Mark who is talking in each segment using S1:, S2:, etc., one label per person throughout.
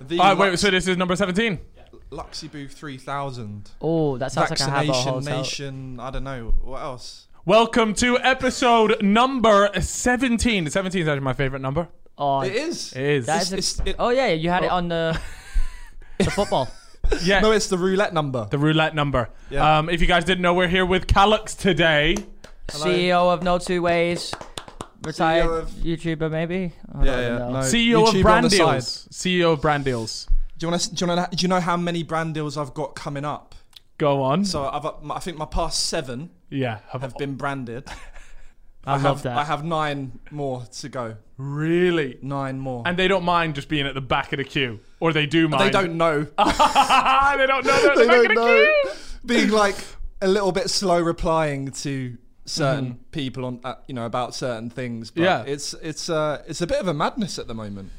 S1: The
S2: All right, wait.
S1: Lux-
S2: So this is number seventeen.
S1: Luxy Booth 3000.
S3: Oh, that sounds like a have a
S1: Vaccination
S3: hotel.
S1: Nation. I don't know. What else?
S2: Welcome to episode number seventeen. Seventeen is actually my favorite number.
S3: Oh,
S1: It is.
S2: It is.
S3: that is a-
S1: It's- it-
S3: oh yeah, you had it on the the football.
S2: yeah.
S1: No, it's the roulette number.
S2: the roulette number.
S1: Yeah.
S2: Um, if you guys didn't know, we're here with Calix today.
S3: CEO E of No Two Ways, retired
S1: CEO E of-
S3: YouTuber maybe. I
S1: Yeah,
S3: don't
S1: yeah,
S3: know.
S1: no.
S2: CEO
S1: Uh, YouTube
S2: E of Brand
S1: on the
S2: Deals.
S1: side.
S2: CEO of Brand Deals.
S1: Do you want to? Do you want to? Do you know how many brand deals I've got coming up?
S2: Go on.
S1: So I've, I think my past seven
S2: yeah.
S1: have been branded.
S3: I,
S1: have,
S3: love that.
S1: I have nine more to go.
S2: really.
S1: Nine more.
S2: And they don't mind just being at the back of the queue, or they do mind.
S1: they don't know.
S2: they don't know. They're at the
S1: they
S2: back
S1: don't
S2: of the
S1: know.
S2: queue.
S1: Being like a little bit slow replying to certain people on uh, you know about certain things. But
S2: Yeah.
S1: it's it's uh it's a bit of a madness at the moment.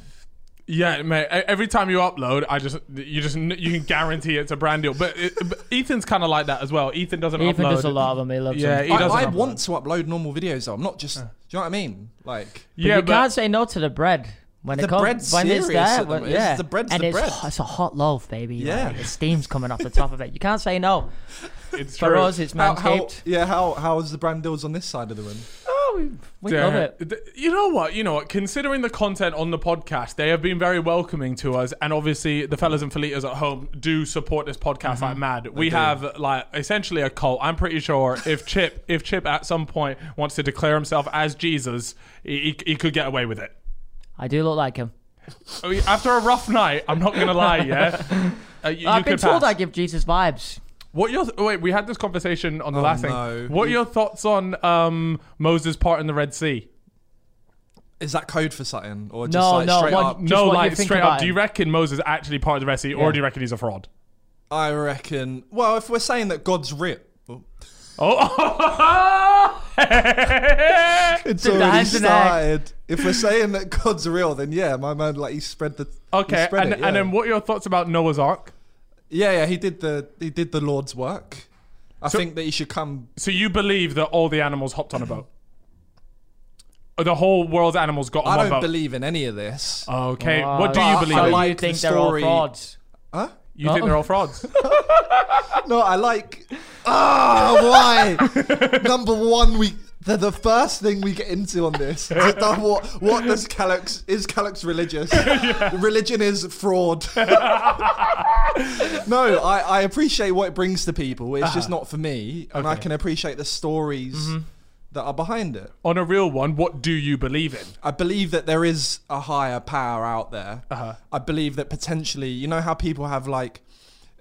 S2: Yeah, mate. e- Every time you upload, I just you just kn- you can guarantee it's a brand deal. But, it, but Ethan's kind of like that as well. Ethan doesn't
S3: Ethan
S2: upload.
S3: does a lot of them. He loves
S2: Yeah,
S3: them.
S2: he
S1: I,
S2: doesn't
S1: I
S2: upload.
S1: want to upload normal videos though. I'm not just. Do you know what I mean? Like
S3: But
S2: Yeah,
S3: you
S2: but
S3: can't say no to the bread when
S1: The
S3: it comes.
S1: bread's
S3: when it's
S1: serious
S3: there,
S1: at the
S3: when-
S1: moment. It's-
S3: yeah,
S1: the bread's
S3: and
S1: the
S3: it's
S1: bread.
S3: ho- it's a hot loaf, baby. Yeah,
S1: Yeah.
S3: like, the steam's coming off the top of it. You can't say no.
S2: it's
S3: For
S2: true.
S3: us, it's
S1: how, how
S3: manscaped.
S1: yeah how how's the brand deals on this side of the room?
S3: we
S2: Yeah.
S3: love it.
S2: Th- You know what? You know what? Considering the content on the podcast, they have been very welcoming to us, and obviously the fellas and felitas at home do support this podcast
S3: Mm-hmm.
S2: like mad. we have like essentially a cult. I'm pretty sure if Chip, if Chip at some point wants to declare himself as Jesus, he, he, he could get away with it.
S3: I do look like him.
S2: I mean, after a rough night, I'm not gonna lie. Yeah, Uh, you,
S3: I've
S2: you
S3: been
S2: could
S3: told
S2: pass.
S3: I give Jesus vibes.
S2: What your wait? We had this conversation on the last
S1: no.
S2: thing. What are your thoughts on um, Moses' part in the Red Sea?
S1: Is that code for something or just
S3: No,
S1: like
S3: no,
S1: straight
S3: one-
S1: up?
S3: Just
S2: no,
S3: what you
S2: like
S3: think
S2: straight
S3: about
S2: up. Do you
S3: him.
S2: reckon Moses actually part of the Red Sea, or
S3: Yeah.
S2: do you reckon he's a fraud?
S1: I reckon. Well, if we're saying that God's rip,
S2: Oh,
S1: it's
S3: Did the
S1: already
S3: hands and egg.
S1: started. If we're saying that God's real, then yeah, my man, like he spread the. he
S2: okay.
S1: spread
S2: And,
S1: it, yeah.
S2: and then what are your thoughts about Noah's Ark?
S1: Yeah, yeah, he did the he did the Lord's work. I think that he should come.
S2: So you believe that all the animals hopped on a boat? Or the whole world's animals got on
S1: I
S2: one
S1: don't
S2: boat.
S1: believe in any of this.
S2: okay, what do you
S3: Wow.
S2: believe?
S3: So
S2: in?
S1: like
S3: Oh, you
S1: the
S3: think they're all
S1: story.
S3: frauds?
S2: you think they're all frauds?
S1: no, I like. Ah, why? Number one, we the, the first thing we get into on this. Is that what what does Calix is Calix religious? Religion is fraud. no, I, I appreciate what it brings to people. It's just not for me, and I
S2: Okay.
S1: can appreciate the stories that are behind it.
S2: on a real one, what do you believe in?
S1: I believe that there is a higher power out there.
S3: Uh-huh.
S1: I believe that potentially, you know how people have like,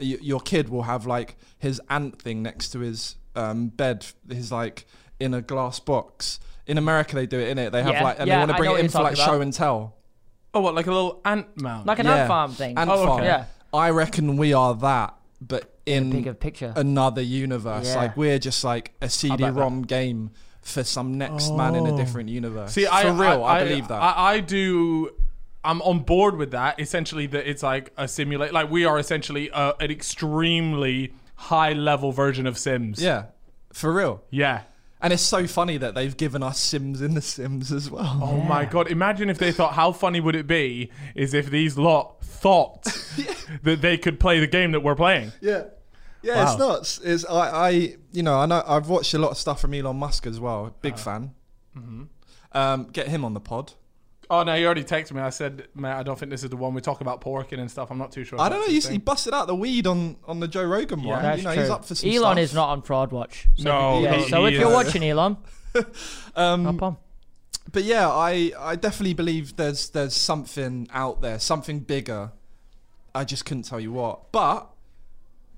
S1: y- your kid will have like his ant thing next to his um, bed, his like in a glass box. In America, they do it in it. They have
S3: Yeah,
S1: like, and
S3: yeah,
S1: they want
S3: I
S1: to bring
S3: know
S1: it
S3: what
S1: in
S3: you're
S1: for like
S3: talking about.
S1: show and tell.
S2: Oh, what like a little ant mound?
S3: Like an ant farm thing.
S1: Ant
S2: Oh, okay.
S1: farm.
S3: Yeah.
S1: I reckon we are that, but in
S3: bigger picture.
S1: another universe.
S3: Yeah.
S1: Like we're just like a CD-ROM game for some next man
S3: Oh.
S1: in a different universe.
S2: See,
S1: for
S2: I,
S1: real, I,
S2: I
S1: believe that.
S2: I, I do. I'm on board with that. Essentially, that it's like a simulate. Like we are essentially uh an extremely high level version of Sims.
S1: yeah, for real.
S2: Yeah.
S1: And it's so funny that they've given us Sims in the Sims as well.
S2: Oh my god! Imagine if they thought how funny would it be is if these lot thought that they could play the game that we're playing.
S1: Yeah. Yeah, it's nuts. It's I, I you know, I know I've watched a lot of stuff from Elon Musk as well. Big fan. Um, get him on the pod.
S2: Oh no! You already texted me. I said, man, I don't think this is the one we talk about porking and stuff. I'm not too sure. if
S1: I don't
S2: that's
S1: know.
S2: his
S1: He,
S2: thing.
S1: he busted out the weed on on the Joe Rogan one.
S3: That's
S1: you know,
S3: true.
S1: he's up for some
S3: Elon
S1: stuff.
S3: is not on fraud watch. So
S2: No,
S3: yeah,
S2: he-
S3: so
S2: he
S3: if you're
S2: is.
S3: watching Elon,
S1: Um,
S3: hop on.
S1: but yeah, I I definitely believe there's there's something out there, something bigger. I just couldn't tell you what. But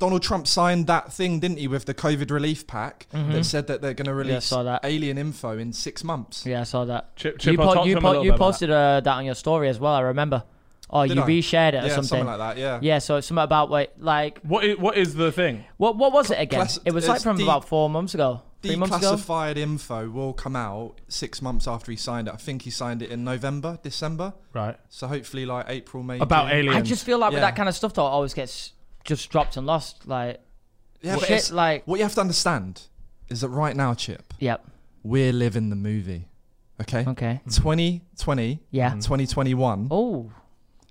S1: Donald Trump signed that thing, didn't he, with the COVID relief pack that said that they're going to release
S3: Mm-hmm. saw that.
S1: alien info in six months.
S3: Yeah, I saw that.
S2: Chip- Chip,
S3: you
S2: I'll talk
S3: you,
S2: to him a little
S3: you
S2: bit about
S3: posted uh, that on your story as well. I remember. Or
S1: Did
S3: you
S1: I?
S3: reshared it or
S1: Yeah,
S3: something.
S1: like that. Yeah.
S3: Yeah, so it's something about like, like
S2: What is, what is the thing?
S3: what what was it again?
S1: class-
S3: it was like
S1: it's
S3: from
S1: de-
S3: about four months ago, three months ago.
S1: Declassified info will come out six months after he signed it. I think he signed it in November, December.
S2: Right.
S1: So hopefully, like April, May.
S2: About
S1: June.
S2: aliens.
S3: I just feel like with
S1: Yeah.
S3: that kind of stuff, though, it always gets just dropped and lost. Like,
S1: Yeah,
S3: shit,
S1: but it's-
S3: like-
S1: what you have to understand is that right now, Chip,
S3: yep,
S1: we're living the movie. Okay.
S3: okay,
S2: Mm-hmm. Mm.
S1: 2020,
S3: yeah.
S1: 2021
S3: Oh,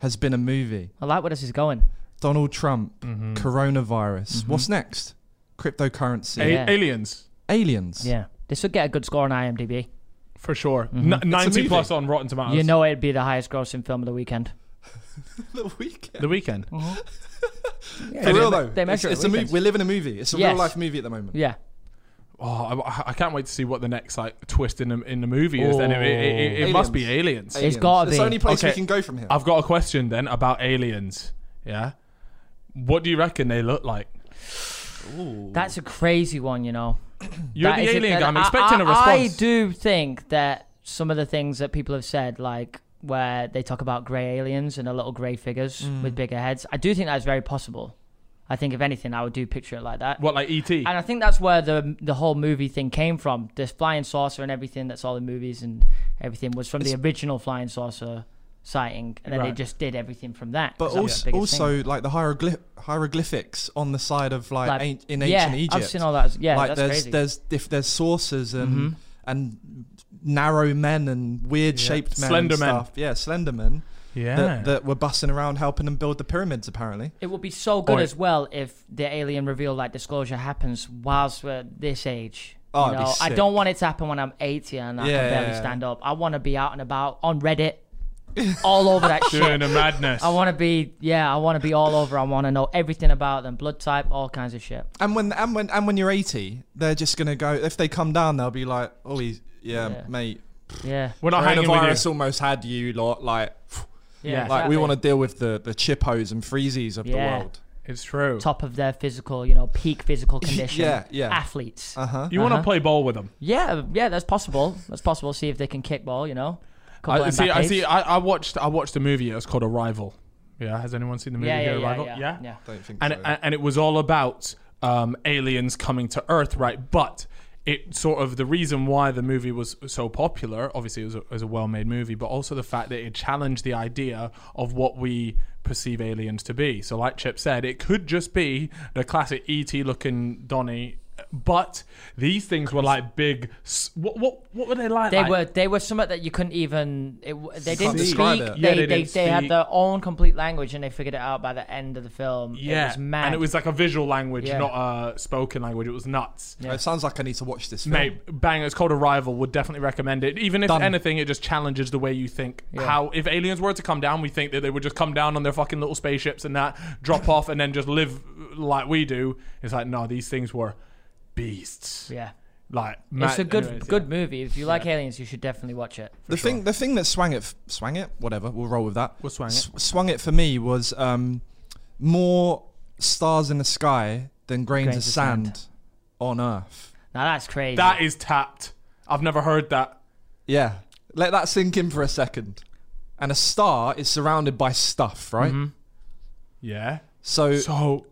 S1: has been a movie.
S3: I like where this is going.
S1: Donald Trump,
S2: Mm-hmm.
S1: coronavirus.
S3: Mm-hmm.
S1: What's next? Cryptocurrency,
S2: A-
S3: Yeah.
S2: Aliens,
S1: aliens.
S3: Yeah. This would get a good score on IMDb.
S2: for sure. N-
S1: movie.
S2: 90 plus on Rotten Tomatoes.
S3: Mm-hmm. You know it'd be the highest grossing film of the weekend.
S1: the weekend.
S2: The Weekend.
S3: Oh.
S1: For real
S3: me-
S1: though,
S3: they measure
S1: it's, it's
S3: it
S1: a movie.
S3: weekends.
S1: We live in a movie. It's a
S3: Yes.
S1: real life movie at the moment.
S3: Yeah.
S2: Oh, I, I can't wait to see what the next like twist in the, in the movie is. Then it, it, it, it must be aliens.
S3: It's gotta
S1: It's the
S3: be.
S1: only place we
S2: Okay.
S1: can go from here.
S2: I've got a question then about aliens. Yeah, what do you reckon they look like?
S3: That's a crazy one, you know.
S2: You're
S3: That
S2: the
S3: is a-
S2: alien
S3: that-
S2: guy. I'm
S3: I-
S2: expecting
S3: I-
S2: a response.
S3: I do think that some of the things that people have said, like where they talk about grey aliens and the little grey figures
S2: Mm.
S3: with bigger heads, I do think that's very possible. I think if anything, I would do picture it like that.
S2: What like E ET?
S3: And I think that's where the the whole movie thing came from. This flying saucer and everything that's all in movies and everything was from the original flying saucer sighting, and then they
S2: Right.
S3: just did everything from that.
S1: But
S3: 'cause that was
S1: also,
S3: the biggest thing.
S1: also like the hieroglyph- hieroglyphics on the side of like,
S3: Like,
S1: an- in
S3: yeah,
S1: ancient Egypt.
S3: I've seen all that. Yeah,
S1: like
S3: that's
S1: there's
S3: crazy. Mm-hmm.
S1: there's if there's sources and and narrow men and weird shaped men,
S2: Slender
S1: and
S2: men.
S1: stuff. yeah, slender men
S2: yeah.
S1: that, that were bussing around helping them build the pyramids. Apparently,
S3: It would be so good
S2: Or-
S3: as well if the alien reveal like disclosure happens whilst we're this age.
S1: Oh,
S3: you
S1: it'd be
S3: know, I
S1: sick.
S3: don't want it to happen when I'm 80 and I
S1: Yeah,
S3: can
S1: yeah,
S3: barely
S1: yeah.
S3: stand up. I want to be out and about on Reddit, all over that
S2: Doing
S3: shit.
S2: a madness.
S3: I want to be, yeah, I want to be all over. I want to know everything about them, blood type, all kinds of shit.
S1: and when and when and when you're 80, they're just gonna go. If they come down, they'll be like, "Oh, he's, yeah,
S3: Yeah.
S1: mate,
S3: Yeah.
S2: We're not hanging with
S1: coronavirus
S2: you.
S1: almost had you lot. Like,
S3: Yeah.
S1: like we want to deal with the the chippos and freezies of
S3: Yeah.
S1: the world."
S2: It's true.
S3: Top of their physical, you know, peak physical condition.
S1: Yeah, yeah.
S3: Athletes.
S1: Uh huh.
S2: You want
S3: Uh-huh.
S2: to play ball with them.
S3: yeah, yeah, that's possible. That's possible. See if they can kick ball, you know. Couple
S2: I see. I
S3: Mbappes.
S2: see. I, I watched. I watched a movie. It was called Arrival. Yeah. Has anyone seen the movie
S3: Yeah, yeah,
S2: here,
S3: yeah,
S2: Arrival?
S3: yeah, yeah.
S1: Don't think
S2: and
S1: so.
S2: and- and it was all about um, aliens coming to Earth, right? But it sort of the reason why the movie was so popular, obviously, it was a, it was a well-made movie, but also the fact that it challenged the idea of what we perceive aliens to be. So, like Chip said, it could just be the classic E ET-looking Donny. But these things were like big. s- What what what were they like?
S3: They
S2: like?
S3: were they were something that you couldn't even. It, w- they didn't
S1: can't
S3: speak.
S1: describe
S3: They,
S1: it.
S2: Yeah,
S3: they,
S2: they
S3: they,
S2: didn't
S3: had
S2: speak.
S3: their own complete language, and they figured it out by the end of the film.
S2: Yeah,
S3: it was mad.
S2: and it was like a visual language,
S3: Yeah.
S2: not a spoken language. It was nuts.
S3: Yeah.
S1: It sounds like I need to watch this film.
S2: Mate, bang! It's called Arrival. Would definitely recommend it. Even if
S1: Done.
S2: anything, it just challenges the way you think.
S3: Yeah.
S2: How if aliens were to come down, we think that they would just come down on their fucking little spaceships and that drop off and then just live like we do. It's like no, these things were beasts.
S3: yeah,
S2: Like
S3: it's a good
S2: anyways,
S3: good movie. If you like aliens, you should definitely watch it.
S1: the thing, the thing that swung it, f- swung it, whatever. We'll roll with that.
S2: We'll swang it.
S1: swung it for me was um, more stars in the sky than grains, of, sand, on Earth.
S3: Now that's crazy.
S2: That is tapped. I've never heard that.
S1: Yeah, let that sink in for a second. And a star is surrounded by stuff, right?
S3: Mm-hmm.
S2: Yeah.
S1: So,
S2: So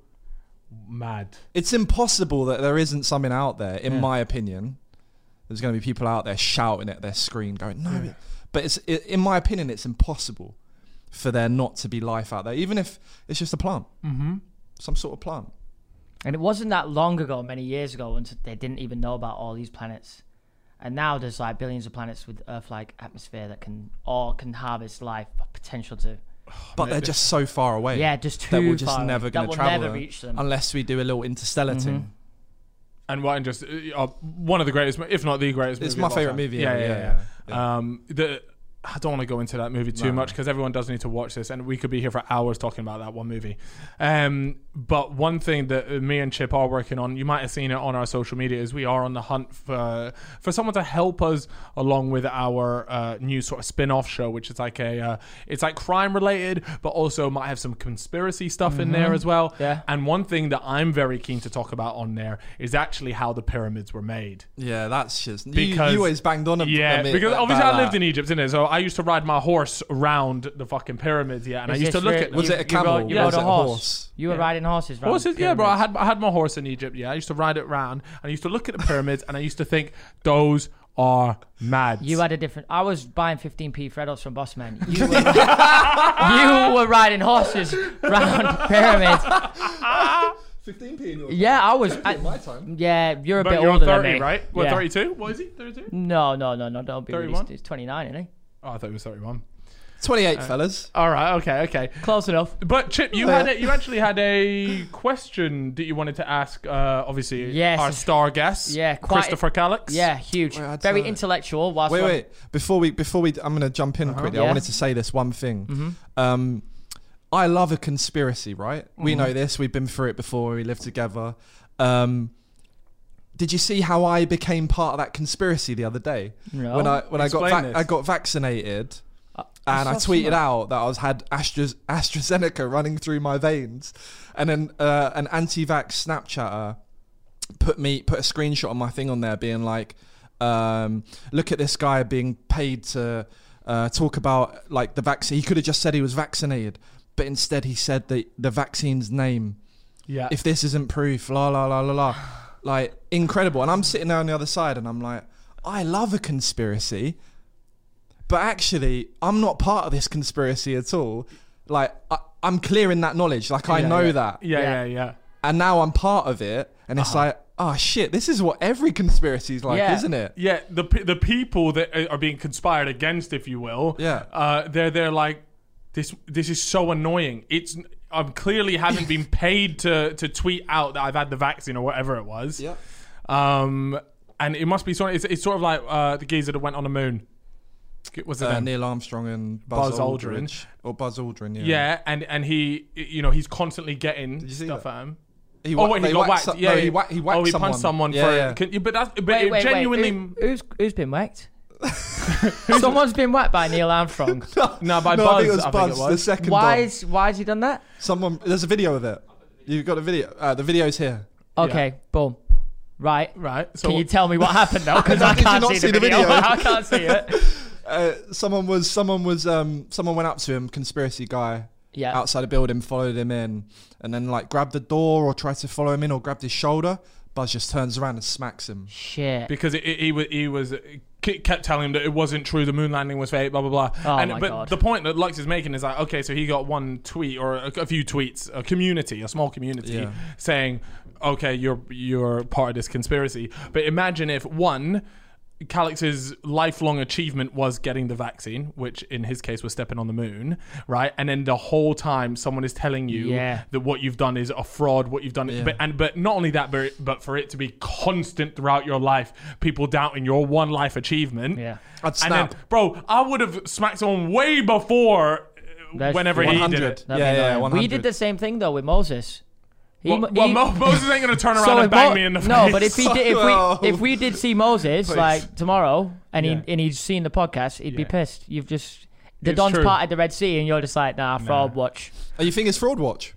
S2: mad.
S1: it's impossible that there isn't something out there. In my opinion, there's going to be people out there shouting at their screen, going, "No!" it-" But it's, i in my opinion, it's impossible for there not to be life out there, even if it's just a plant, mm-hmm. some sort of plant.
S3: and it wasn't that long ago, many years ago, when they didn't even know about all these planets. And now there's like billions of planets with Earth-like atmosphere that can all can harvest life potential to.
S1: But they're just so far away.
S3: Oh, Yeah, just too
S1: that we're just
S3: far away.
S1: never
S3: That
S1: going
S3: will
S1: to travel
S3: never
S1: there
S3: reach them. Mm-hmm.
S1: unless we do a little interstellar thing.
S2: and what and just uh, uh, one of the greatest, if not the greatest.
S1: It's
S2: movie
S1: my
S2: of all
S1: favourite
S2: time.
S1: movie
S2: Yeah,
S1: ever,
S2: yeah,
S1: yeah,
S2: yeah. Um, the. I don't want to go into that movie too much 'cause much because everyone does need to watch this, and we could be here for hours talking about that one movie. Um, but one thing that uh, me and Chip are working on, you might have seen it on our social media, is we are on the hunt for for someone to help us along with our uh, new sort of spin off show, which is like a uh, it's like crime related, but also might have some conspiracy stuff in there as well.
S3: Yeah.
S2: And one thing that I'm very keen to talk about on there is actually how the pyramids were made.
S1: Yeah, that's just you-
S2: Because-
S1: you, always banged on. ab-
S2: Yeah,
S1: a bit
S2: because
S1: about
S2: obviously I lived
S1: that.
S2: in Egypt, didn't it? So I used to ride my horse around the fucking pyramids, yeah, and I
S3: Is
S2: used to
S3: this
S2: look
S3: where-
S2: at them.
S1: Was
S3: You-
S1: it a
S3: you
S1: camel?
S3: rode- you
S1: was
S3: rode
S1: it
S3: a
S1: a
S3: horse.
S1: horse?
S3: You were riding horses, right?
S2: Horses, yeah, bro. I had I had my horse in Egypt. Yeah, I used to ride it around, and I used to look at the pyramids, and I used to think those are mad.
S3: You had a different. I was buying 15p Freddos from Bossman. You were, you were riding horses round pyramids.
S1: 15p in your
S3: Yeah, I was. I,
S1: time.
S3: yeah, you're a
S2: but
S3: bit
S2: you're
S3: older than
S2: thirty,
S3: me.
S2: right? What
S3: Yeah.
S2: thirty-two? What is he? Thirty-two?
S3: No, no, no, no. Don't be.
S2: 31?
S3: Released. He's 29, isn't he?
S2: Oh, I thought he was thirty-one.
S1: 28,
S3: Uh,
S1: fellas.
S2: All right. Okay. Okay.
S3: Close enough.
S2: But Chip, you
S1: Yeah.
S2: had a, you actually had a question that you wanted to ask. Uh, obviously,
S3: Yes.
S2: our star guest,
S3: Yeah, quite-
S2: Christopher Calix.
S3: Yeah, huge.
S1: Wait, I'd
S3: Very
S1: say-
S3: intellectually. Whilst
S1: Wait,
S3: we're-
S1: wait. Before we, before we, I'm going to jump in quickly. I
S3: Uh-huh. Yeah. Mm-hmm.
S1: wanted to say this one thing. Um, I love a conspiracy, right?
S3: Mm-hmm.
S1: We know this. We've been through it before. We lived together. Um, did you see how I became part of that conspiracy the other day?
S3: No.
S1: When I when I got
S2: Explain
S1: vac-
S2: this. Uh,
S1: I got vaccinated, and I
S2: that's
S1: tweeted out that I was had Astra- AstraZeneca running through my veins, and then uh, an anti-vax Snapchatter put me put a screenshot of my thing on there, being like, um, "Look at this guy being paid to uh, talk about like the vaccine. He could have just said he was vaccinated, but instead he said the the vaccine's name."
S2: Yeah.
S1: Uh, if this isn't proof, la la la la la. Like incredible. And I'm sitting there on the other side and I'm like, I love a conspiracy. But actually, I'm not part of this conspiracy at all. Like I, I'm clearing that knowledge. Like I
S2: Yeah,
S1: know
S2: yeah.
S1: that.
S2: Yeah. Yeah.
S3: Yeah.
S2: Yeah.
S1: And now I'm part of it. And it's like, oh shit, this is what every conspiracy is like,
S3: Yeah.
S1: isn't it?
S2: Yeah, the pe- the people that are being conspired against, if you will,
S1: Yeah.
S2: uh, they're they're like, this this is so annoying. It's I clearly haven't been paid to to tweet out that I've had the vaccine or whatever it was.
S1: Yeah.
S2: Um, and it must be sort. It's, it's sort of like uh, the geezer that went on the moon. Was it
S1: Uh,
S2: then?
S1: Neil Armstrong and Buzz,
S2: Um, Buzz Aldrin.
S1: Aldrin. Or Buzz Aldrin, yeah.
S2: Yeah, and and he, you know, he's constantly getting
S1: you see
S2: stuff
S1: that?
S2: at him.
S1: He
S2: oh,
S1: wa-
S2: wait, he
S1: they
S2: got
S1: whacked
S2: whacked.
S1: some-
S2: Yeah,
S1: no,
S2: yeah.
S1: he wha- he whacked
S2: oh, he
S1: someone.
S2: punched someone
S1: Yeah,
S2: for
S1: yeah.
S2: it. Can you, but that's but
S3: Wait,
S2: it
S3: wait,
S2: genuinely.
S3: wait. Who- Who's who's been whacked? Someone's been whacked by Neil Armstrong.
S2: No, by
S1: no,
S2: Buzz.
S1: I think it was Buzz, the
S2: was.
S1: second
S3: why
S1: one.
S3: is why has he done that?
S1: Someone, there's a video of it. You've got a video. Uh, the video's here.
S3: Okay, boom. Right.
S2: Right. So
S3: Can you tell me what happened though? Because I
S1: Did you
S3: can't
S1: not
S3: see,
S1: see
S3: the
S1: the
S3: video.
S1: video?
S3: I can't see it.
S1: Uh, someone was someone was um someone went up to him, conspiracy guy,
S3: Yeah.
S1: outside a building, followed him in, and then like grabbed the door or tried to follow him in or grabbed his shoulder. Buzz just turns around and smacks him.
S3: Shit.
S2: because it, it, he was he was k- kept telling him that it wasn't true, the moon landing was fake, blah blah blah.
S3: Oh,
S2: and
S3: my
S2: but
S3: God.
S2: the point that Lux is making is like, okay, so he got one tweet or a, a few tweets, a community, a small community
S1: Yeah.
S2: saying, okay, you're you're part of this conspiracy. But imagine if one. Calix's lifelong achievement was getting the vaccine, which in his case was stepping on the moon, right? And then the whole time someone is telling you
S3: Yeah.
S2: that what you've done is a fraud, what you've done, but, and but not only that, but but for it to be constant throughout your life, people doubting your one life achievement.
S3: Yeah.
S1: I'd
S2: and then,
S1: snap.
S2: bro, I would have smacked someone way before. uh,
S3: That's
S2: whenever he did
S1: 100.
S2: it,
S3: That'd
S1: Yeah,
S3: be
S1: yeah,
S3: annoying.
S1: 100.
S3: We did the same thing though with Moses. He,
S2: well,
S3: he-
S2: well, Mo- Moses ain't gonna turn around
S3: so
S2: and
S3: if
S2: bang
S3: Mo-
S2: me in the face.
S3: No, but if he did, if
S1: Well.
S3: we if we did see Moses like tomorrow and
S2: Yeah.
S3: he and he'd seen the podcast, he'd be
S2: Yeah.
S3: pissed. You've just the
S2: It's
S3: Don's
S2: true.
S3: parted the Red Sea, and you're just like, nah, fraud watch.
S1: Oh, you think it's fraud watch?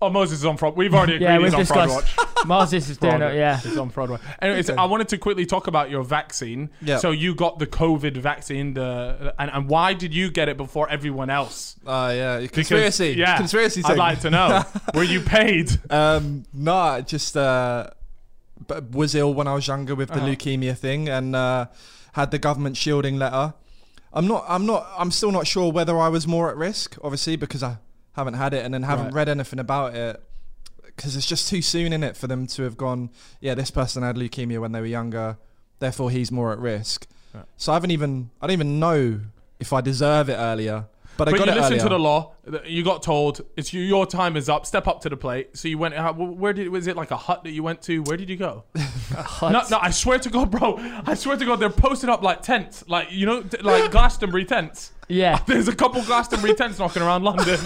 S2: oh, Moses is on fraud. We've already agreed
S3: Yeah, we've
S2: he's on fraud
S3: discussed.
S2: watch.
S3: Moses is doing
S2: Fraud
S3: it. Yeah,
S2: He's on fraud watch. Anyways, I wanted to quickly talk about your vaccine.
S1: Yeah.
S2: So you got the COVID vaccine, the and, and why did you get it before everyone else?
S1: Uh, yeah,
S2: Because-
S1: conspiracy.
S2: yeah,
S1: conspiracy.
S2: I'd
S1: thing.
S2: like to know. Were you paid?
S1: Um, no, it just uh, b- was ill when I was younger with the
S2: Uh-huh.
S1: leukemia thing, and uh, had the government shielding letter. I'm not. I'm not. I'm still not sure whether I was more at risk, obviously, because I haven't had it and then haven't
S2: Right.
S1: read anything about it. Because it's just too soon in it for them to have gone. Yeah, this person had leukemia when they were younger, therefore he's more at risk. So I haven't even. I don't even know if I deserve it earlier. But I
S2: but
S1: got
S2: you
S1: it
S2: listened
S1: earlier.
S2: to the law. th- You got told it's you, your time is up. Step up to the plate. So you went. How, wh- where did was it like a hut that you went to? Where did you go? no, no. I swear to God, bro. I swear to God, they're posted up like tents, like you know, t- like Glastonbury tents.
S3: yeah.
S2: There's a couple Glastonbury tents knocking around London,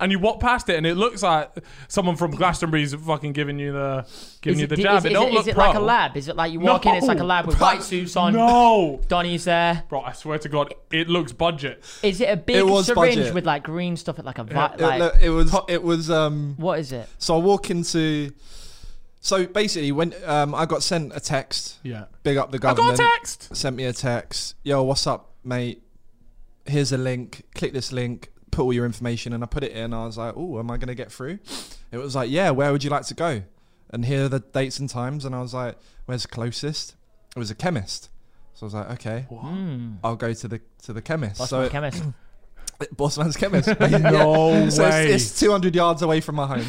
S2: and you walk past it, and it looks like someone from Glastonbury's fucking giving you the giving
S3: Is
S2: you
S3: it,
S2: the
S3: is,
S2: jab. it
S3: is
S2: don't
S3: it-
S2: look
S3: is it
S2: pro.
S3: like a lab? Is it like you walk in? It's like a lab with
S1: No.
S3: white suits on.
S2: No,
S3: Donny's there.
S2: bro. I swear to God, it looks budget.
S3: Is it a big
S1: It was
S3: syringe
S1: budget.
S3: with like green stuff at like a va-
S1: It-
S3: like
S1: it was. It was. Um,
S3: what is it?
S1: So I walk into. So basically, when um, I got sent a text,
S2: Yeah.
S1: big up the
S2: I got a
S1: government.
S2: text.
S1: Sent me a text. Yo, what's up, mate? Here's a link. Click this link. Put all your information, and I put it in. I was like, oh, am I gonna get through? It was like, yeah. Where would you like to go? And here are the dates and times. And I was like, where's closest? It was a chemist. So I was like, okay, I'll go to the to the chemist.
S3: What's
S1: so
S3: Hmm. my
S1: it-
S3: chemist?
S1: Bossman's chemist.
S2: No
S1: So it's-
S2: way.
S1: it's 200 yards away from my home.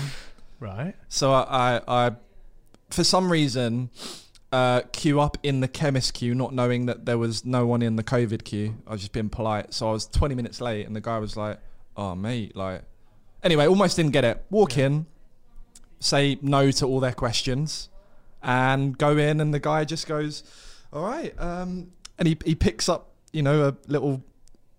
S2: Right.
S1: So I, I, I for some reason, uh, queue up in the chemist queue, not knowing that there was no one in the COVID queue. I was just being polite, so I was 20 minutes late, and the guy was like, "Oh, mate, like." Anyway, almost didn't get it. Walk in, say no to all their questions, and go in, and the guy just goes, "All right," um, and he he picks up, you know, a little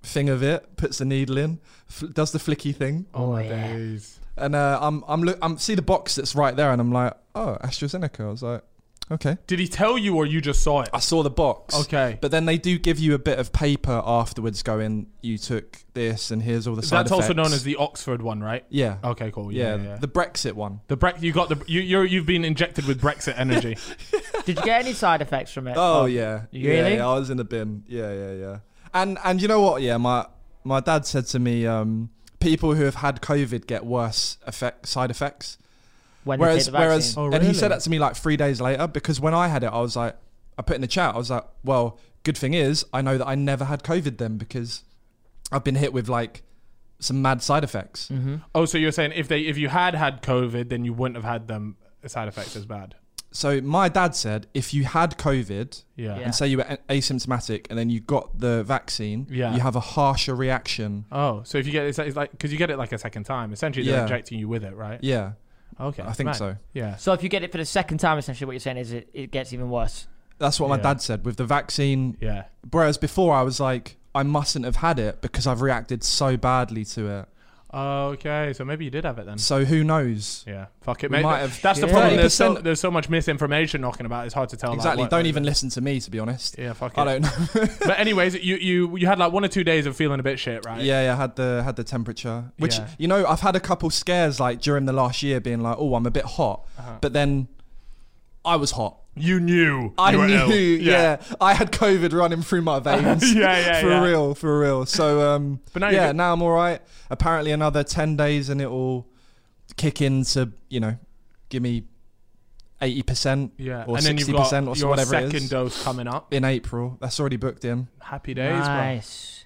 S1: thing of it, puts the needle in, fl- does the flicky thing,
S2: Oh, my
S3: yeah.
S2: days.
S1: and uh, I'm I'm look I'm see the box that's right there, and I'm like, "Oh, AstraZeneca." I was like, "Okay."
S2: Did he tell you or you just saw it?
S1: I saw the box.
S2: Okay.
S1: But then they do give you a bit of paper afterwards going, you took this and here's all the side
S2: That's also known
S1: effects."
S2: as the Oxford one, right?
S1: Yeah.
S2: Okay, cool. Yeah,
S1: yeah,
S2: yeah, yeah.
S1: The Brexit one.
S2: The Brex you got the you you're, you've been injected with Brexit energy.
S3: Did you get any side effects from it?
S1: Oh, yeah.
S3: you
S1: yeah,
S3: really?
S1: yeah, I was in the bin. Yeah, yeah, yeah. And and you know what? Yeah, my my dad said to me, um, people who have had COVID get worse effect side effects.
S3: When they take
S1: Whereas
S3: the
S1: whereas
S3: vaccine.
S2: Oh,
S1: and he
S2: really?
S1: said that to me like three days later because when I had it, I was like, I put in the chat, I was like, well, good thing is I know that I never had COVID then because I've been hit with like some mad side effects.
S3: Mm. Mm-hmm.
S2: oh, so you're saying if they if you had had COVID, then you wouldn't have had them side effects as bad.
S1: So my dad said if you had COVID
S2: Yeah.
S3: Yeah.
S1: and say you were a- asymptomatic and then you got the vaccine,
S2: Yeah.
S1: you have a harsher reaction.
S2: Oh, so if you get it's, it's like because you get it like a second time, essentially they're
S1: Yeah.
S2: injecting you with it, right?
S1: Yeah,
S2: Okay,
S1: I think
S2: mad.
S1: so.
S2: Yeah.
S3: So if you get it for the second time, essentially what you're saying is it, it gets even worse.
S1: that's what
S2: Yeah.
S1: my dad said with the vaccine.
S2: Yeah.
S1: Whereas before I was like, I mustn't have had it because I've reacted so badly to it.
S2: Okay, so maybe you did have it then.
S1: So who knows?
S2: Yeah, fuck it,
S1: We
S2: mate.
S1: might have-
S2: That's the
S3: Yeah.
S2: problem. There's so,
S1: 30%
S2: there's so much misinformation knocking about. It's hard to tell. like,
S1: Exactly.
S2: what-
S1: Don't even listen to me, to be honest.
S2: Yeah, fuck
S1: I
S2: it.
S1: don't know.
S2: But anyways, you you you had like one or two days of feeling a bit shit, right?
S1: Yeah, yeah, I had the had the temperature. Which
S2: Yeah.
S1: you know, I've had a couple scares like during the last year, being like, oh, I'm a bit hot, but then I was hot.
S2: Uh-huh. You knew.
S1: I
S2: you were
S1: knew,
S2: ill.
S1: yeah. I had COVID running through my veins.
S2: Yeah, yeah,
S1: for
S2: yeah.
S1: real, for real. So, um,
S2: But now you're
S1: yeah,
S2: good.
S1: now I'm all right. Apparently, another ten days and it will kick in to you know, give me eighty percent,
S2: Yeah.
S1: or
S2: and then you've
S1: sixty
S2: got
S1: percent, or so-
S2: your
S1: whatever it
S2: second
S1: is.
S2: dose coming up.
S1: in April, that's already booked in.
S2: Happy days, bro.
S3: nice.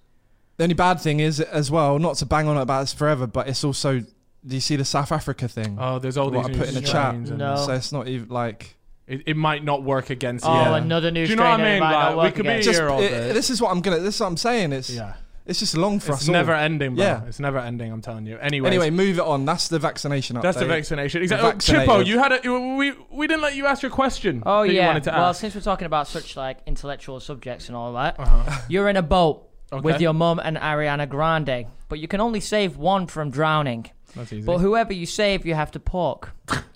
S1: The only bad thing is, as well, not to bang on about this forever, but it's also do you see the South Africa thing?
S2: Oh, there's all
S1: What
S2: these
S1: I put
S2: new
S1: in the chat.
S2: strains and
S3: No.
S1: So it's not even like
S2: it, it might not work against
S3: Oh,
S2: you.
S1: Yeah.
S3: another new
S2: Do you know
S3: strain
S2: what I
S3: that
S2: mean?
S3: might not
S2: Like, we
S3: work
S2: could be
S3: against.
S1: just
S2: year old
S1: it-
S2: bit.
S1: this is what I'm gonna. This is what I'm saying. It's
S2: Yeah.
S1: it's just long for
S2: It's
S1: us. all.
S2: never ending, bro.
S1: Yeah.
S2: It's never ending. I'm telling you. Anyways,
S1: Anyway, move it on. That's the vaccination update.
S2: that's the vaccination. Exactly. Oh, Chippo,
S1: vaccinated.
S2: you had a you- we we didn't let you ask your question.
S3: Oh
S2: that
S3: yeah.
S2: You wanted to
S3: well,
S2: ask.
S3: since we're talking about such like intellectual subjects and all that,
S2: Uh-huh.
S3: you're in a boat with
S2: Okay.
S3: your mum and Ariana Grande, but you can only save one from drowning.
S2: That's easy.
S3: But whoever you save, you have to pork.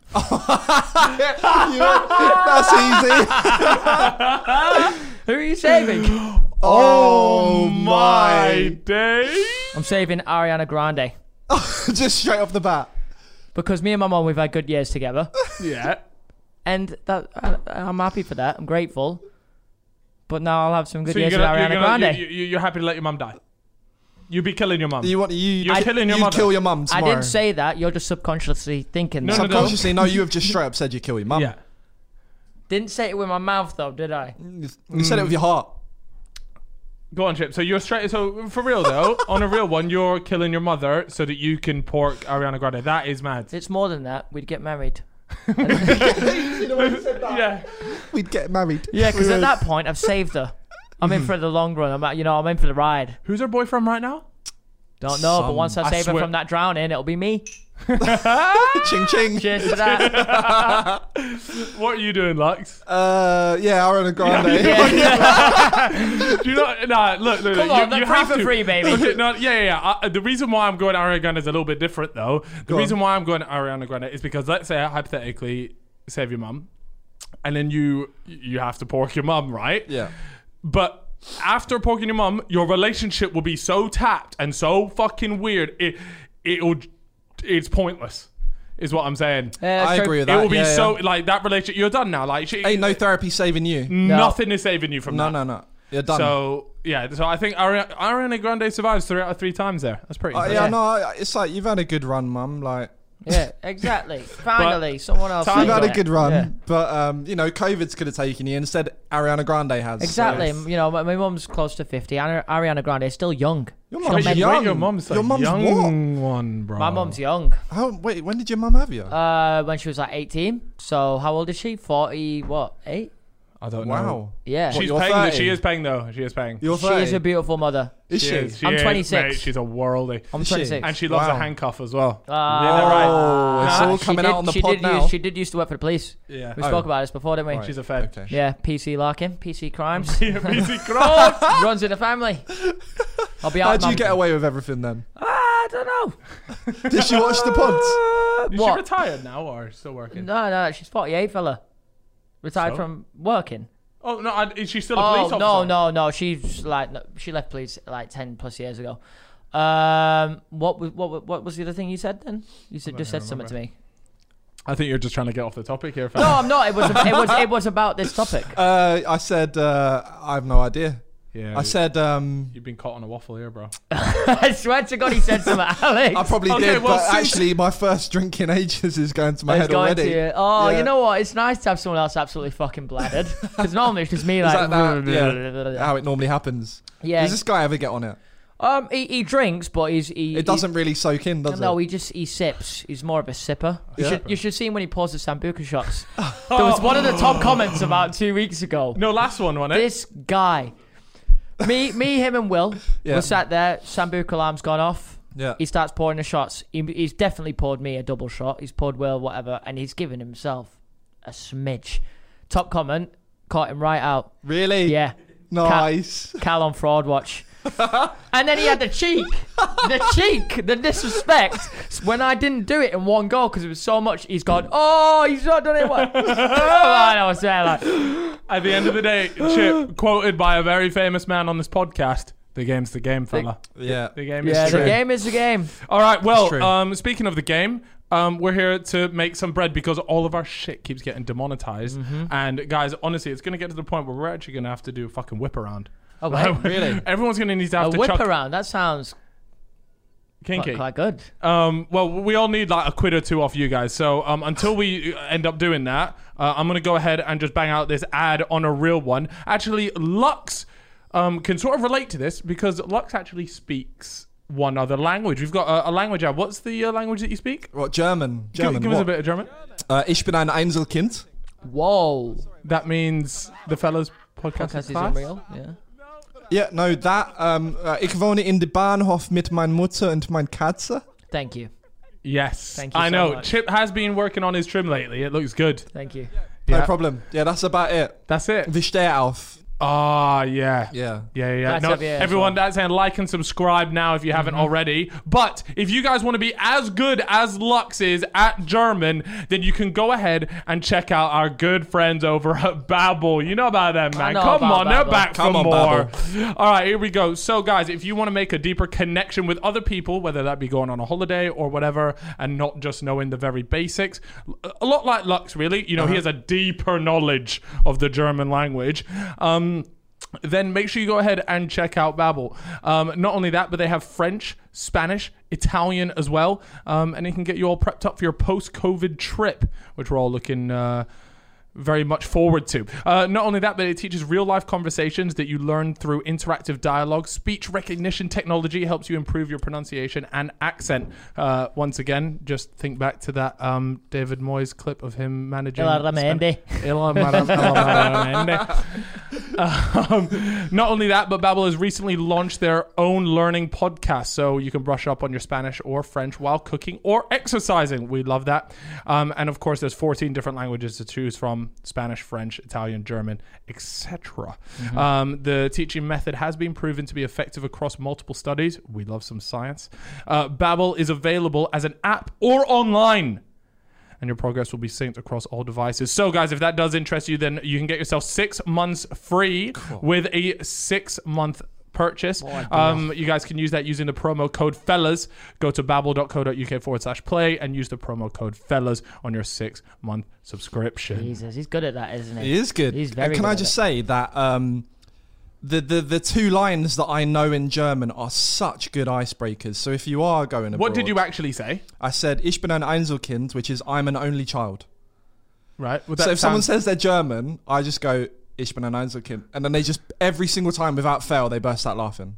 S1: You know, that's easy.
S3: Who are you saving?
S1: Oh
S2: my day.
S3: I'm saving Ariana Grande
S1: Just straight off the bat.
S3: because me and my mum we've had good years together,
S2: Yeah.
S3: and that I, I'm happy for that. I'm grateful. But now I'll have some good
S2: So you're
S3: years
S2: gonna,
S3: with
S2: you're,
S3: Ariana
S2: gonna-
S3: Grande.
S2: you- you- you're happy to let your mum die. You'd be killing your mum.
S1: You want you?
S2: You're
S1: you-
S2: killing your
S1: you'd
S2: mother.
S1: kill your mum
S3: I
S1: tomorrow.
S3: didn't say that. You're just subconsciously thinking
S2: No,
S3: that.
S2: no, no.
S1: Subconsciously, no. You have just straight up said you kill your mum.
S2: yeah.
S3: Didn't say it with my mouth though, did I?
S1: You you said it with your heart.
S2: Mm. Go on, Chip. So you're straight. So for real though, on a real one, you're killing your mother so that you can pork Ariana Grande. That is mad.
S3: It's more than that. We'd get married.
S2: Yeah.
S1: We'd get married.
S3: Yeah, because at that point, I've saved her. I'm in for the long run. I'm, out- you know, I'm in for the ride.
S2: Who's her boyfriend right now?
S3: Don't know, but
S1: Some-
S3: once I
S2: I
S3: save her
S2: swear-
S3: from that drowning, it'll be me.
S1: ching ching.
S3: Cheers to that.
S2: What are you doing, Lux?
S1: Uh, yeah, Ariana Grande.
S3: Yeah.
S2: Do you not? Nah, look, look,
S3: Come
S2: look,
S3: on,
S2: you,
S3: they're
S2: you
S3: free
S2: have
S3: for
S2: to.
S3: free, baby.
S2: Look, no, yeah, yeah. yeah. I, the reason why I'm going Ariana Grande is a little bit different, though. The
S1: on.
S2: reason why I'm going Ariana Grande is because let's say hypothetically save your mum, and then you you have to pork your mum, right?
S1: yeah.
S2: But after poking your mum, your relationship will be so tapped and so fucking weird. It it'll it's pointless, is what I'm saying.
S3: Yeah,
S1: I
S3: true.
S1: agree with
S2: it
S1: that.
S2: will be
S1: yeah, yeah.
S2: so like that relationship. You're done now. Like she,
S1: Ain't no therapy saving you.
S2: nothing is saving you from
S1: No,
S2: that.
S1: no, no. You're done.
S2: Mm. So yeah, so I think Ari- Ariana Grande survives three out of three times there. That's pretty.
S1: Uh,
S2: impressive.
S1: yeah,
S3: Yeah.
S1: no, I- it's like you've had a good run, mum. Like
S3: Yeah, exactly. Finally, someone else.
S2: Time-
S1: you've
S3: saved
S1: had a
S3: her.
S1: good run,
S3: Yeah.
S1: but um, you know, COVID's could have taken you. Instead, Ariana Grande has.
S3: Exactly.
S2: Yes.
S3: You know, my, my mum's close to 50. Ari- Ariana Grande is still young.
S1: Your mum's
S3: She's not
S2: But
S3: meant-
S2: you-
S1: young.
S2: wait, your mum's a
S1: Your mum's
S2: young one, bro.
S3: My mum's young.
S1: How? Wait, when did your mum have you?
S3: Uh, when she was like 18. So how old is she? 40, what, 8?
S2: I don't know.
S1: Wow.
S3: Yeah.
S1: What,
S2: She's
S1: you're
S2: paying. though.
S1: 30?
S2: She is paying though. She is paying.
S1: You're
S3: she is
S1: 30?
S3: a beautiful mother.
S1: Is she?
S2: is. She
S3: I'm
S2: is,
S3: 26.
S2: mate. she's a worldie,
S3: I'm
S1: Is she?
S3: 26.
S2: and she loves
S1: Wow.
S2: a handcuff as well.
S3: Ah.
S2: Yeah, they're
S1: Oh, it's
S2: Nah.
S1: all
S3: She
S1: coming
S3: did-
S1: out on the
S3: she
S1: pod
S3: did
S1: now.
S3: Use, she did used to work for the police.
S2: Yeah,
S3: We
S1: Oh.
S3: spoke about this before, didn't we?
S1: Right.
S2: she's a fed.
S1: Okay.
S3: Yeah, PC Larkin, PC Crimes. Oh,
S2: BC Cross.
S3: Runs in the family. I'll be out.
S1: How'd you
S3: mum.
S1: get away with everything then?
S3: I don't know.
S1: Did she watch the pods?
S2: Is
S3: Uh,
S2: she
S3: what?
S2: retired now or still working?
S3: No, no, she's 48, fella. Retired
S2: So?
S3: from working.
S2: Oh no, I, is she still a
S3: Oh
S2: police officer?
S3: no, no, no. She's like no, she left police like 10 plus years ago. Um, what was what wa- what was the other thing you said then? You said, just said something to me.
S2: I think you're just trying to get off the topic here.
S3: No, I'm not. It was it was it was about this topic.
S1: Uh, I said uh, I have no idea.
S2: yeah,
S1: I said um,
S2: you've been caught on a waffle here, bro.
S3: I swear to God, he said something, Alex.
S1: I probably
S2: Okay,
S1: did,
S2: well,
S1: but
S2: since-
S1: actually my first drink in ages is going to my
S3: It's
S1: head
S3: going
S1: already.
S3: to you. Oh,
S1: Yeah.
S3: you know what? It's nice to have someone else absolutely fucking bladdered. Because normally it's just me
S1: Is
S3: like.
S1: that that? yeah, how it normally happens.
S3: Yeah.
S1: Does this guy ever get on it?
S3: Um, he, he drinks, but he's he.
S1: It doesn't really soak in,
S3: He,
S1: does
S3: no,
S1: it?
S3: he just he sips. He's more of a sipper. You
S1: Yeah.
S3: should you should see him when he pours the sambuca shots. there was one of the
S1: Oh.
S3: top comments about two weeks ago.
S2: No, last one, wasn't it?
S3: This guy, me me him and Will,
S1: Yeah.
S3: were sat there. Sambuca alarm's gone off.
S1: yeah.
S3: He starts pouring the shots. He, he's definitely poured me a double shot. He's poured Will, whatever, and he's given himself a smidge. Top comment caught him right out.
S1: Really?
S3: Yeah,
S1: Nice.
S3: Cal on Fraud Watch. and then he had the cheek, the cheek, the disrespect when I didn't do it in one go because it was so much. He's gone, oh, he's not done it. Well. oh, man, I was there like,
S2: At the end of the day, Chip quoted by a very famous man on this podcast. The game's the game, fella.
S1: Yeah.
S2: The game
S3: yeah,
S2: is
S3: the
S2: true.
S3: game is the game.
S2: All right. Well,
S1: true.
S2: um, speaking of the game, um, we're here to make some bread because all of our shit keeps getting demonetized.
S3: Mm-hmm.
S2: And guys, honestly, it's going to get to the point where we're actually going to have to do a fucking whip around.
S3: Oh, wait,
S1: Really?
S2: Everyone's going to need to
S3: a
S2: have to
S3: whip
S2: chuck
S3: around. That sounds
S2: kinky.
S3: quite, quite good.
S2: Um, well, we all need like a quid or two off you guys. So um, until we end up doing that, uh, I'm gonna go ahead and just bang out this ad on a real one. Actually, Lux um, can sort of relate to this because Lux actually speaks one other language. We've got a, a language ad. What's the uh, language that you speak?
S1: What German?
S2: Give-
S1: German.
S2: give us
S1: what?
S2: a bit of German.
S1: Uh, ich bin ein Einzelkind.
S3: Whoa.
S2: That means the fellas podcast,
S3: Podcast
S2: is
S3: is
S2: class.
S3: unreal. Yeah.
S1: Yeah, no, that. Um, uh, ich wohne in der Bahnhof mit meiner Mutter und mein Katze.
S3: Thank you.
S2: Yes,
S3: Thank you
S2: I
S3: so
S2: know.
S3: much.
S2: Chip has been working on his trim lately. It looks good.
S3: Thank you.
S1: No
S2: Yeah.
S1: problem. Yeah, that's about it.
S2: That's it.
S1: Wir stehen auf.
S2: Ah, yeah.
S1: Yeah.
S2: Yeah, yeah, yeah.
S3: That's
S2: No,
S3: up, yeah, as
S2: everyone,
S3: well.
S2: that's and like and subscribe now if you haven't
S3: Mm-hmm.
S2: already. But if you guys want to be as good as Lux is at German, then you can go ahead and check out our good friends over at Babbel. You know about them, man.
S3: know
S2: Come on,
S3: about
S2: they're
S3: Babbel.
S2: back
S1: Come
S2: for
S1: on,
S2: more. All right, here we go. So, guys, if you want to make a deeper connection with other people, whether that be going on a holiday or whatever, and not just knowing the very basics, a lot like Lux, really, you
S1: Uh-huh.
S2: know, he has a deeper knowledge of the German language. Um, then make sure you go ahead and check out Babbel. Um, not only that, but they have French, Spanish, Italian as well, um, and it can get you all prepped up for your post-COVID trip, which we're all looking. Uh, very much forward to. Uh, not only that, but it teaches real life conversations that you learn through interactive dialogue. Speech recognition technology helps you improve your pronunciation and accent. Uh, once again, just think back to that um, David Moyes clip of him managing.
S3: Hello, Ramendi.
S2: Hello, Madam- hello, Madam Ramendi. Um, not only that, but Babbel has recently launched their own learning podcast, so you can brush up on your Spanish or French while cooking or exercising. We love that. Um, and of course, there's 14 different languages to choose from: Spanish, French, Italian, German, etc. Um, the teaching method has been proven to be effective across multiple studies. We love some science. Uh, Babbel is available as an app or online and your progress will be synced across all devices. So, guys, if that does interest you, then you can get yourself six months free with a six month purchase. Um, you guys can use that using the promo code fellas. Go to babbel.co.uk forward slash play and use the promo code fellas on your six month subscription.
S3: Jesus, he's good at that, isn't he?
S1: It is good.
S3: He's very
S1: and can
S3: good
S1: I
S3: at
S1: just say that um, the, the the two lines that I know in German are such good icebreakers. So if you are going abroad,
S2: What did you actually say?
S1: I said ich bin ein Einzelkind, which is I'm an only child.
S2: Right. Would
S1: so
S2: that
S1: if someone
S2: sound-
S1: says they're German, I just go ich bin ein Einzelkind, and then they just every single time without fail they burst out laughing.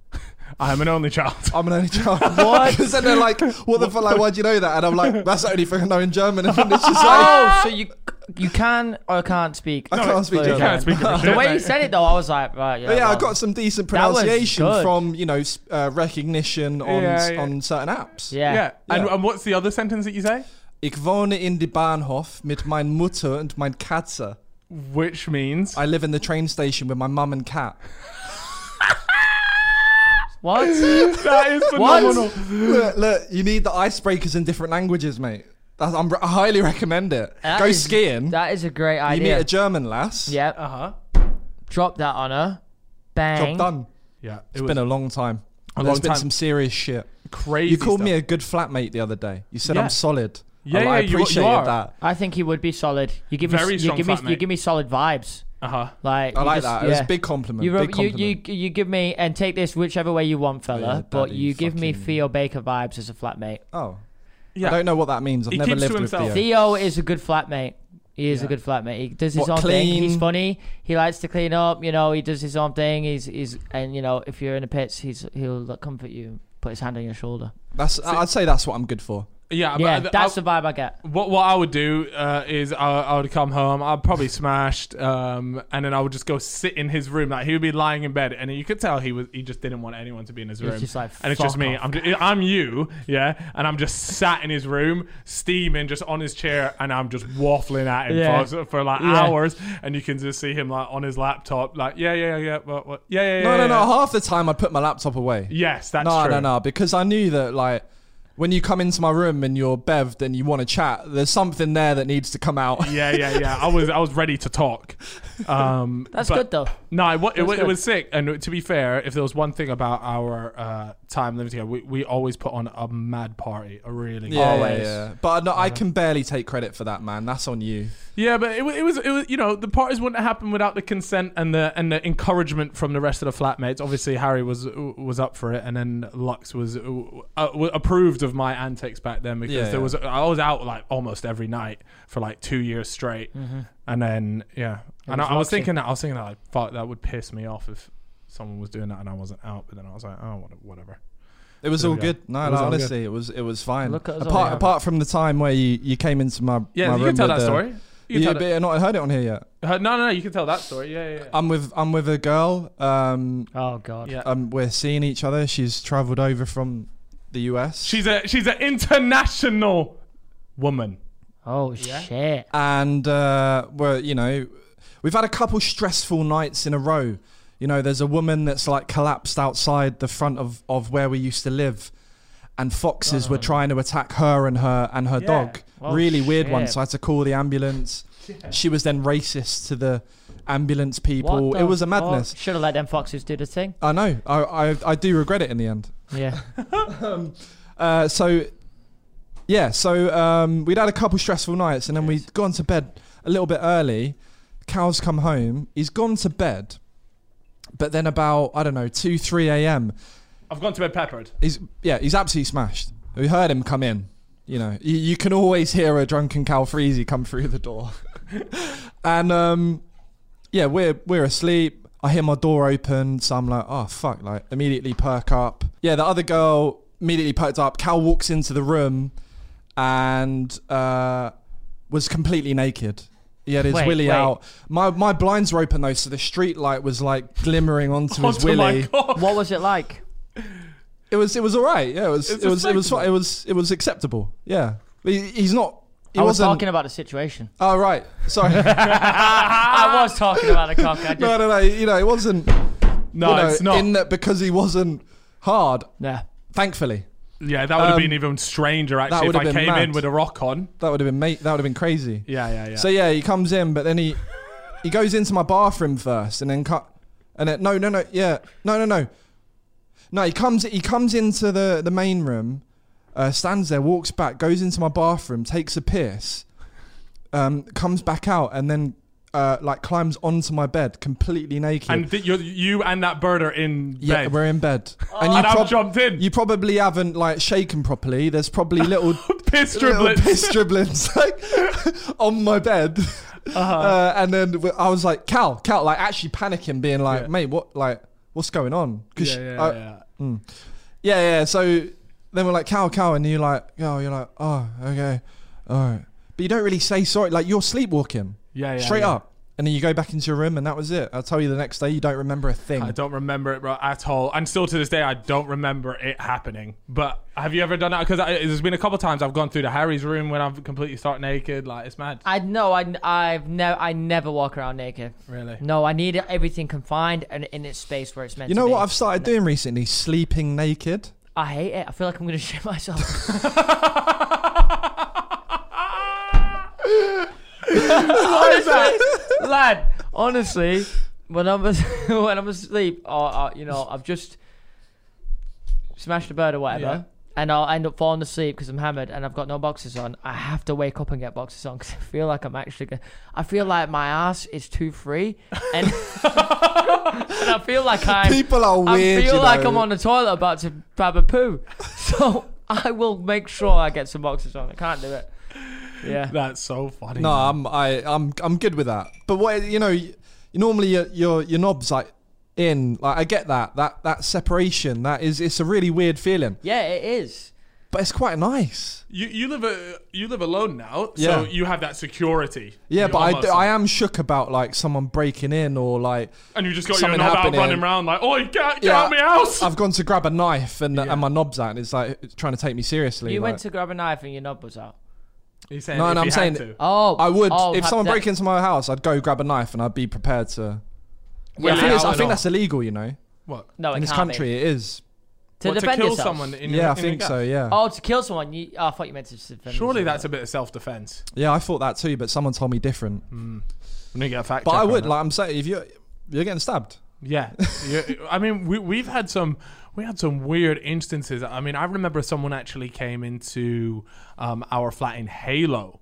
S2: I'm an only child.
S1: I'm an only child. What? Because then they're like, what the fuck? Like, why'd you know that? And I'm like, that's only thing I know in German. And then it's just like,
S3: Oh, so you you can or can't speak.
S1: I can't speak
S3: fluent
S1: German.
S2: Can't speak German.
S3: The way he
S2: Mate.
S3: said it though, I was like, right, yeah.
S1: But yeah, I
S3: well,
S1: got some decent
S3: That was
S1: pronunciation
S3: good.
S1: from you know s- uh, recognition on
S2: Yeah,
S1: s-
S2: yeah.
S1: on certain apps.
S3: Yeah.
S2: Yeah. And,
S1: Yeah.
S2: and what's the other sentence that you say?
S1: Ich wohne in die Bahnhof mit mein Mutter und mein Katze.
S2: Which means
S1: I live in the train station with my mum and cat.
S3: What?
S2: that is
S3: What?
S2: phenomenal.
S1: look, look, you need the icebreakers in different languages, mate. That's, I'm, I highly recommend it.
S3: That
S1: Go
S3: is-
S1: skiing.
S3: That is a great
S1: you meet
S3: idea.
S1: a German lass.
S3: yep.
S2: Uh
S1: Uh-huh.
S2: huh.
S3: Drop that on her. Bang.
S1: Job done.
S2: Yeah. It
S1: It's
S2: was
S1: been a long time.
S2: A
S1: There's
S2: long
S1: been
S2: time.
S1: some serious shit.
S2: crazy.
S1: You called
S2: stuff.
S1: me a good flatmate the other day. You said
S2: Yeah.
S1: I'm solid.
S2: Yeah,
S1: I, I
S2: yeah, you- you
S1: appreciated
S2: are.
S1: that.
S3: I think he would be solid. You give me,
S2: Very
S3: you
S2: strong
S3: give me,
S2: fat,
S3: you
S2: mate.
S3: give me solid vibes.
S2: Uh huh.
S3: Like
S1: I
S3: you
S1: like
S3: just-
S1: that.
S3: Yeah.
S1: It was a big compliment.
S3: You,
S1: big compliment. Oh,
S3: you you you give me and take this whichever way you want, fella.
S1: Yeah,
S3: but
S1: daddy,
S3: you give me
S1: fucking-
S3: Theo Baker vibes as a flatmate.
S1: oh.
S2: Yeah.
S1: I don't know what that means. I've
S2: He
S1: never
S2: keeps to
S1: lived with
S2: himself.
S1: Theo.
S3: Theo is a good flatmate. He is
S2: Yeah.
S3: a good flatmate. He does his
S1: What,
S3: own thing. He's
S1: clean?
S3: funny. He likes to clean up. You know, he does his own thing. He's he's and you know, if you're in the pits, he's he'll like, comfort you, put his hand on your shoulder.
S1: That's, I'd say that's what I'm good for.
S2: Yeah.
S3: yeah,
S2: but I-
S3: that's
S2: I-
S3: the vibe I get.
S2: What what I would do uh, is I, I would come home. I'd probably smashed, um, and then I would just go sit in his room. Like he would be lying in bed, and you could tell he was he just didn't want anyone to be in his
S3: He was
S2: room.
S3: just like,
S2: and it's
S3: "Fuck
S2: just me.
S3: off,
S2: I'm just, I'm you, yeah. And I'm just sat in his room, steaming, just on his chair, and I'm just waffling at him
S3: Yeah.
S2: for, for like
S3: Yeah.
S2: hours. And you can just see him like on his laptop, like yeah, yeah, yeah, what, what, yeah, yeah, yeah.
S1: No,
S2: yeah,
S1: no, no.
S2: yeah."
S1: Half the time I put my laptop away.
S2: Yes, that's
S1: no,
S2: true.
S1: no, no. Because I knew that, like, when you come into my room and you're bevved and you want to chat, there's something there that needs to come out.
S2: Yeah, yeah, yeah. I was I was ready to talk. Um,
S3: That's
S2: but-
S3: good though.
S2: No, it, wa- it,
S3: That's
S2: wa- it
S3: good.
S2: was sick. And to be fair, if there was one thing about our uh, time living together, we, we always put on a mad party, a really
S1: Yeah,
S2: always.
S1: yeah, yeah. But no, I can barely take credit for that, man. That's on you.
S2: Yeah, but it, wa- it was it was you know the parties wouldn't happen without the consent and the and the encouragement from the rest of the flatmates. Obviously, Harry was was up for it, and then Lux was uh, uh, approved of my antics back then because
S1: Yeah,
S2: there
S1: yeah.
S2: was I was out like almost every night for like two years straight,
S1: Mm-hmm.
S2: and then yeah, and I,
S3: was
S2: I was
S3: Luxy.
S2: thinking that I was thinking that like fuck that would piss me off if someone was doing that and I wasn't out, but then I was like oh what- whatever.
S1: It was
S2: There
S1: all
S2: we go.
S1: good. No,
S2: It
S1: no
S2: was all good.
S1: honestly, it was it was fine.
S3: Look at us all,
S1: apart
S3: yeah.
S1: apart from the time where you, you came into my
S2: Yeah,
S1: my
S2: you
S1: room
S2: can tell
S1: with
S2: that
S1: the-
S2: story. You
S1: yeah, Uh,
S2: can
S1: but
S2: tell
S1: I not heard it on here yet.
S2: that- uh, no, no, no, you can tell that story. Yeah, yeah, yeah.
S1: I'm with I'm with a girl. Um,
S3: Oh god.
S2: yeah.
S1: um, we're seeing each other. She's travelled over from the US.
S2: She's a she's an international woman.
S3: Oh shit.
S1: and uh, we're you know we've had a couple stressful nights in a row you know there's a woman that's like collapsed outside the front of, of where we used to live and foxes were trying to attack her and her and her
S2: Yeah.
S1: dog
S3: Oh,
S1: really weird one
S3: shit.
S1: so i had to call the ambulance she was then racist to the ambulance people it was a madness
S3: Should have let them foxes do the thing.
S1: i know I, I i do regret it in the end
S3: Yeah.
S1: uh, so yeah, so um, we'd had a couple stressful nights, and then we'd gone to bed a little bit early. Cal's come home. He's gone to bed, but then about I don't know two three a.m.
S2: I've gone to bed peppered.
S1: He's yeah, he's absolutely smashed. We heard him come in. You know, you, you can always hear a drunken Cal Freezy come through the door. and um, yeah, we're we're asleep. I hear my door open, so I'm like, oh fuck! Like immediately perk up. Yeah, the other girl immediately perked up. Cal walks into the room, and uh, was completely naked. He had his
S3: Wait,
S1: willy
S3: wait.
S1: out. My my blinds were open though, so the street light was like glimmering onto his
S2: Onto
S1: willy.
S2: my God.
S3: what was it like?
S1: It was it was all right. Yeah, it was
S2: It's
S1: it was it was
S2: respectable.
S1: fi- it was it was acceptable. Yeah, he, he's not. He
S3: I was
S1: wasn't.
S3: talking about the situation.
S1: oh right, sorry. no,
S2: Ah!
S3: I was talking about the cock. I just,
S1: no, no. You know, it wasn't.
S2: No,
S1: you know,
S2: it's not.
S1: In that because he wasn't hard.
S3: yeah.
S1: Thankfully,
S2: yeah, that would have
S1: Um,
S2: been even stranger
S1: that
S2: actually if
S1: would
S2: I
S1: have
S2: came
S1: been
S2: in
S1: mad.
S2: with a rock on.
S1: that would have been mate. That would have been crazy.
S2: Yeah, yeah, yeah.
S1: So yeah, he comes in, but then he he goes into my bathroom first, and then cut. And then no, no, no. Yeah, no, no, no. No, he comes he comes into the the main room, uh, stands there, walks back, goes into my bathroom, takes a piss, um, comes back out, and then uh, like climbs onto my bed completely naked.
S2: and th- you you and that bird are in
S1: yeah,
S2: bed. Oh,
S1: we're in bed, and
S2: and
S1: you,
S2: I've
S1: prob-
S2: jumped in.
S1: you probably haven't like shaken properly. There's probably little
S2: Piss
S1: little
S2: driblets.
S1: piss dribblings like on my bed.
S2: Uh-huh.
S1: Uh, and then w- I was like, Cal, Cal, like actually panicking, being like,
S2: Yeah.
S1: mate, what, like, what's going on?
S2: Yeah,
S1: Because
S2: yeah, yeah.
S1: yeah, yeah. So then we're like, Cal, Cal, and you're like, oh, you're like, oh, okay, all right. but you don't really say sorry. Like you're sleepwalking.
S2: Yeah, yeah,
S1: Straight
S2: yeah.
S1: up. And then you go back into your room, and that was it. I'll tell you the next day, you don't remember a thing.
S2: I don't remember it, bro, at all. And still to this day, I don't remember it happening. But have you ever done that? Because there's been a couple times I've gone through to Harry's room when I've completely stark naked. Like it's mad.
S3: I no, I I've never I never walk around naked.
S2: Really?
S3: No, I need everything confined and in its space where it's meant.
S1: you
S3: to
S1: know
S3: be.
S1: what I've started doing recently? Sleeping naked.
S3: I hate it. I feel like I'm gonna shit myself. honestly, lad. Honestly, when I'm as- when I'm asleep, or, or you know, I've just smashed a bird or whatever.
S2: Yeah.
S3: And I'll end up falling asleep because I'm hammered and I've got no boxes on. I have to wake up and get boxes on because I feel like I'm actually. Gonna, I feel like my ass is too free, and, and I feel like I'm.
S1: People are weird.
S3: I feel
S1: you
S3: like
S1: know.
S3: I'm on the toilet about to grab a poo. So I will make sure I get some boxes on. I can't do it. Yeah.
S2: That's so funny.
S1: No, I'm I, I'm I'm good with that. But what you know, you, normally your your your knobs like in like I get that that that separation that is it's a really weird feeling,
S3: Yeah, it is.
S1: but it's quite nice.
S2: You you live a, you live alone now, so
S1: Yeah.
S2: you have that security.
S1: Yeah,
S2: You
S1: but I,
S2: almost-
S1: do, I am shook about like someone breaking in or like
S2: and you just got your
S1: something
S2: knob out
S1: happening.
S2: running around like, oh, get, get
S1: Yeah.
S2: out of my house.
S1: I've gone to grab a knife and
S2: Yeah.
S1: and my knob's out and it's like it's trying to take me seriously.
S3: You
S1: like-
S3: went to grab a knife and your knob was out.
S2: He's saying
S1: No,
S2: if
S1: no,
S2: he
S1: I'm
S2: had
S1: saying-
S2: to.
S3: Oh,
S1: I would
S3: oh,
S1: if
S3: perhaps
S1: someone
S3: that-
S1: broke into my house, I'd go grab a knife and I'd be prepared to.
S2: Yeah,
S1: I think, it's-
S2: out
S1: I
S2: and
S1: think
S2: off.
S1: that's illegal, you know.
S2: what?
S3: No, it
S1: In this
S3: can't
S1: country,
S3: be.
S1: it is.
S3: to
S2: What,
S3: defend
S2: kill
S3: yourself.
S2: someone in your-
S1: Yeah, I
S2: in your
S1: think
S2: gut?
S1: so. Yeah,
S3: Oh, to kill someone. You, oh, I thought you meant to defend.
S2: Surely
S3: yourself.
S2: that's a bit of self-defense.
S1: yeah. I thought that too, but someone told me different.
S2: I'm gonna get a fact
S1: But
S2: check
S1: I
S2: on
S1: would,
S2: that.
S1: like I'm saying, if you're you're getting stabbed,
S2: Yeah, You- I mean, we we've had some we had some weird instances. I mean, I remember someone actually came into um, our flat in Halo,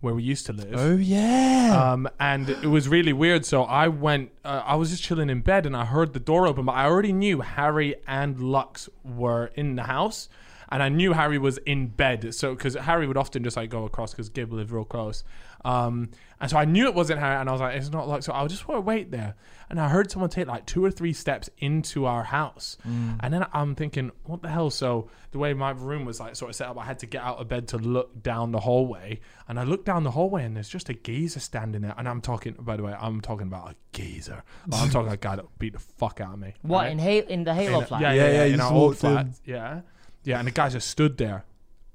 S2: where we used to live.
S1: oh yeah,
S2: Um, and it was really weird. So I went, uh, I was just chilling in bed and I heard the door open, but I already knew Harry and Lux were in the house. And I knew Harry was in bed. So, because Harry would often just like go across because Gib lived real close. Um, and so I knew it wasn't Harry. And I was like, it's not Lux. So I just want to wait there. And I heard someone take like two or three steps into our house. And then I'm thinking, what the hell? So the way my room was like sort of set up, I had to get out of bed to look down the hallway. And I looked down the hallway and there's just a geezer standing there. And I'm talking, by the way, I'm talking about a geezer. Like, I'm talking a guy that beat the fuck out of me.
S3: what
S2: right?
S3: in Halo in the Halo
S2: In-
S3: flag.
S2: Yeah, yeah, yeah.
S1: Yeah, yeah, you
S2: in our
S1: just
S2: old
S1: walked in.
S2: flat. Yeah. Yeah. And the guy just stood there.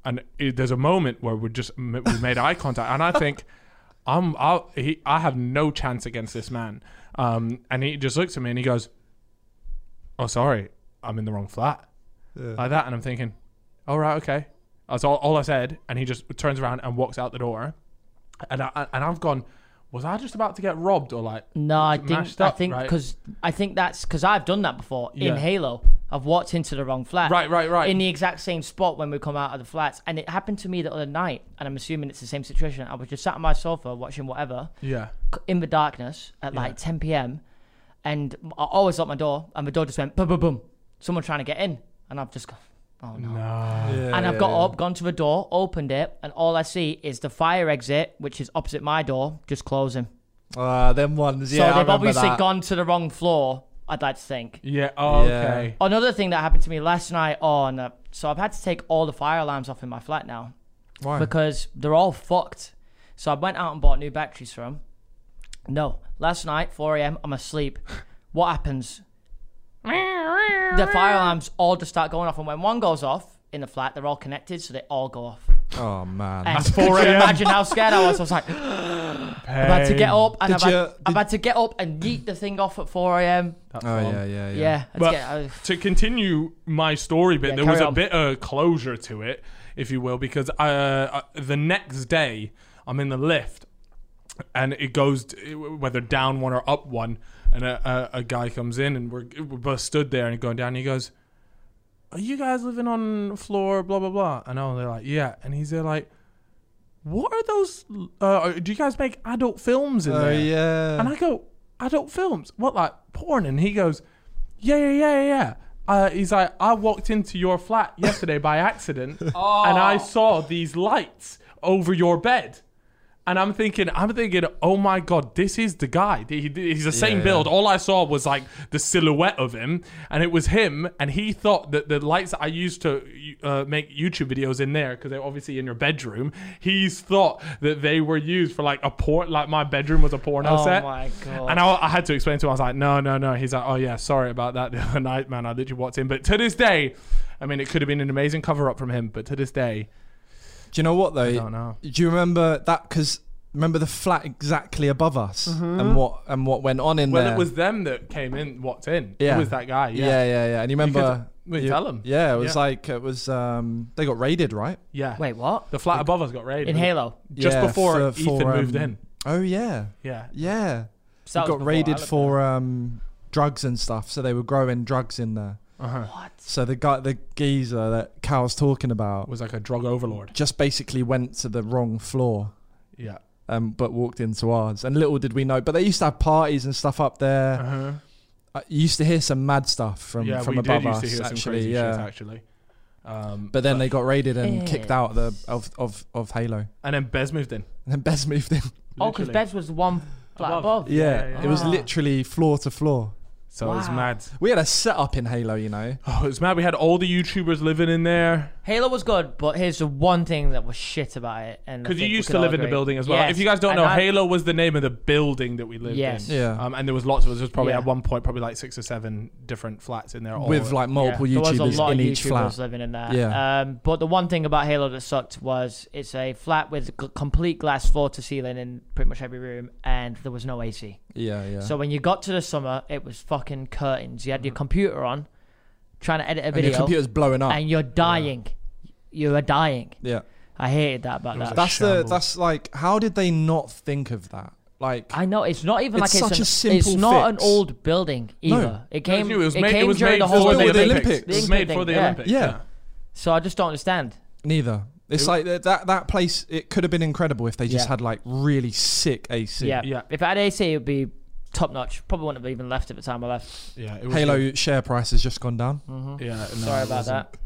S2: And it, there's a moment where we just m- we made eye contact. And I think, I'm, I'll, he, I have no chance against this man. Um, and he just looks at me and he goes, Oh, sorry. I'm in the wrong flat. Like that. And I'm thinking, All right, okay. That's all, all I said. And he just turns around and walks out the door. And, I, and I've gone, Was I just about to get robbed? Or like,
S3: No, I
S2: mashed
S3: think I
S2: up,
S3: think
S2: right?
S3: because I think that's because I've done that before
S2: Yeah.
S3: in Halo. I've walked into the wrong flat.
S2: Right, right, right.
S3: In the exact same spot when we come out of the flats, and it happened to me the other night. And I'm assuming it's the same situation. I was just sat on my sofa watching whatever
S2: Yeah.
S3: c- in the darkness at like 10 p.m. And I always lock my door, and the door just went boom, boom, boom. Someone trying to get in, and I've just gone, oh no.
S1: Ah.
S3: and I've got up, gone to the door, opened it, and all I see is the fire exit, which is opposite my door, just closing.
S1: Ah, them ones. Yeah,
S3: so
S1: I
S3: they've
S1: remember
S3: obviously
S1: that.
S3: gone to the wrong floor. I'd like to think.
S2: Yeah. Oh,
S1: Yeah.
S2: okay.
S3: Another thing that happened to me last night on, uh, so I've had to take all the fire alarms off in my flat now
S1: Why?
S3: because they're all fucked. So I went out and bought new batteries for them. No, last night 4 a.m. I'm asleep. What happens? the fire alarms all just start going off, and when one goes off in the flat, they're all connected, so they all go off.
S1: oh man.
S3: And
S2: That's 4
S3: could you
S2: a.m..
S3: Imagine how scared I was. I was like, I've had to get up, and
S1: Did
S3: I've,
S1: you-
S3: had, I've
S1: did-
S3: had to get up and yeet the thing off at 4 a.m.
S1: oh yeah, yeah, yeah.
S3: Yeah, let's
S2: But
S3: get- uh,
S2: to continue my story bit,
S3: Yeah,
S2: there was
S3: carry
S2: a
S3: on.
S2: bit of closure to it, if you will, because uh, uh, the next day I'm in the lift and it goes t- whether down one or up one, and a, a, a guy comes in and we're, we're both stood there and going down. And he goes, "Are you guys living on floor blah blah blah?" And I'm like, "Yeah," and he's there like. What are those? Uh, do you guys make adult films in
S1: Oh
S2: there?
S1: yeah.
S2: And I go, adult films? What, like porn? And he goes, yeah, yeah, yeah, yeah, yeah. Uh, he's like, I walked into your flat
S1: Oh.
S2: yesterday by accident and I saw these lights over your bed. And I'm thinking, I'm thinking, oh my god, this is the guy. He- He's the same
S1: Yeah,
S2: build.
S1: yeah.
S2: All I saw was like the silhouette of him, and it was him. And he thought that the lights that I used to uh, make YouTube videos in there, because they're obviously in your bedroom. He's thought that they were used for like a port, like my bedroom was a porno
S3: Oh
S2: set.
S3: my God.
S2: And I, I had to explain to him. I was like, no, no, no. He's like, oh yeah, sorry about that the other night, man. I literally walked in. But to this day, I mean, it could have been an amazing cover up from him. But to this day,
S1: Do you know what though?
S2: don't know.
S1: Do you remember that? Because remember the flat exactly above us
S3: Mm-hmm.
S1: and what and what went on in
S2: well,
S1: there.
S2: it was them that came in, walked in.
S1: Yeah.
S2: It was that guy.
S1: yeah,
S2: Yeah,
S1: yeah, yeah. And you remember?
S2: could- we tell 'em.
S1: Yeah, it was
S2: Yeah.
S1: like it was. um They got raided, right?
S2: yeah.
S3: Wait, what?
S2: The flat above us got raided.
S3: In Halo.
S2: Just
S1: Yeah,
S2: before
S1: for-
S2: Ethan
S1: for,
S2: moved
S1: um,
S2: in.
S1: Oh yeah,
S2: Yeah.
S1: yeah.
S3: So
S1: we
S3: that was
S1: got
S3: before
S1: raided
S3: I left.
S1: for um drugs and stuff. So they were growing drugs in there.
S2: Uh-huh.
S1: So the guy, the geezer that Cal's talking about,
S2: Was like a drug overlord.
S1: just basically went to the wrong floor.
S2: Yeah.
S1: um, but walked into ours. And little did we know, but they used to have parties and stuff up there.
S2: Uh-huh.
S1: I you used to hear some mad stuff from
S2: yeah,
S1: from
S2: we
S1: above
S2: did used
S1: us,
S2: to hear
S1: actually.
S2: some crazy
S1: yeah.
S2: shit, actually. Um,
S1: But then they got raided and
S3: Yeah.
S1: kicked out of the of, of, of Halo. And
S2: and then Bez moved in.
S1: then Bez moved in.
S3: Oh, because
S2: Literally.
S3: Bez was the one flat
S2: Above.
S3: above.
S1: Yeah,
S2: Yeah, yeah,
S1: it was
S3: yeah.
S1: literally floor to floor.
S2: So it was
S3: Wow.
S2: mad.
S1: We had a setup in Halo, you know.
S2: Oh, it was mad. We had all the YouTubers living in there.
S3: Halo was good, but here's the one thing that was shit about it. And I
S2: Because you
S3: think we
S2: used
S3: could
S2: to
S3: all
S2: live in the
S3: agree.
S2: building as well.
S3: Yes,
S2: If you guys don't
S3: and
S2: know,
S3: I-
S2: Halo was the name of the building that we lived
S3: Yes.
S2: in.
S1: Yeah.
S2: Um, and there was lots of us. There was probably
S3: Yeah.
S2: at one point probably like six or seven different flats in there. all-
S1: With like multiple
S3: yeah, there was a
S1: YouTubers
S3: lot
S1: in
S3: of
S1: each
S3: YouTubers
S1: flat.
S3: living in there.
S1: Yeah.
S3: Um, but the one thing about Halo that sucked was it's a flat with g- complete glass floor to ceiling in pretty much every room, and there was no AC.
S1: Yeah, yeah.
S3: So when you got to the summer, it was fucking curtains. You had
S2: Mm.
S3: your computer on, trying to edit a
S1: and your
S3: video, and,
S1: computer's blowing up.
S3: you're dying. You are dying.
S1: Yeah.
S3: I hated that about
S2: It was
S3: that.
S2: a
S1: That's the
S2: shambles.
S1: that's like how did they not think of that? Like
S3: I know it's not even
S1: It's
S3: like
S1: such
S3: it's an,
S1: a simple
S3: It's not
S1: fix.
S3: an old building
S1: No.
S3: either. It
S2: No,
S3: came.
S2: it's new. It was
S3: it
S2: made,
S3: came
S2: it was
S3: during
S2: made
S3: the whole
S2: for
S1: built
S2: the
S1: with
S3: Olympics.
S1: the
S2: Olympics.
S1: Olympics.
S2: It was
S3: The
S2: made for
S3: Olympic
S2: the
S3: thing, yeah.
S2: Olympics.
S1: Yeah.
S2: yeah.
S3: So I just don't understand.
S1: Neither. It's like that, that that place. It could have been incredible if they just
S3: Yeah.
S1: had like really sick AC.
S3: Yeah.
S2: Yeah.
S3: If I had AC, it would be top notch. Probably wouldn't have even left at the time I left.
S2: Yeah, it was
S1: Halo
S2: good.
S1: share price has just gone
S2: Mm.
S1: down.
S2: Yeah, no,
S3: Sorry
S2: it
S3: about
S2: wasn't-
S3: that.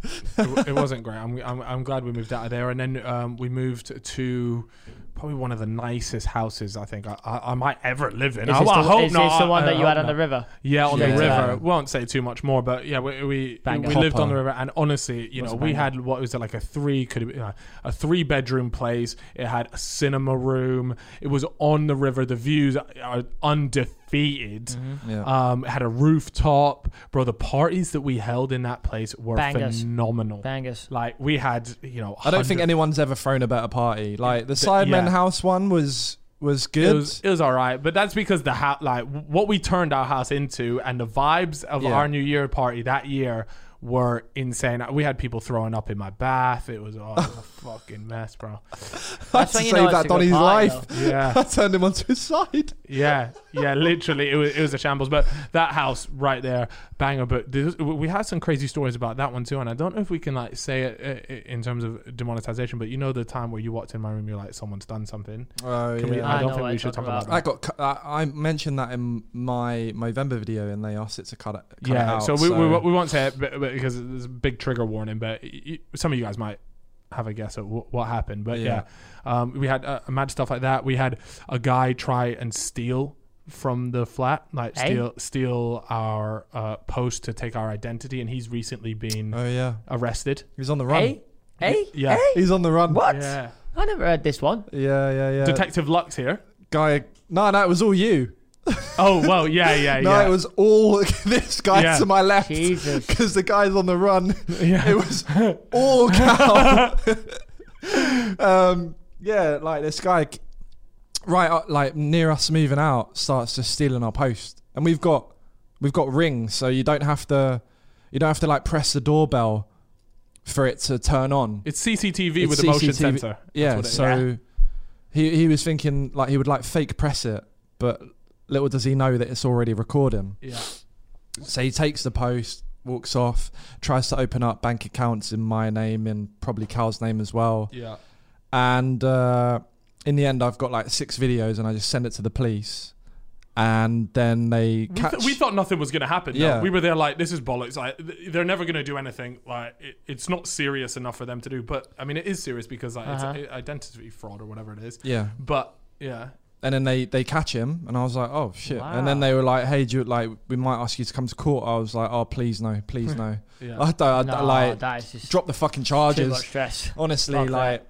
S2: It, w- it wasn't great. I'm, I'm, I'm glad we moved out of there, and then um, we moved to probably one of the nicest houses I think I, I, I might ever live in.
S3: Is
S2: I,
S3: this,
S2: I
S3: the,
S2: hope
S3: is
S2: not.
S3: this the one
S2: I- I
S3: that you
S2: hope
S3: had on
S2: not.
S3: the river?
S2: Yeah, on
S1: Yeah.
S2: the
S1: Yeah.
S2: river. Won't say too much more, but yeah, we we,
S3: Banger.
S2: we lived on the
S1: Proper.
S2: river, and honestly, you know,
S3: a
S2: we
S3: banger.
S2: had what was it like a three could have been, uh, a three bedroom place. It had a cinema room. It was on the river. The views are undefeated.
S1: Yeah.
S2: Um, it had a rooftop, bro. The parties that we held in that place were
S3: Bangers.
S2: phenomenal.
S3: Bangers.
S2: Like we had, you know,
S1: I don't think
S2: 100
S1: anyone's ever thrown a better party. Like the
S2: Th-
S1: Sidemen
S2: yeah.
S1: House one was was good.
S2: It was, it was all right, but that's because the ha- like w- what we turned our house into and the vibes of
S1: Yeah.
S2: our New Year party that year were insane. We had people throwing up in my bath. It was, oh, it was a fucking mess, bro.
S1: That's
S3: That's
S1: to
S3: when you
S1: save
S3: know
S1: that
S3: it's a good
S1: Donny's
S3: party,
S1: life. I
S2: Yeah,
S1: turned him onto his side.
S2: yeah, yeah. Literally, it was, it was a shambles. But that house right there, banger. But this, we had some crazy stories about that one too, and I don't know if we can like say it uh, in terms of demonetization. But you know the time where you walked in my room, you're like, someone's done something.
S1: Oh
S2: Can we-
S1: yeah.
S2: I
S3: I
S2: don't
S3: know
S2: think
S3: what
S2: we
S3: you're
S2: should talk
S3: talking
S2: about
S3: about.
S2: that.
S1: I got. Cu- I I mentioned that in my my Vember video, and they asked it to cut it. Cut it
S2: yeah,
S1: out,
S2: so we, we we won't say it but, but because there's a big trigger warning. But y- y- some of you guys might have a guess at wh- what happened. But yeah,
S1: Yeah.
S2: Um, we had uh, mad stuff like that. We had a guy try and steal from the flat, like
S3: Hey?
S2: steal steal our uh, post to take our identity, and he's recently been
S1: oh yeah,
S2: arrested.
S1: he was on the run.
S3: Hey, hey,
S2: Yeah.
S3: hey.
S1: He's on the run.
S3: What?
S2: Yeah,
S3: Eh? I never heard this one.
S1: Yeah, yeah, yeah.
S2: Detective Lux here.
S1: guy. No, no, it was all you.
S2: Oh well, yeah, yeah,
S1: No,
S2: yeah.
S1: it was all this guy
S2: Yeah.
S1: to my left.
S3: Jesus.
S1: Because the guy's on the run.
S2: Yeah.
S1: It was all cow. um, yeah, like this guy, right, uh, like near us moving out, starts just stealing our post, and we've got we've got rings, so you don't have to you don't have to like press the doorbell for it to turn on.
S2: it's CCTV
S1: It's
S2: with a motion
S1: CCTV.
S2: sensor.
S1: yeah,
S2: what it is.
S1: so he he was thinking like he would like fake press it, but little does he know that it's already recording.
S2: Yeah,
S1: So he takes the post, walks off, tries to open up bank accounts in my name and probably Cal's name as well.
S2: yeah.
S1: And uh, in the end, I've got like six videos and I just send it to the police. and then they
S2: We,
S1: catch.
S2: th- we thought nothing was going to happen. Yeah.
S1: Yeah.
S2: We were there like, this is bollocks. Like, th- they're never going to do anything. Like, it, it's not serious enough for them to do. But, I mean, it is serious because like,
S1: Uh-huh.
S2: it's i- identity fraud or whatever it is.
S1: yeah,
S2: But, yeah.
S1: and then they they catch him, and I was like, oh shit. And then
S3: Wow.
S1: they were like, hey, do you, like we might ask you to come to court. I was like, oh please no, please no.
S2: Yeah.
S1: I don't I,
S3: No,
S1: don't like
S3: that is just
S1: drop the fucking
S3: too much
S1: charges.
S3: stress.
S1: Honestly,
S3: Fuck that.
S1: like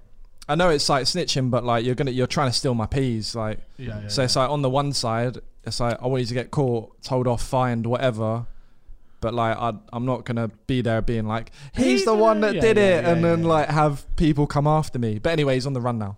S1: I know it's like snitching, but like you're gonna you're trying to steal my peas, like.
S2: Yeah. yeah,
S1: So
S2: yeah.
S1: it's like on the one side, it's like I want you to get caught, told off, fined, whatever. But like I, I'm not gonna be there being like he's the one that
S2: Yeah,
S1: did
S2: yeah,
S1: it,
S2: yeah,
S1: and then
S2: yeah.
S1: like have people come after me. But anyway, he's on the run now.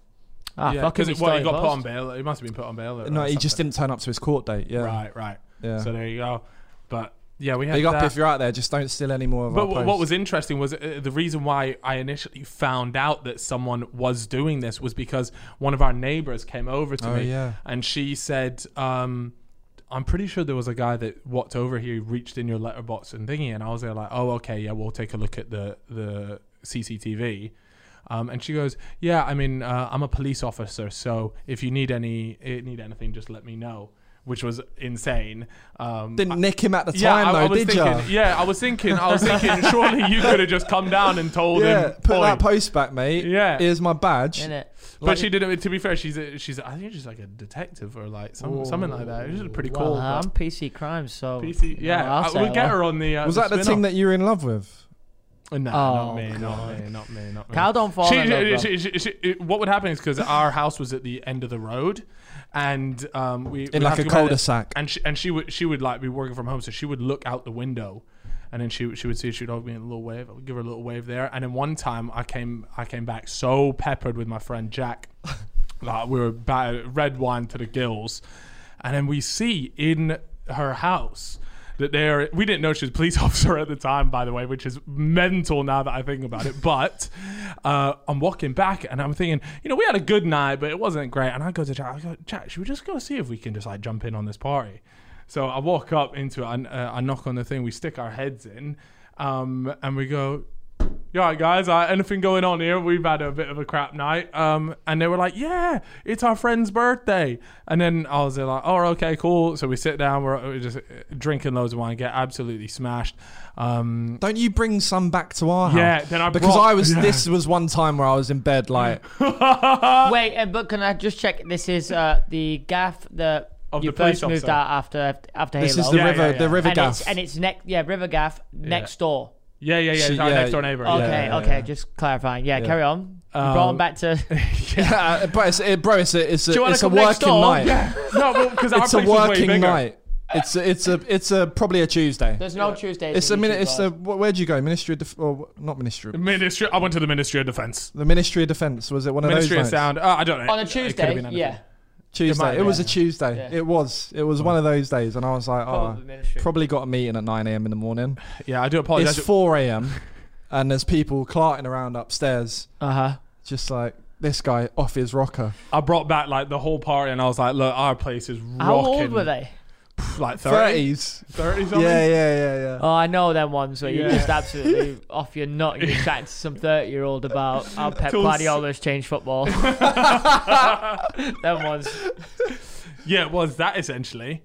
S3: Ah,
S2: yeah,
S3: fucking
S2: because it, well, he got put on bail. He must have been put on bail. or
S1: no, he just
S2: something.
S1: didn't turn up to his court date. Yeah,
S2: Right, right.
S1: yeah.
S2: So there you go. But yeah, we had
S1: Big up
S2: that.
S1: if you're out there. Just don't steal any more of
S2: But
S1: our
S2: what, what
S1: posts.
S2: was interesting was uh, the reason why I initially found out that someone was doing this was because one of our neighbors came over to
S1: Oh,
S2: me
S1: yeah.
S2: and she said, um, I'm pretty sure there was a guy that walked over here, reached in your letterbox and thingy. And I was there like, oh, okay, yeah, we'll take a look at the, the CCTV. Um, and she goes, yeah, I mean, uh, I'm a police officer, so if you need any, eh, need anything, just let me know. Which was insane. Um,
S1: didn't nick him at the
S2: yeah,
S1: time
S2: I, I
S1: though,
S2: was
S1: did
S2: thinking,
S1: you?
S2: Yeah, I was thinking, I was thinking, surely you could have just come down and told
S1: Yeah,
S2: him.
S1: put that
S2: point.
S1: post back, mate.
S2: Yeah.
S1: here's my badge.
S3: In it.
S2: but she didn't. To be fair, she's a, she's a, I think she's like a detective or like some, something like that. It was pretty cool.
S3: Well,
S2: but-
S3: I'm PC crime, so
S2: PC,
S3: you know,
S2: yeah,
S3: I'll
S2: I-
S3: say
S2: Oh, we'll get
S3: that.
S2: her on the. Uh,
S1: Was that the
S2: spin-off.
S1: thing that you were in love with?
S2: No,
S3: Oh,
S2: not me, not
S3: God.
S2: me, not me, not me.
S3: Cal don't fall
S2: She-
S3: in love,
S2: she- she- she- she- what would happen is because our house was at the end of the road, and um, we
S1: In
S2: we'd
S1: like
S2: have
S1: a
S2: to go out-
S1: cul-de-sac.
S2: and she and she would she would like be working from home, so she would look out the window, and then she she would see she'd always me a little wave. I would give her a little wave there, and then one time I came I came back so peppered with my friend Jack, like we were ba- red wine to the gills, and then we see in her house. That there, we didn't know she was a police officer at the time, by the way, which is mental now that I think about it. But uh, I'm walking back and I'm thinking, you know, we had a good night, but it wasn't great. And I go to Jack, I go, Jack, should we just go see if we can just like jump in on this party? So I walk up into it, and, uh, I knock on the thing, we stick our heads in, um, and we go, "Yeah, all right, guys, uh, anything going on here? We've had a bit of a crap night." Um, and they were like, "Yeah, it's our friend's birthday." And then I was there like, "Oh, okay, cool." So we sit down, we're, we're just uh, drinking loads of wine, get absolutely smashed. Um,
S1: Don't you bring some back to our
S2: Yeah,
S1: house?
S2: then I
S1: because
S2: brought-
S1: I was.
S2: Yeah.
S1: This was one time where I was in bed, like
S3: Mm. Wait, uh, but can I just check? This is uh, the gaff that
S2: Of
S3: you
S2: the police
S3: first moved
S2: officer.
S3: out after after
S1: This
S3: Halo.
S1: is the
S2: Yeah,
S1: river,
S2: yeah, yeah.
S1: the river
S3: and
S1: gaff.
S3: It's, and it's next, yeah, River Gaff next door.
S2: yeah, yeah, yeah.
S1: She-
S2: it's our
S1: yeah,
S2: next door neighbor.
S1: yeah,
S3: Okay,
S1: yeah,
S3: okay,
S1: yeah.
S3: just clarifying. Yeah, carry on. You brought
S2: Um,
S3: him back to.
S1: yeah, but it's, it, bro, it's a, it's
S3: you
S1: a,
S3: wanna
S1: it's a
S3: come next
S1: working
S3: door?
S1: night.
S2: no, because our
S1: It's a
S2: place was way bigger.
S1: working night. It's a, it's a, it's a probably a Tuesday.
S3: There's no Tuesdays.
S1: It's
S3: in
S1: a minute. It's
S3: YouTube,
S1: the
S3: guys.
S1: wh- where'd you go? Ministry of Def- or not Ministry?
S2: Ministry. I went to the Ministry of Defence.
S1: The Ministry of Defence was it one of
S2: Ministry of
S1: those nights?
S2: Sound. Uh, I don't know.
S3: on a
S2: It could've been
S3: Tuesday.
S2: anything.
S3: Yeah,
S1: Tuesday. It,
S2: might have
S1: was a
S2: been.
S1: Tuesday.
S3: Yeah.
S1: It was. It was one of those days, and I was
S3: Uh,
S1: like, oh,
S3: probably ministry.
S1: probably got a meeting at 9 a.m. in the morning.
S2: Yeah, I do apologize.
S1: it's 4 a.m. and there's people clarting around upstairs,
S3: Uh huh.
S1: just like this guy off his rocker.
S2: I brought back like the whole party, and I was like, "Look, our place is rocking."
S3: How old were they?
S2: Like thirty,
S1: 30s.
S2: thirty
S1: Yeah,
S2: something.
S1: yeah, yeah, yeah.
S3: Oh, I know them ones where you're
S2: Yeah.
S3: just absolutely off your nut. and You're chatting to some thirty-year-old about how Pep
S2: Till s-
S3: Guardiola's changed football. them ones.
S2: Yeah, it was that essentially.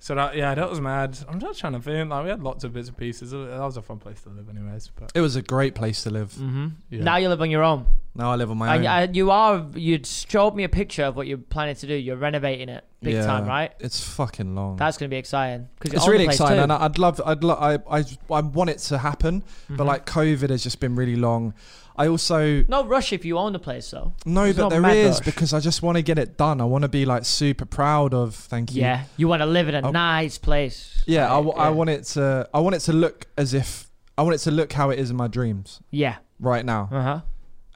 S2: So that yeah, that was mad. I'm just trying to think. Like we had lots of bits and pieces. That was a fun place to live, anyways. But
S1: It was a great place to live.
S3: Mm-hmm.
S2: yeah.
S3: Now you live on your own.
S1: Now I live on my
S3: And
S1: own.
S3: uh, you are. You showed me a picture of what you're planning to do. You're renovating it big
S1: Yeah,
S3: time, right?
S1: It's fucking long.
S3: That's going to be exciting because
S1: it's really exciting, and I- I'd love, I'd lo- I, I, I want it to happen, but like COVID has just been really long. I also
S3: no rush if you own the place, though.
S1: know
S3: There's
S1: that
S3: no
S1: there
S3: mad
S1: is
S3: rush.
S1: because I just want to get it done. I want to be like super proud of. Thank you.
S3: Yeah, you want to live in a
S1: Oh.
S3: nice place.
S1: yeah. I, w- I
S3: Yeah.
S1: want it to. I want it to look as if I want it to look how it is in my dreams
S3: Yeah.
S1: right now,
S3: Uh huh.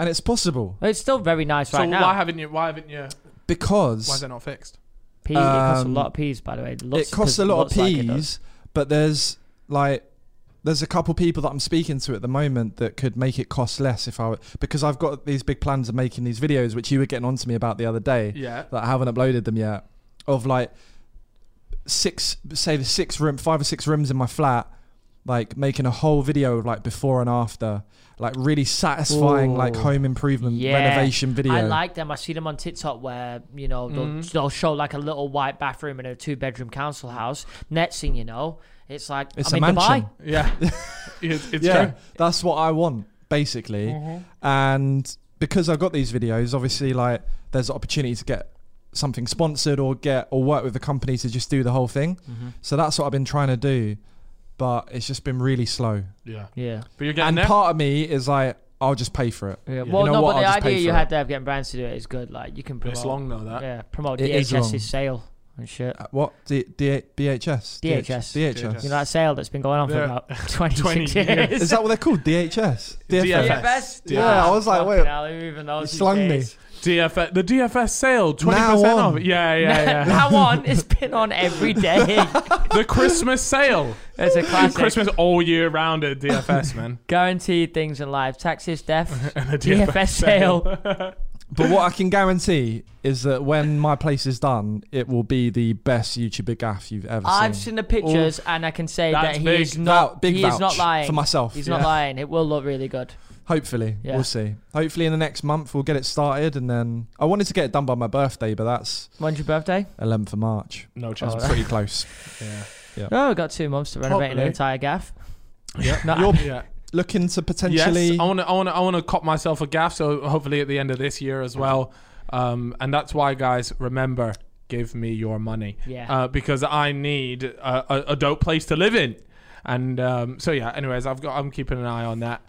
S1: and it's possible
S3: It's still very nice
S2: so
S3: right now.
S2: why haven't you? Why haven't you? Why is
S1: because
S2: it not fixed?
S3: Peas, it costs a
S1: um,
S3: lot of peas, by the way.
S1: it
S3: Looks-
S1: costs a
S3: 'cause
S1: lot of
S3: looks like it does.
S1: peas, but there's like there's a couple people that I'm speaking to at the moment that could make it cost less if I were, because I've got these big plans of making these videos, which you were getting onto me about the other day
S2: Yeah.
S1: that I haven't uploaded them yet, of like six say the six room five or six rooms in my flat like making a whole video of like before and after, like really satisfying like
S3: Ooh.
S1: home improvement renovation video.
S3: I like them. I see them on TikTok where you know they'll, they'll show like a little white bathroom in a two-bedroom council house. Next thing you know, it's like
S1: It's
S3: I'm
S1: a
S3: in
S1: mansion.
S3: Dubai.
S2: Yeah, it's, it's
S1: yeah,
S2: true.
S1: that's what I want basically. And because I've got these videos, obviously, like there's opportunity to get something sponsored or get or work with a company to just do the whole thing.
S2: Mm-hmm.
S1: So that's what I've been trying to do, but it's just been really slow.
S2: Yeah,
S3: Yeah.
S2: but you're getting
S1: And
S2: there.
S1: part of me is like, I'll just pay for it.
S3: Yeah.
S2: You
S3: Well,
S1: know
S3: no,
S1: what?
S3: but
S1: I'll
S3: the
S1: just pay
S3: idea you
S1: for
S3: had to have getting brands to do it is good. Like you can promote.
S2: it's long though. That
S3: Yeah, promote
S1: It is long.
S3: DHS's sale and shit.
S1: Uh, What D- D- BHS?
S3: DHS.
S1: DHS.
S3: You know that sale that's been going on for
S2: Yeah.
S3: about 26
S2: 20
S3: years.
S2: years.
S1: Is that what they're called? DHS. DFS.
S2: DFS.
S3: DFS?
S1: Yeah, I was like,
S3: fucking
S1: wait,
S3: hell, who even knows
S1: You
S3: these
S1: slung me.
S3: days?
S2: DFS, the DFS sale, twenty
S1: Now
S2: percent
S1: on.
S2: off. Yeah, yeah, yeah.
S3: that one, it's been on every day.
S2: the Christmas sale,
S3: It's a classic.
S2: Christmas all year round at DFS, man.
S3: Guaranteed things in life: taxes, death,
S2: And the
S3: DFS, sale.
S1: But what I can guarantee is that when my place is done, it will be the best YouTuber gaff you've ever
S3: I've
S1: seen.
S3: seen the pictures, and I can say that
S2: That's
S3: he
S2: big.
S3: is not.
S1: Vou- big
S3: he is
S1: vouch
S3: not lying
S1: for myself.
S3: He's
S1: Yeah.
S3: not lying. It will look really good.
S1: Hopefully,
S3: Yeah.
S1: we'll see. Hopefully, in the next month, we'll get it started, and then I wanted to get it done by my birthday, but that's
S3: When's your birthday?
S1: 11th of March.
S2: No chance.
S1: That's pretty close.
S2: Yeah.
S3: Oh, we've got two months to renovate the
S2: Probably.
S3: entire gaff.
S2: Yeah.
S3: No,
S1: You're
S2: yeah.
S1: looking to potentially.
S2: Yes, I want to. I want to. I want to cop myself a gaff. So hopefully at the end of this year as well. Um, and that's why, guys, remember, give me your money.
S3: Yeah.
S2: Uh, because I need a, a, a dope place to live in. And um, so yeah. Anyways, I've got. I'm keeping an eye on that.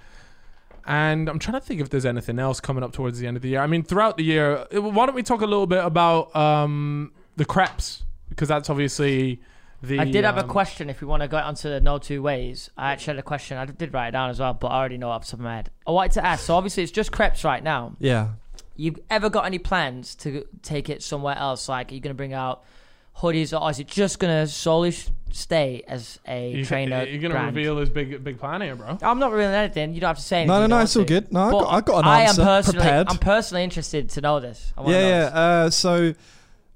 S2: And I'm trying to think if there's anything else coming up towards the end of the year. I mean, throughout the year, why don't we talk a little bit about um, the crepes? Because that's obviously the.
S3: I did have a
S2: um,
S3: question. If we want to go onto the no two ways, I actually had a question. I did write it down as well, but I already know it off the top of my head. I wanted to ask. So obviously, it's just crepes right now.
S1: yeah.
S3: You ever got any plans to take it somewhere else? Like, are you gonna bring out hoodies, or is it just gonna solely s- stay as a
S2: You,
S3: trainer?
S2: you're gonna
S3: brand?
S2: reveal his big big plan here, bro.
S3: I'm not revealing anything. You don't have to say anything.
S1: No, no,
S3: you don't
S1: no.
S3: want
S1: It's all
S3: to.
S1: good. No, I
S3: But
S1: got, I got an
S3: I am
S1: answer
S3: personally,
S1: prepared.
S3: I'm personally interested to know this. I wanna
S1: yeah,
S3: know
S1: yeah.
S3: this.
S1: Uh, so,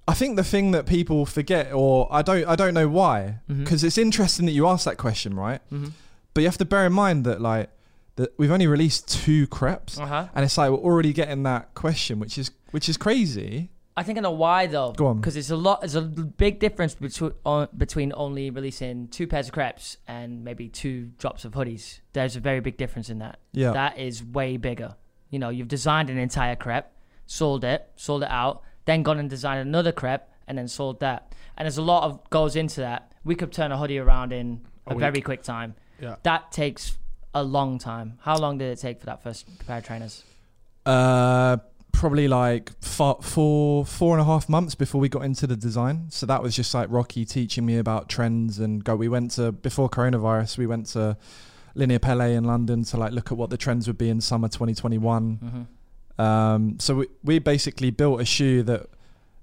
S1: I think the thing that people forget, or I don't, I don't know why,
S3: Mm-hmm.
S1: because it's interesting that you asked that question, right? But you have to bear in mind that like that we've only released two creps,
S3: Uh-huh.
S1: and it's like we're already getting that question, which is which is crazy.
S3: I think I know why though.
S1: Go on.
S3: Because it's a lot. There's a big difference between on, between only releasing two pairs of crepes and maybe two drops of hoodies. There's a very big difference in that.
S1: Yeah.
S3: That is way bigger. You know, you've designed an entire crepe, sold it, sold it out, then gone and designed another crepe, and then sold that. And there's a lot of goes into that. We could turn a hoodie around in a,
S2: week.
S3: very quick time.
S2: Yeah.
S3: That takes a long time. How long did it take for that first pair of trainers?
S1: Uh, probably like four, four, four and a half months before we got into the design. So that was just like Rocky teaching me about trends and go. We went to before coronavirus. We went to Linear Pele in London to like look at what the trends would be in summer 2021.
S3: Mm-hmm.
S1: Um, so we, we basically built a shoe that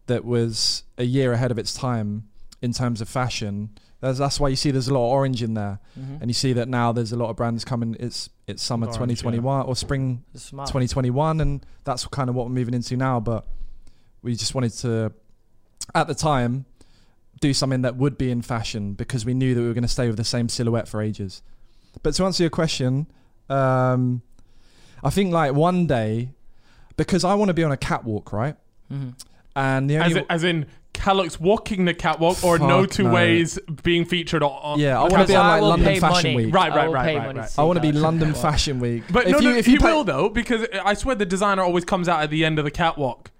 S1: that was a year ahead of its time in terms of fashion. That's, that's why you see there's a lot of orange in there,
S3: Mm-hmm.
S1: and you see that now there's a lot of brands coming. It's it's summer
S2: Orange, yeah.
S1: 2021 or spring
S3: It's
S2: Ah.
S3: Smart.
S1: 2021 and that's kind of what we're moving into now but we just wanted to at the time do something that would be in fashion because we knew that we were going to stay with the same silhouette for ages but to answer your question um, i think like one day because i want to be on a catwalk right
S3: Mm-hmm.
S1: and the
S2: As,
S1: only
S2: in- as in Calix walking the catwalk or no
S1: Fuck
S2: two
S1: no.
S2: ways being featured on. on
S1: Yeah, I
S2: the
S1: wanna be
S2: catwalk.
S1: on,
S3: I
S1: like,
S3: will
S1: London
S3: pay
S1: Fashion
S3: money.
S1: Week.
S2: Right,
S3: I
S2: right,
S3: will
S2: right,
S3: pay
S2: right,
S3: money
S2: right.
S3: see
S1: i want to be
S3: that.
S1: london fashion week
S2: But no, no, he
S1: pay-
S2: will though because I swear the designer always comes out at the end of the catwalk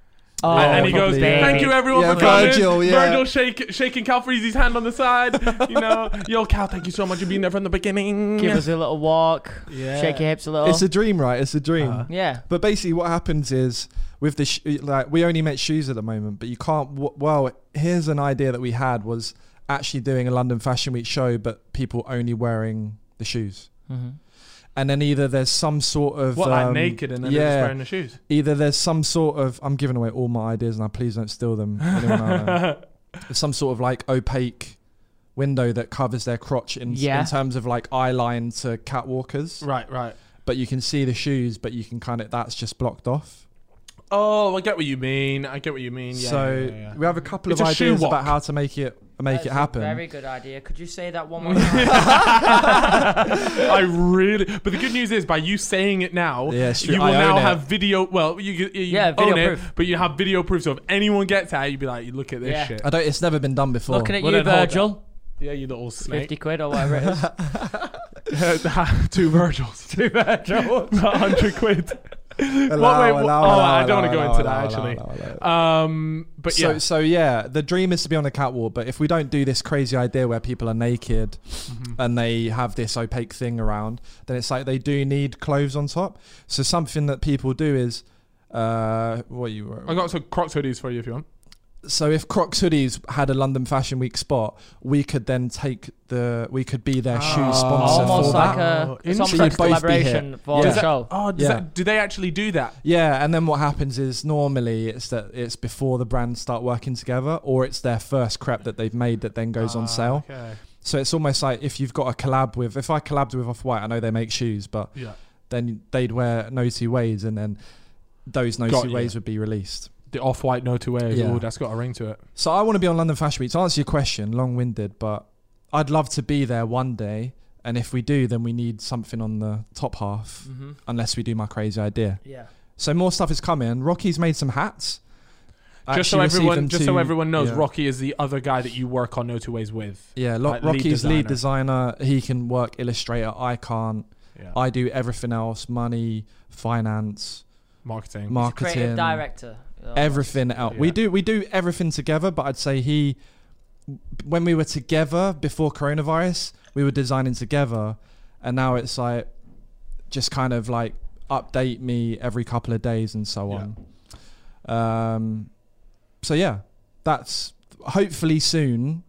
S3: Oh,
S2: and, and he goes,
S1: probably, yeah.
S2: "Thank you everyone
S1: Yeah,
S2: for coming."
S1: Virgil, yeah.
S2: Virgil shake, shaking Cal Freezy's hand on the side. you know, yo Cal, thank you so much for being there from the beginning.
S3: Give us a little walk.
S2: Yeah.
S3: Shake your hips a little.
S1: it's a dream right it's a dream
S2: Uh-huh.
S3: yeah.
S1: But basically, what happens is with the sh- like we only make shoes at the moment, but you can't. W- well, here's an idea that we had was actually doing a London Fashion Week show, but people only wearing the shoes.
S3: Mm-hmm.
S1: And then either there's some sort of
S2: what like
S1: um,
S2: naked and then they're just
S1: yeah,
S2: wearing the shoes.
S1: either there's some sort of I'm giving away all my ideas and I please don't steal them. Anyone out there? There's some sort of like opaque window that covers their crotch in,
S3: Yeah.
S1: in terms of like eye line to catwalkers,
S2: Right, right.
S1: but you can see the shoes, but you can kind of that's just blocked off.
S2: Oh, I get what you mean. I get what you mean. Yeah,
S1: so
S2: yeah, yeah, yeah.
S1: we have a couple
S2: It's
S1: of
S2: a shoe
S1: ideas
S2: walk.
S1: about how to make it and make
S3: That's
S1: it
S3: a
S1: happen.
S3: very good idea. Could you say that one more time?
S2: Oh I really. But the good news is, by you saying it now,
S1: Yeah, it's true.
S2: you will
S1: I own
S2: now
S1: it.
S2: have video. Well, you, you
S3: Yeah, video
S2: own it,
S3: proof.
S2: but you have video proof. So if anyone gets out, you'd be like, "You look at this
S3: Yeah.
S2: shit."
S1: I don't. It's never been done before.
S3: Looking at
S2: Well,
S3: you,
S2: then hold
S3: Virgil.
S2: Yeah, you little snake.
S3: Fifty quid or whatever it is.
S2: Two Virgils. Two Virgils. hundred quid.
S1: Allow,
S2: wait, what-
S1: allow,
S2: oh,
S1: allow,
S2: I don't want to go
S1: allow,
S2: into
S1: allow,
S2: that
S1: allow,
S2: actually.
S1: allow, allow, allow.
S2: Um, but
S1: So
S2: yeah,
S1: so yeah, the dream is to be on a catwalk, but if we don't do this crazy idea where people are naked
S2: Mm-hmm.
S1: and they have this opaque thing around, then it's like they do need clothes on top. So something that people do is uh what you were
S2: I got some Crocs hoodies for you if you want.
S1: so if Crocs hoodies had a London Fashion Week spot, we could then take the we could be their shoe sponsor
S3: Ah, almost
S1: for
S3: like
S1: that.
S3: a it's
S1: So
S3: almost
S1: you'd
S3: like a
S1: both be here.
S3: collaboration for
S1: Yeah.
S3: the show.
S2: Oh, does
S1: Yeah.
S2: that, do they actually do that?
S1: Yeah, and then what happens is normally it's that it's before the brands start working together, or it's their first crep that they've made that then
S3: Ah.
S1: goes on sale.
S2: Ah, Okay.
S1: So it's almost like if you've got a collab with, if I collabed with Off White, I know they make shoes, but
S2: Yeah.
S1: then they'd wear No Two Ways, and then those No
S2: Got
S1: Two
S2: you.
S1: Ways would be released.
S2: The off-white no two ways.
S1: Yeah.
S2: Oh, that's got a ring to it.
S1: So I want to be on London Fashion Week. To answer your question, long winded, but I'd love to be there one day. And if we do, then we need something on the top half,
S3: Mm-hmm.
S1: unless we do my crazy idea.
S3: Yeah.
S1: So more stuff is coming. Rocky's made some hats. I
S2: just so
S1: actually received
S2: everyone,
S1: them
S2: just
S1: to-
S2: so everyone knows,
S1: yeah.
S2: Rocky is the other guy that you work on No Two Ways with.
S1: Yeah, Lo-
S2: like, lead
S1: Rocky's lead designer. He can work illustrator. I can't.
S2: Yeah.
S1: I do everything else: money, finance,
S2: Marketing.
S1: marketing,
S3: Creative director. Oh.
S1: everything else.
S2: Yeah.
S1: We do we do everything together. But I'd say he, when we were together before coronavirus, we were designing together, and now it's like, just kind of like update me every couple of days and so
S2: Yeah.
S1: on. Um, so yeah, that's hopefully soon.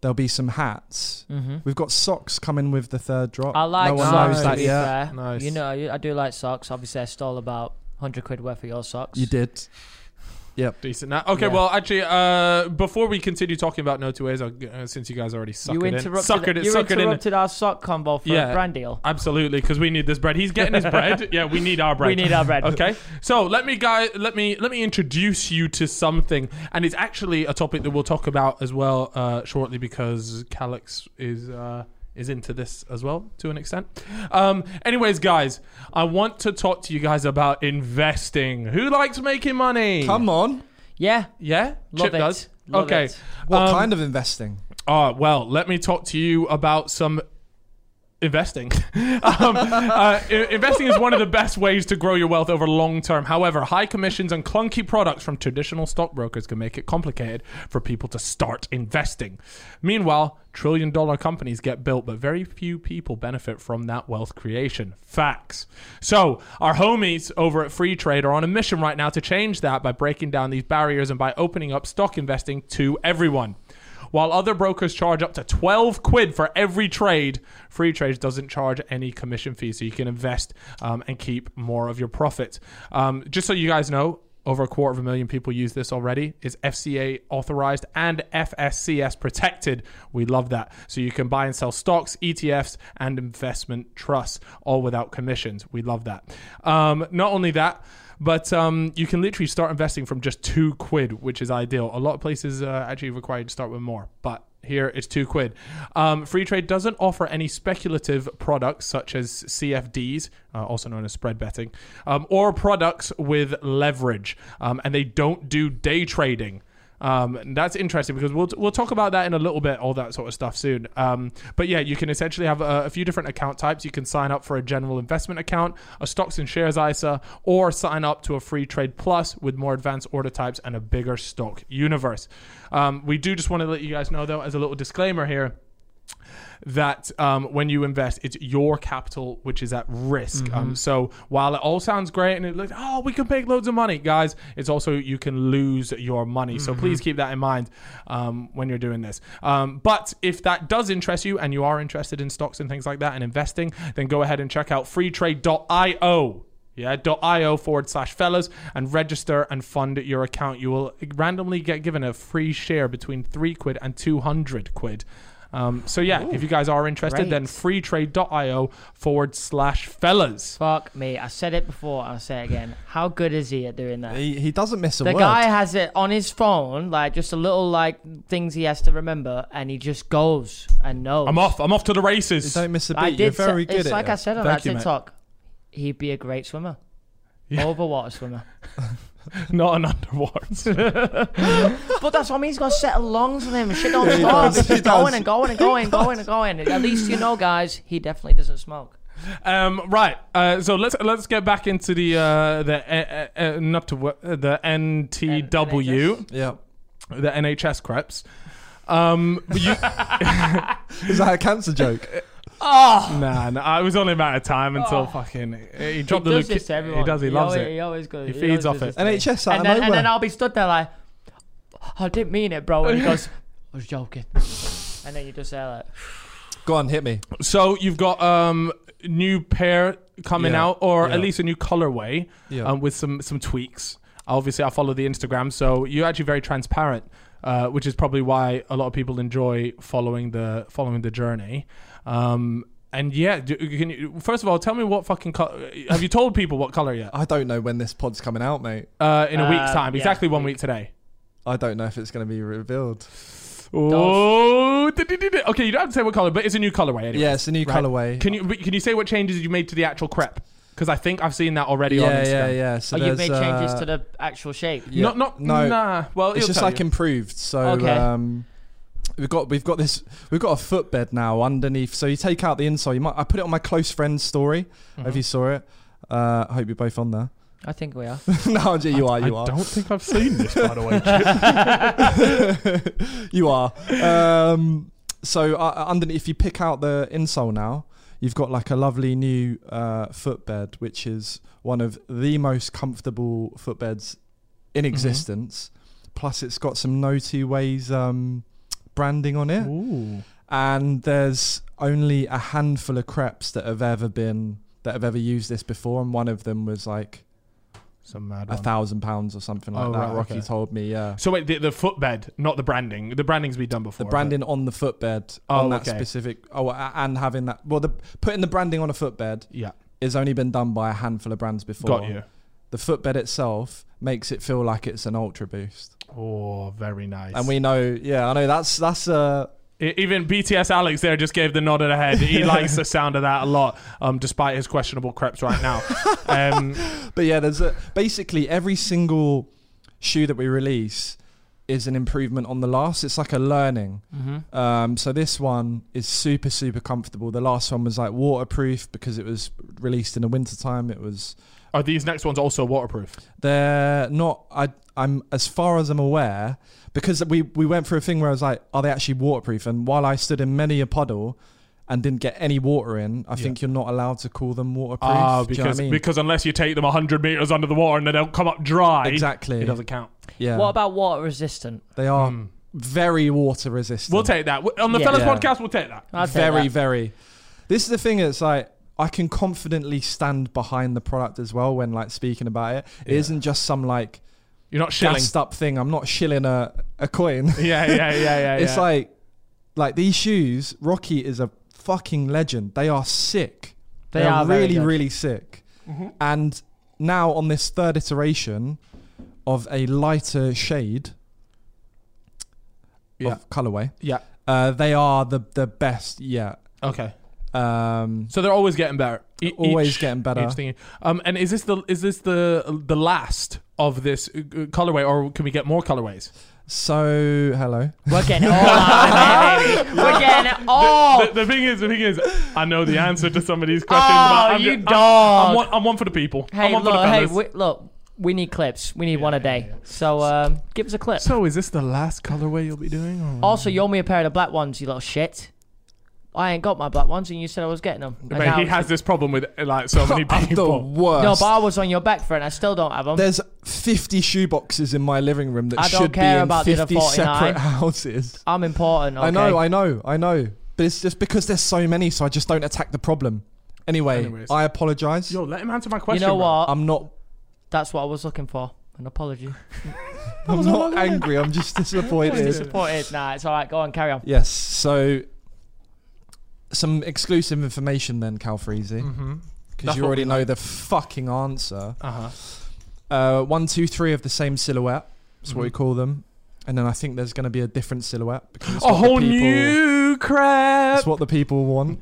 S1: There'll be some hats.
S3: Mm-hmm.
S1: We've got socks coming with the third drop.
S3: I like
S1: no one
S3: socks.
S1: knows
S2: Nice.
S3: to
S1: that
S3: be
S1: yet.
S3: fair.
S2: Nice.
S3: You know, I I do like socks. Obviously, I stole about hundred quid worth of your socks.
S1: You did.
S2: Decent. Now, okay.
S3: Yeah.
S2: Well, actually, uh, before we continue talking about No Two Ways, I'll- uh, since you guys already suckered
S3: You
S2: in,
S3: interrupted.
S2: suckered it,
S3: you
S2: suckered in.
S3: interrupted our sock combo for
S2: Yeah.
S3: a brand deal.
S2: Absolutely, because we need this bread. He's getting his bread. Yeah, we need our bread.
S3: We need our bread.
S2: Okay, so let me guy, let me let me introduce you to something, and it's actually a topic that we'll talk about as well uh, shortly because Calix is uh, is into this as well to an extent. Um, anyways, guys, I want to talk to you guys about investing. Who likes making money?
S1: Come on.
S3: Yeah,
S2: yeah,
S3: love
S2: Chip
S3: it.
S2: does.
S3: Love
S2: okay.
S3: it.
S1: What
S2: Um,
S1: kind of investing?
S2: Oh, well, let me talk to you about some investing. um, uh, i- investing is one of the best ways to grow your wealth over long term. However, high commissions and clunky products from traditional stockbrokers can make it complicated for people to start investing. Meanwhile, trillion dollar companies get built, but very few people benefit from that wealth creation. Facts. So, our homies over at Free Trade are on a mission right now to change that by breaking down these barriers and by opening up stock investing to everyone. While other brokers charge up to 12 quid for every trade, Free Trades doesn't charge any commission fees, so you can invest um, and keep more of your profit. Um, just so you guys know, over a quarter of a million people use this already. It's FCA authorized and FSCS protected. We love that. So you can buy and sell stocks, ETFs, and investment trusts, all without commissions. We love that. Um, not only that, but um, you can literally start investing from just two quid, which is ideal. A lot of places uh, actually require you to start with more, but here it's two quid. Um, free trade doesn't offer any speculative products such as CFDs, uh, also known as spread betting, um, or products with leverage, um, and they don't do day trading. Um, and that's interesting because we'll, we'll talk about that in a little bit, all that sort of stuff soon. Um, but yeah, you can essentially have a, a few different account types. You can sign up for a general investment account, a stocks and shares ISA, or sign up to a free trade plus with more advanced order types and a bigger stock universe. Um, we do just want to let you guys know, though, as a little disclaimer here that um, when you invest, it's your capital which is at risk. Um, so while it all sounds great and it looks, oh, we can make loads of money, guys, it's also you can lose your money. So please keep that in mind um, when you're doing this. Um, but if that does interest you and you are interested in stocks and things like that and investing, then go ahead and check out freetrade.io yeah .io forward slash fellas and register and fund your account you will randomly get given a free share between 3 quid and 200 quid Um, so yeah, if you guys are interested, then freetrade.io forward slash fellas.
S3: Fuck me. I said it before and I'll say it again. How good is he at doing that?
S1: He, he doesn't miss a
S3: The
S1: word.
S3: guy has it on his phone, like just a little like things he has to remember, and he just goes and knows.
S2: I'm off. I'm off to the
S1: you
S2: races.
S1: don't miss a
S3: I
S1: beat. You're
S3: did.
S1: very
S3: say-
S1: good
S3: it's
S1: at
S3: like
S1: it.
S3: I said on
S2: Thank
S3: that
S2: you, mate.
S3: TikTok. He'd be a great swimmer,
S2: Yeah.
S3: overwater swimmer.
S2: Not an underwater.
S3: but that's what I mean. He's got a set of lungs on him. Shit don't
S1: Yeah, he
S3: stop.
S1: does.
S3: It's
S1: He
S3: just going
S1: does.
S3: and going and going, going and going. At least you know, guys. He definitely doesn't smoke.
S2: um, right. Uh, so let's let's get back into the uh, the uh, uh, not to wo- uh, the NTW
S1: yeah.
S2: the NHS creps. Um, you,
S1: Is that a cancer joke?
S3: Oh,
S2: nah, nah, I was only a matter of time until fucking he dropped
S3: he
S2: the
S3: Oh. does
S2: leuke-
S3: this to everyone.
S2: He does. He, loves
S3: always,
S2: it.
S3: He always goes.
S2: He feeds
S3: always
S2: off
S3: does
S2: it.
S3: this to me.
S1: NHS out of
S3: And then,
S1: nowhere.
S3: and then I'll be stood there like, "Oh, I didn't mean it, bro. And he goes, I was joking. And then you just say like,
S1: Go on, hit me.
S2: So you've got um new pair coming
S1: Yeah,
S2: out, or
S1: yeah.
S2: at least a new colorway,
S1: Yeah.
S2: um, with some some tweaks. Obviously, I follow the Instagram, so you're actually very transparent, uh, which is probably why a lot of people enjoy following the following the journey. Um, and yeah, do, can you, first of all, tell me what fucking color. Have you told people what color yet?
S1: I don't know when this pod's coming out, mate.
S2: Uh, in a week's
S3: Uh,
S2: time,
S3: yeah,
S2: exactly one
S3: week.
S2: week today.
S1: I don't know if it's going to be revealed.
S2: Oh, okay. You don't have to say what color, but it's a new colorway. Anyway.
S1: Yeah, it's a new
S2: Right.
S1: colorway.
S2: Can you but can you say what changes you made to the actual crepe? Because I think I've seen that already on
S1: yeah,
S2: Instagram.
S1: yeah, yeah. So
S3: oh, you've
S1: there's,
S3: made changes
S1: uh,
S3: to the actual shape.
S1: yeah.
S2: Not not
S1: no.
S2: Nah. Well,
S1: It's
S2: it'll
S1: just
S2: tell
S1: like
S2: you.
S1: improved. So
S3: Okay.
S1: um, we've got we've got this we've got a footbed now underneath. So you take out the insole. You might I put it on my close friend's story.
S3: Mm-hmm.
S1: If you saw it, uh, I hope you're both on there.
S3: I think we are.
S1: no, yeah, you are. You
S2: I
S1: are.
S2: don't think I've seen this by the way. Chip.
S1: you are. Um, so uh, underneath, if you pick out the insole now, you've got like a lovely new uh, footbed, which is one of the most comfortable footbeds in
S2: Mm-hmm.
S1: existence. Plus, it's got some no two ways um, branding on it,
S2: Ooh.
S1: and there's only a handful of crepes that have ever been that have ever used this before, and one of them was like
S2: Some mad
S1: a
S2: one.
S1: thousand pounds or something like
S2: Oh,
S1: that.
S2: right,
S1: Rocky
S2: okay.
S1: told me, yeah.
S2: so wait, the, the footbed, not the branding. The branding's been done before.
S1: the branding on the footbed
S2: Oh,
S1: on that
S2: okay.
S1: specific oh a- and having that well the putting the branding on a footbed
S2: but- Yeah.
S1: is only been done by a handful of brands before
S2: Got you.
S1: the footbed itself makes it feel like it's an ultra boost
S2: Oh, very nice.
S1: and we know yeah i know that's that's uh
S2: E- Even BTS Alex there just gave the nod of the head. He likes the sound of that a lot, um, despite his questionable crepes right now. Um,
S1: but yeah there's a basically every single shoe that we release is an improvement on the last it's like a learning
S2: Mm-hmm.
S1: um so this one is super super comfortable the last one was like waterproof because it was released in the wintertime it was
S2: are these next ones also waterproof?
S1: they're not I I'm as far as I'm aware because we we went through a thing where I was like are they actually waterproof and while I stood in many a puddle and didn't get any water in I think you're not allowed to call them waterproof
S2: Ah,
S1: Do
S2: because
S1: you know what I mean?
S2: because unless you take them 100 meters under the water and they don't come up dry,
S1: exactly
S2: it doesn't count.
S1: yeah
S3: What about water resistant?
S1: they are very water resistant
S2: We'll take that W- on the
S3: Yeah.
S2: Fellas
S1: Yeah.
S2: podcast. We'll take that.
S3: I'd say
S1: very
S3: that.
S1: very this is the thing it's like I can confidently stand behind the product as well when like speaking about it It
S2: Yeah.
S1: not just some like
S2: You're not shilling.
S1: gassed up thing I'm not shilling a a coin
S2: Yeah, yeah, yeah, yeah.
S1: It's
S2: yeah.
S1: like like these shoes, Rocky is a fucking legend. They are sick.
S3: They
S1: They're
S3: are very
S1: really,
S3: good. Mm-hmm.
S1: really sick. And now on this third iteration of a lighter shade
S2: Yeah.
S1: of colorway,
S2: yeah.
S1: uh, they are the the best yet.
S2: Okay,
S1: Um,
S2: so they're always getting better. E-
S1: Always
S2: each-
S1: getting better.
S2: each thing. Um, and is this the is this the the last of this uh, uh, colorway, or can we get more colorways?
S1: so hello.
S3: We're getting it all out of it, baby. We're getting it all.
S2: The, the thing is, the thing is, I know the answer to some of these questions. but
S3: Oh,
S2: I'm
S3: you
S2: ju- I'm, I'm,
S3: dog.
S2: one, I'm one for the people. I'm
S3: Hey,
S2: one for
S3: look.
S2: the
S3: Hey,
S2: fellas.
S3: we, look. We need clips. We need one a day. So um, give us a clip.
S2: so is this the last colorway you'll be doing? Or?
S3: Also, you owe me a pair of the black ones, you little shit. I ain't got my black ones, and you said I was getting them. And
S2: Mate,
S3: now-
S2: he has this problem with uh, like so many
S1: I'm the
S2: people.
S1: worst.
S3: No, but I was on your back for it. and I still don't have them.
S1: There's 50 shoe boxes in my living room that
S3: I don't
S1: should
S3: care
S1: be in
S3: about the other
S1: 50 separate
S3: 49.
S1: houses.
S3: I'm important. Okay?
S1: I know, I know, I know. But it's just because there's so many, so I just don't attack the problem. Anyway,
S2: Anyways.
S1: I apologize.
S2: Yo, let him answer my
S3: you
S2: question.
S3: know
S2: bro.
S3: what?
S1: I'm not.
S3: That's what I was looking for. An apology.
S1: I'm not angry. I'm just disappointed.
S3: Disappointed. Nah, it's all right. Go on, carry on.
S1: yes. So some exclusive information then, Cal Freezy,
S2: Mm-hmm.
S1: because
S2: That's
S1: you
S2: what
S1: already
S2: we
S1: know
S2: like.
S1: the fucking answer.
S2: Uh huh.
S1: Uh, one, two, three of the same silhouette. That's what we
S2: Mhm.
S1: call them. And then I think there's going to be a different silhouette because it's
S2: A
S1: what the
S2: whole
S1: people-
S2: new crap.
S1: It's what the people want.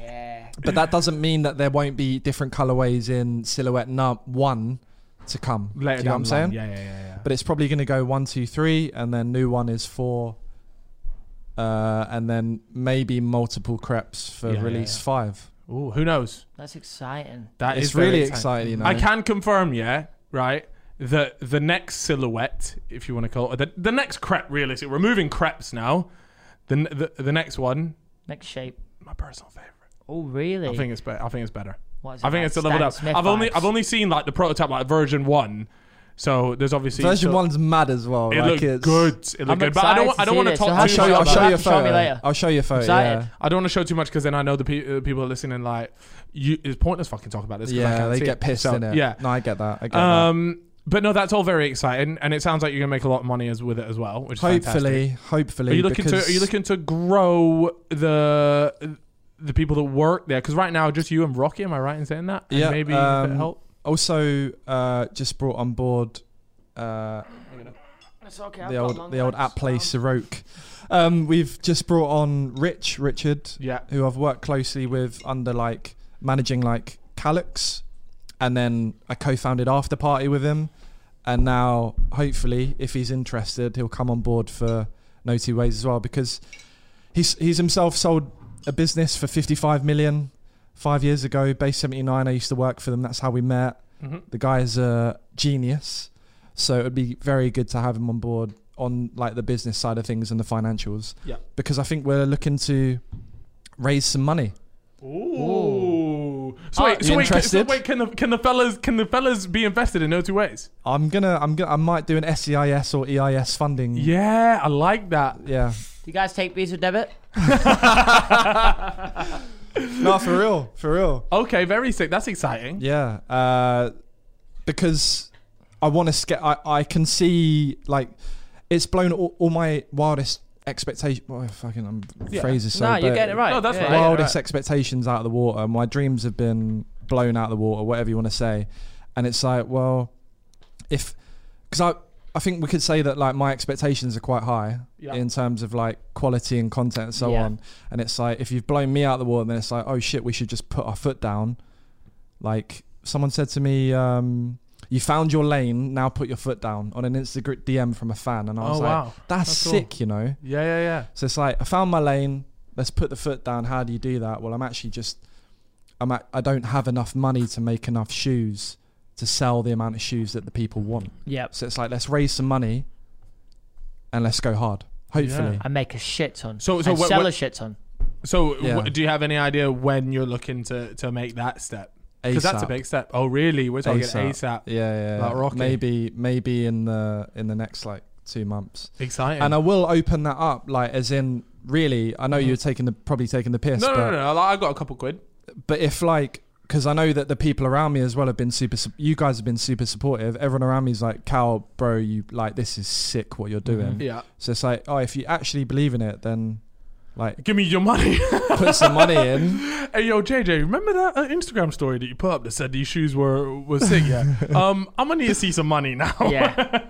S3: Yeah.
S1: But that doesn't mean that there won't be different colorways in silhouette num one to come.
S2: Later
S1: Do you know what
S2: down
S1: I'm
S2: the line.
S1: saying?
S2: Yeah, yeah, yeah, yeah.
S1: But it's probably going to go one, two, three, and then new one is four, uh, and then maybe multiple creps for
S2: Yeah, yeah,
S1: release
S2: yeah.
S1: five.
S2: Ooh, who knows?
S3: That's exciting.
S2: That is
S1: it's really
S2: very
S1: exciting, you know.
S2: I can confirm, yeah, right. The the next silhouette, if you want to call it, the, the next crepe, realistic. We're moving crepes now. The, n- the the next one,
S3: Next shape.
S2: my personal favorite.
S3: Oh, really?
S2: I think it's better. I think it's better.
S3: What is it
S2: I think
S3: like?
S2: it's a leveled
S3: Stan
S2: up.
S3: Smith
S2: I've only
S3: vibes.
S2: I've only seen like the prototype, like version one. So there's obviously
S1: Version
S2: so-
S1: one's mad as well.
S2: It
S1: like
S2: looked
S1: it's,
S2: good. It looked
S3: I'm
S2: good, but I
S3: excited
S2: don't
S3: to
S2: I don't
S3: see
S2: want to
S3: this.
S2: talk
S3: You'll
S2: too
S3: have
S1: I'll
S2: much
S1: show you. I'll
S2: about
S1: show
S2: that.
S1: you a
S3: Show me
S1: photo.
S3: later.
S1: I'll show you a photo.
S3: Excited.
S1: Yeah,
S2: I don't want to show too much because then I know the pe- uh, people are listening. Like, you, it's pointless fucking talking about this. 'cause I
S1: yeah
S2: can't
S1: they
S2: see
S1: get pissed
S2: So,
S1: in it.
S2: Yeah.
S1: no, I get that. I get
S2: Um, but no, that's all very exciting, and it sounds like you're gonna make a lot of money as with it as well. Which
S1: that.
S2: is
S1: Hopefully,
S2: fantastic.
S1: hopefully.
S2: are you looking to
S1: because
S2: are you looking to grow the the people that work there? Because right now, just you and Rocky. Am I right in saying that? And
S1: Yeah,
S2: maybe
S1: um,
S2: that help.
S1: Also, uh, just brought on board. Uh,
S3: It's okay. I've
S1: the
S3: got
S1: old
S3: long
S1: the old
S3: legs.
S1: app play Soroke. Um, we've just brought on Rich Richard,
S2: Yeah.
S1: who I've worked closely with under like managing like Calyx, and then I co-founded After Party with him, and now hopefully if he's interested, he'll come on board for No Two Ways as well because he's he's himself sold a business for fifty five million five years ago. Base seventy nine, I used to work for them. That's how we met.
S2: Mhm.
S1: The guy is a genius, so it would be very good to have him on board on like the business side of things and the financials.
S2: Yeah.
S1: Because I think we're looking to raise some money.
S2: Ooh. So
S3: Are
S2: wait,
S1: you
S2: so wait, can, so
S1: interested?
S2: wait, can the can the fellas can the fellas be invested in no two ways?
S1: I'm gonna, I'm gonna, I might do an SEIS or EIS funding.
S2: Yeah, I like that.
S1: Yeah.
S3: Do you guys take Visa debit?
S1: no, for real, for real.
S2: Okay, very sick. That's exciting.
S1: Yeah. Uh, because I want to scale. I, I can see like it's blown all, all my wildest expectations. Oh, fucking, I'm
S2: Yeah.
S1: phrases. So
S3: no, you
S1: bad.
S3: get it right.
S2: No, that's
S3: yeah.
S2: right.
S1: wildest expectations out of the water. My dreams have been blown out of the water, whatever you want to say. And it's like, well, if because I I think we could say that like my expectations are quite high
S2: Yeah.
S1: in terms of like quality and content and so
S3: Yeah.
S1: on. And it's like if you've blown me out of the water, then it's like, oh shit, we should just put our foot down. Like someone said to me. um you found your lane. Now put your foot down on an Instagram DM from a fan, and I was
S2: Oh,
S1: like,
S2: wow.
S1: "That's,
S2: That's cool.
S1: sick," you know.
S2: Yeah, yeah, yeah.
S1: So it's like I found my lane. Let's put the foot down. How do you do that? Well, I'm actually just I'm at, I don't have enough money to make enough shoes to sell the amount of shoes that the people want.
S3: Yep.
S1: So it's like let's raise some money and let's go hard. Hopefully.
S3: I make a shit ton.
S2: So- so
S3: And
S2: what-
S3: sell
S2: what-
S3: a shit ton.
S2: So,
S1: Yeah.
S2: w- do you have any idea when you're looking to to make that step? Because that's a
S1: ASAP.
S2: big step. Oh, really? We're talking ASAP.
S1: Yeah, yeah.
S2: Like
S1: yeah.
S2: Rocky.
S1: Maybe maybe in the in the next like 2 months.
S2: Exciting.
S1: And I will open that up like as in really I know you're taking the probably taking the piss
S2: Uh-huh. no, no,
S1: but
S2: no, no, no. I got a couple quid.
S1: but if like because I know that the people around me as well have been super. su- You guys have been super supportive. Everyone around me is like, "Cal, bro, you like this is sick what you're doing."
S3: Mm-hmm.
S2: Yeah.
S1: So it's like, oh, if you actually believe in it, then like
S2: Give me your money.
S1: put some money in.
S2: hey, yo, JJ, remember that uh, Instagram story that you put up that said these shoes were were sick? Yeah. um, I'm gonna need to see some money now.
S3: Yeah.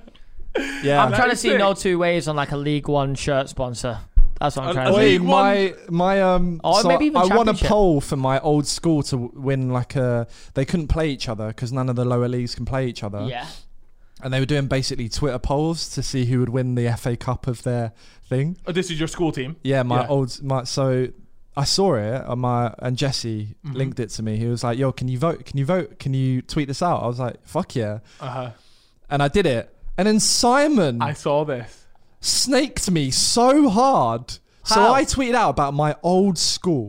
S1: Yeah.
S3: I'm trying
S2: is
S3: to see
S2: sick.
S3: no two ways on like a League One shirt sponsor. That's what I'm
S2: Uh,
S3: trying to
S1: Oi,
S2: League
S3: see.
S2: One-
S1: my my um.
S3: Or
S1: so
S3: Oh, maybe even
S1: I won a
S3: Championship.
S1: poll for my old school to w- win like a. They couldn't play each other because none of the lower leagues can play each other.
S3: Yeah.
S1: And they were doing basically Twitter polls to see who would win the FA Cup of their thing.
S2: Oh, this is your school team.
S1: Yeah, my
S2: Yeah.
S1: old my so I saw it on my and Jesse
S2: Mm-hmm.
S1: linked it to me. He was like, "Yo, can you vote? Can you vote? Can you tweet this out?" I was like, "Fuck yeah!"
S2: Uh huh.
S1: And I did it. And then Simon
S2: Mm. I saw this.
S1: snaked me so hard. So
S3: How?
S1: I tweeted out about my old school,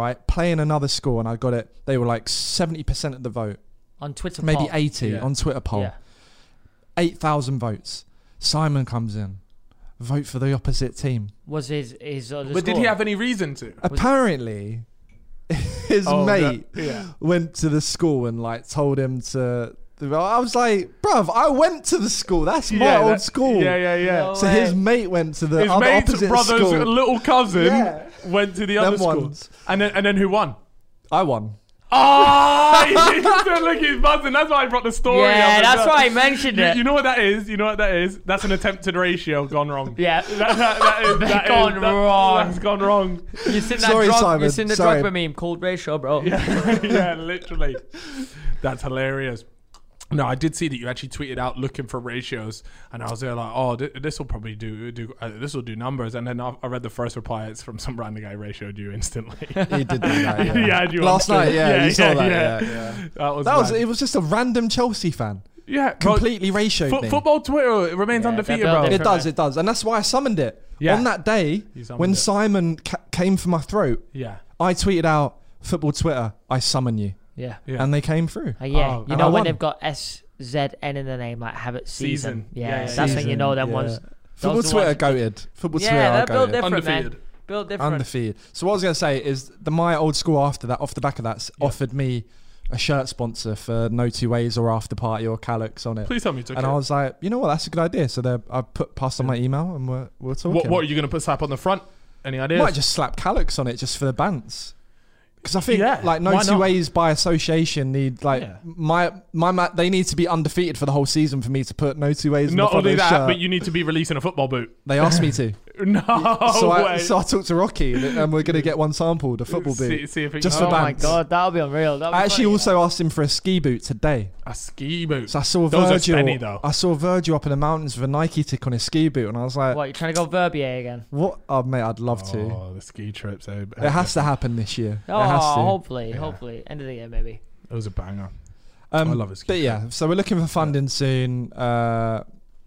S1: right, playing another school, and I got it. They were like seventy percent of the vote,
S3: On Twitter.
S1: maybe
S3: poll.
S1: eighty
S2: Yeah.
S1: on Twitter poll,
S3: Yeah.
S1: eight thousand votes. Simon comes in, vote for the opposite team.
S3: Was his his other
S2: But did he
S3: score.
S2: have any reason to?
S1: Apparently, his
S2: Oh,
S1: mate
S2: yeah. Yeah.
S1: went to the school and like told him to I was like, bruv, I went to the school. That's my old
S2: that-
S1: school.
S2: Yeah, yeah, yeah.
S3: No.
S1: So his mate went to the
S2: His
S1: other
S2: mate's
S1: opposite
S2: brother's
S1: school.
S2: little cousin
S1: Yeah.
S2: went to the
S1: Them
S2: other school.
S1: ones.
S2: And then and then who won?
S1: I won.
S2: Oh, he said, look, he's buzzing. That's why I brought the story. up
S3: yeah,
S2: as
S3: that's
S2: well.
S3: why I mentioned
S2: You,
S3: it.
S2: you know what that is? You know what that is? That's an attempted ratio gone wrong.
S3: yeah,
S2: That, that, that is, that is-
S3: Gone
S2: that-
S3: wrong.
S2: That's gone wrong.
S3: you seen that
S1: Sorry,
S3: drug?
S1: Simon,
S3: You seen the
S1: sorry.
S3: drug meme called ratio, bro?
S2: Yeah, yeah, literally. That's hilarious. No, I did see that you actually tweeted out looking for ratios, and I was there like, "Oh, this will probably do do uh, this will do numbers." And then I, I read the first reply; it's from some random guy ratioed you instantly.
S1: He did do that. Yeah,
S2: He had you on
S1: Last
S2: film.
S1: night, yeah,
S2: Yeah,
S1: you saw
S2: yeah,
S1: that.
S2: yeah.
S1: Yeah, yeah.
S2: that was
S1: That was.
S2: mad.
S1: It was just a random Chelsea fan.
S2: yeah, bro,
S1: Completely ratioed
S2: Fo-
S1: me.
S2: football Twitter it remains
S3: Yeah,
S2: undefeated,
S3: they're
S2: bro.
S3: built
S1: It
S3: different,
S1: does. It does, and that's why I summoned it.
S2: Yeah.
S1: On that day,
S2: You summoned
S1: when
S2: it.
S1: Simon ca- came for my throat,
S2: Yeah,
S1: I tweeted out, "Football Twitter, I summon you,"
S3: Yeah.
S2: Yeah.
S1: and they came through.
S3: Uh, yeah,
S2: Oh,
S3: you
S1: and I
S3: know when
S1: won.
S3: they've got S Z N in the name, like have it season.
S2: Season.
S3: Yeah,
S2: Yeah, yeah,
S3: that's when you
S1: Season,
S3: know them
S1: yeah.
S3: ones.
S1: Football
S3: those are the
S1: Twitter
S3: ones-
S1: goated. Football Twitter
S3: Yeah,
S1: are
S3: they're built
S1: goated.
S3: different,
S2: undefeated.
S3: man. Built different.
S1: Undefeated. So what I was going to say is the my old school after that, off the back of that, s offered me a shirt sponsor for No Two Ways or After Party or Calyx on it.
S2: Please tell me you took
S1: and
S2: it.
S1: I was like, you know what, that's a good idea. So they- I put passed on my email and we're, we're talking.
S2: what, what are you going to put slap on the front? Any ideas?
S1: Might just slap Calyx on it just for the bants. Because I think
S2: Yeah,
S1: like No
S2: why
S1: Two
S2: not?
S1: Ways by association need like
S2: Yeah.
S1: my my ma- they need to be undefeated for the whole season for me to put No Two Ways. on the
S2: Not
S1: front
S2: only
S1: of the
S2: that,
S1: shirt.
S2: but you need to be releasing a football boot.
S1: they asked me to.
S2: No
S1: so
S2: way.
S1: I so I talked to Rocky and- and we're gonna get one sampled, a football boot.
S2: See, see if it
S1: Just for
S2: oh,
S3: Oh my
S1: bands.
S3: god, that'll be unreal. That'll be
S1: I actually
S3: funny.
S1: also asked him for a ski boot today.
S2: a ski boot.
S1: So I saw
S2: Those are
S1: Virgil.
S2: spenny, though.
S1: I saw Virgil up in the mountains with a Nike tick on his ski boot, and I was like, "What?
S3: What you trying to go Verbier again?
S1: Oh, mate, I'd love to.
S2: Oh, the ski trips. eh?
S1: It has to happen this year.
S3: Oh,
S1: it has to.
S3: hopefully,
S2: Yeah.
S3: hopefully, end of the year maybe.
S2: It was a banger.
S1: Um,
S2: I love his ski
S1: But yeah, so we're looking for funding soon. Uh,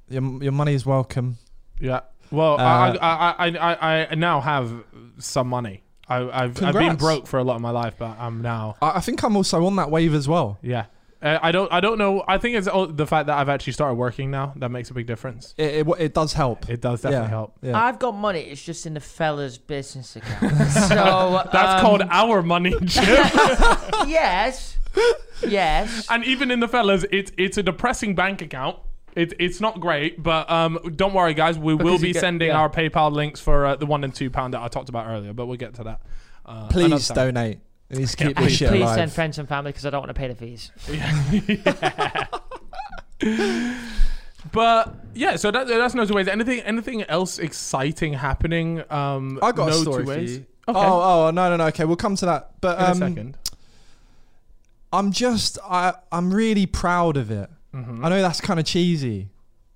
S1: your your money is welcome.
S2: Yeah. Well,
S1: Uh,
S2: I I, I, I, I I now have some money. I, I've I've been
S1: Congrats.
S2: broke for a lot of my life, but I'm now
S1: I, I think I'm also on that wave as well.
S2: yeah. Uh, I don't I don't know. I think it's all the fact that I've actually started working now that makes a big difference.
S1: It it, wa- it does help.
S2: It does definitely
S1: yeah.
S2: help.
S1: Yeah.
S3: I've got money. It's just in the fella's business account. so
S2: That's
S3: um,
S2: called our money, Jim.
S3: yes, yes.
S2: and even in the fellas, it's it's a depressing bank account. It, it's not great, but um, don't worry, guys. We will
S3: Because
S2: be
S3: you get-
S2: sending
S3: yeah.
S2: our PayPal links for uh, the one and two pound that I talked about earlier, but we'll get to that. Uh,
S1: Please
S2: another time.
S1: donate. It needs to keep
S3: And
S1: this shit
S3: please
S1: alive.
S3: send friends and family because I don't want to pay the fees.
S2: But yeah, so that, that's no two ways. Anything anything else exciting happening? Um,
S1: I got
S2: no
S1: a story
S2: two
S1: for
S2: ways.
S1: you.
S2: Okay.
S1: Oh, oh, no, no, no. Okay, we'll come to that. But
S2: in
S1: um,
S2: a second.
S1: I'm just I I'm really proud of it.
S2: Hmm?
S1: I know that's kind of cheesy.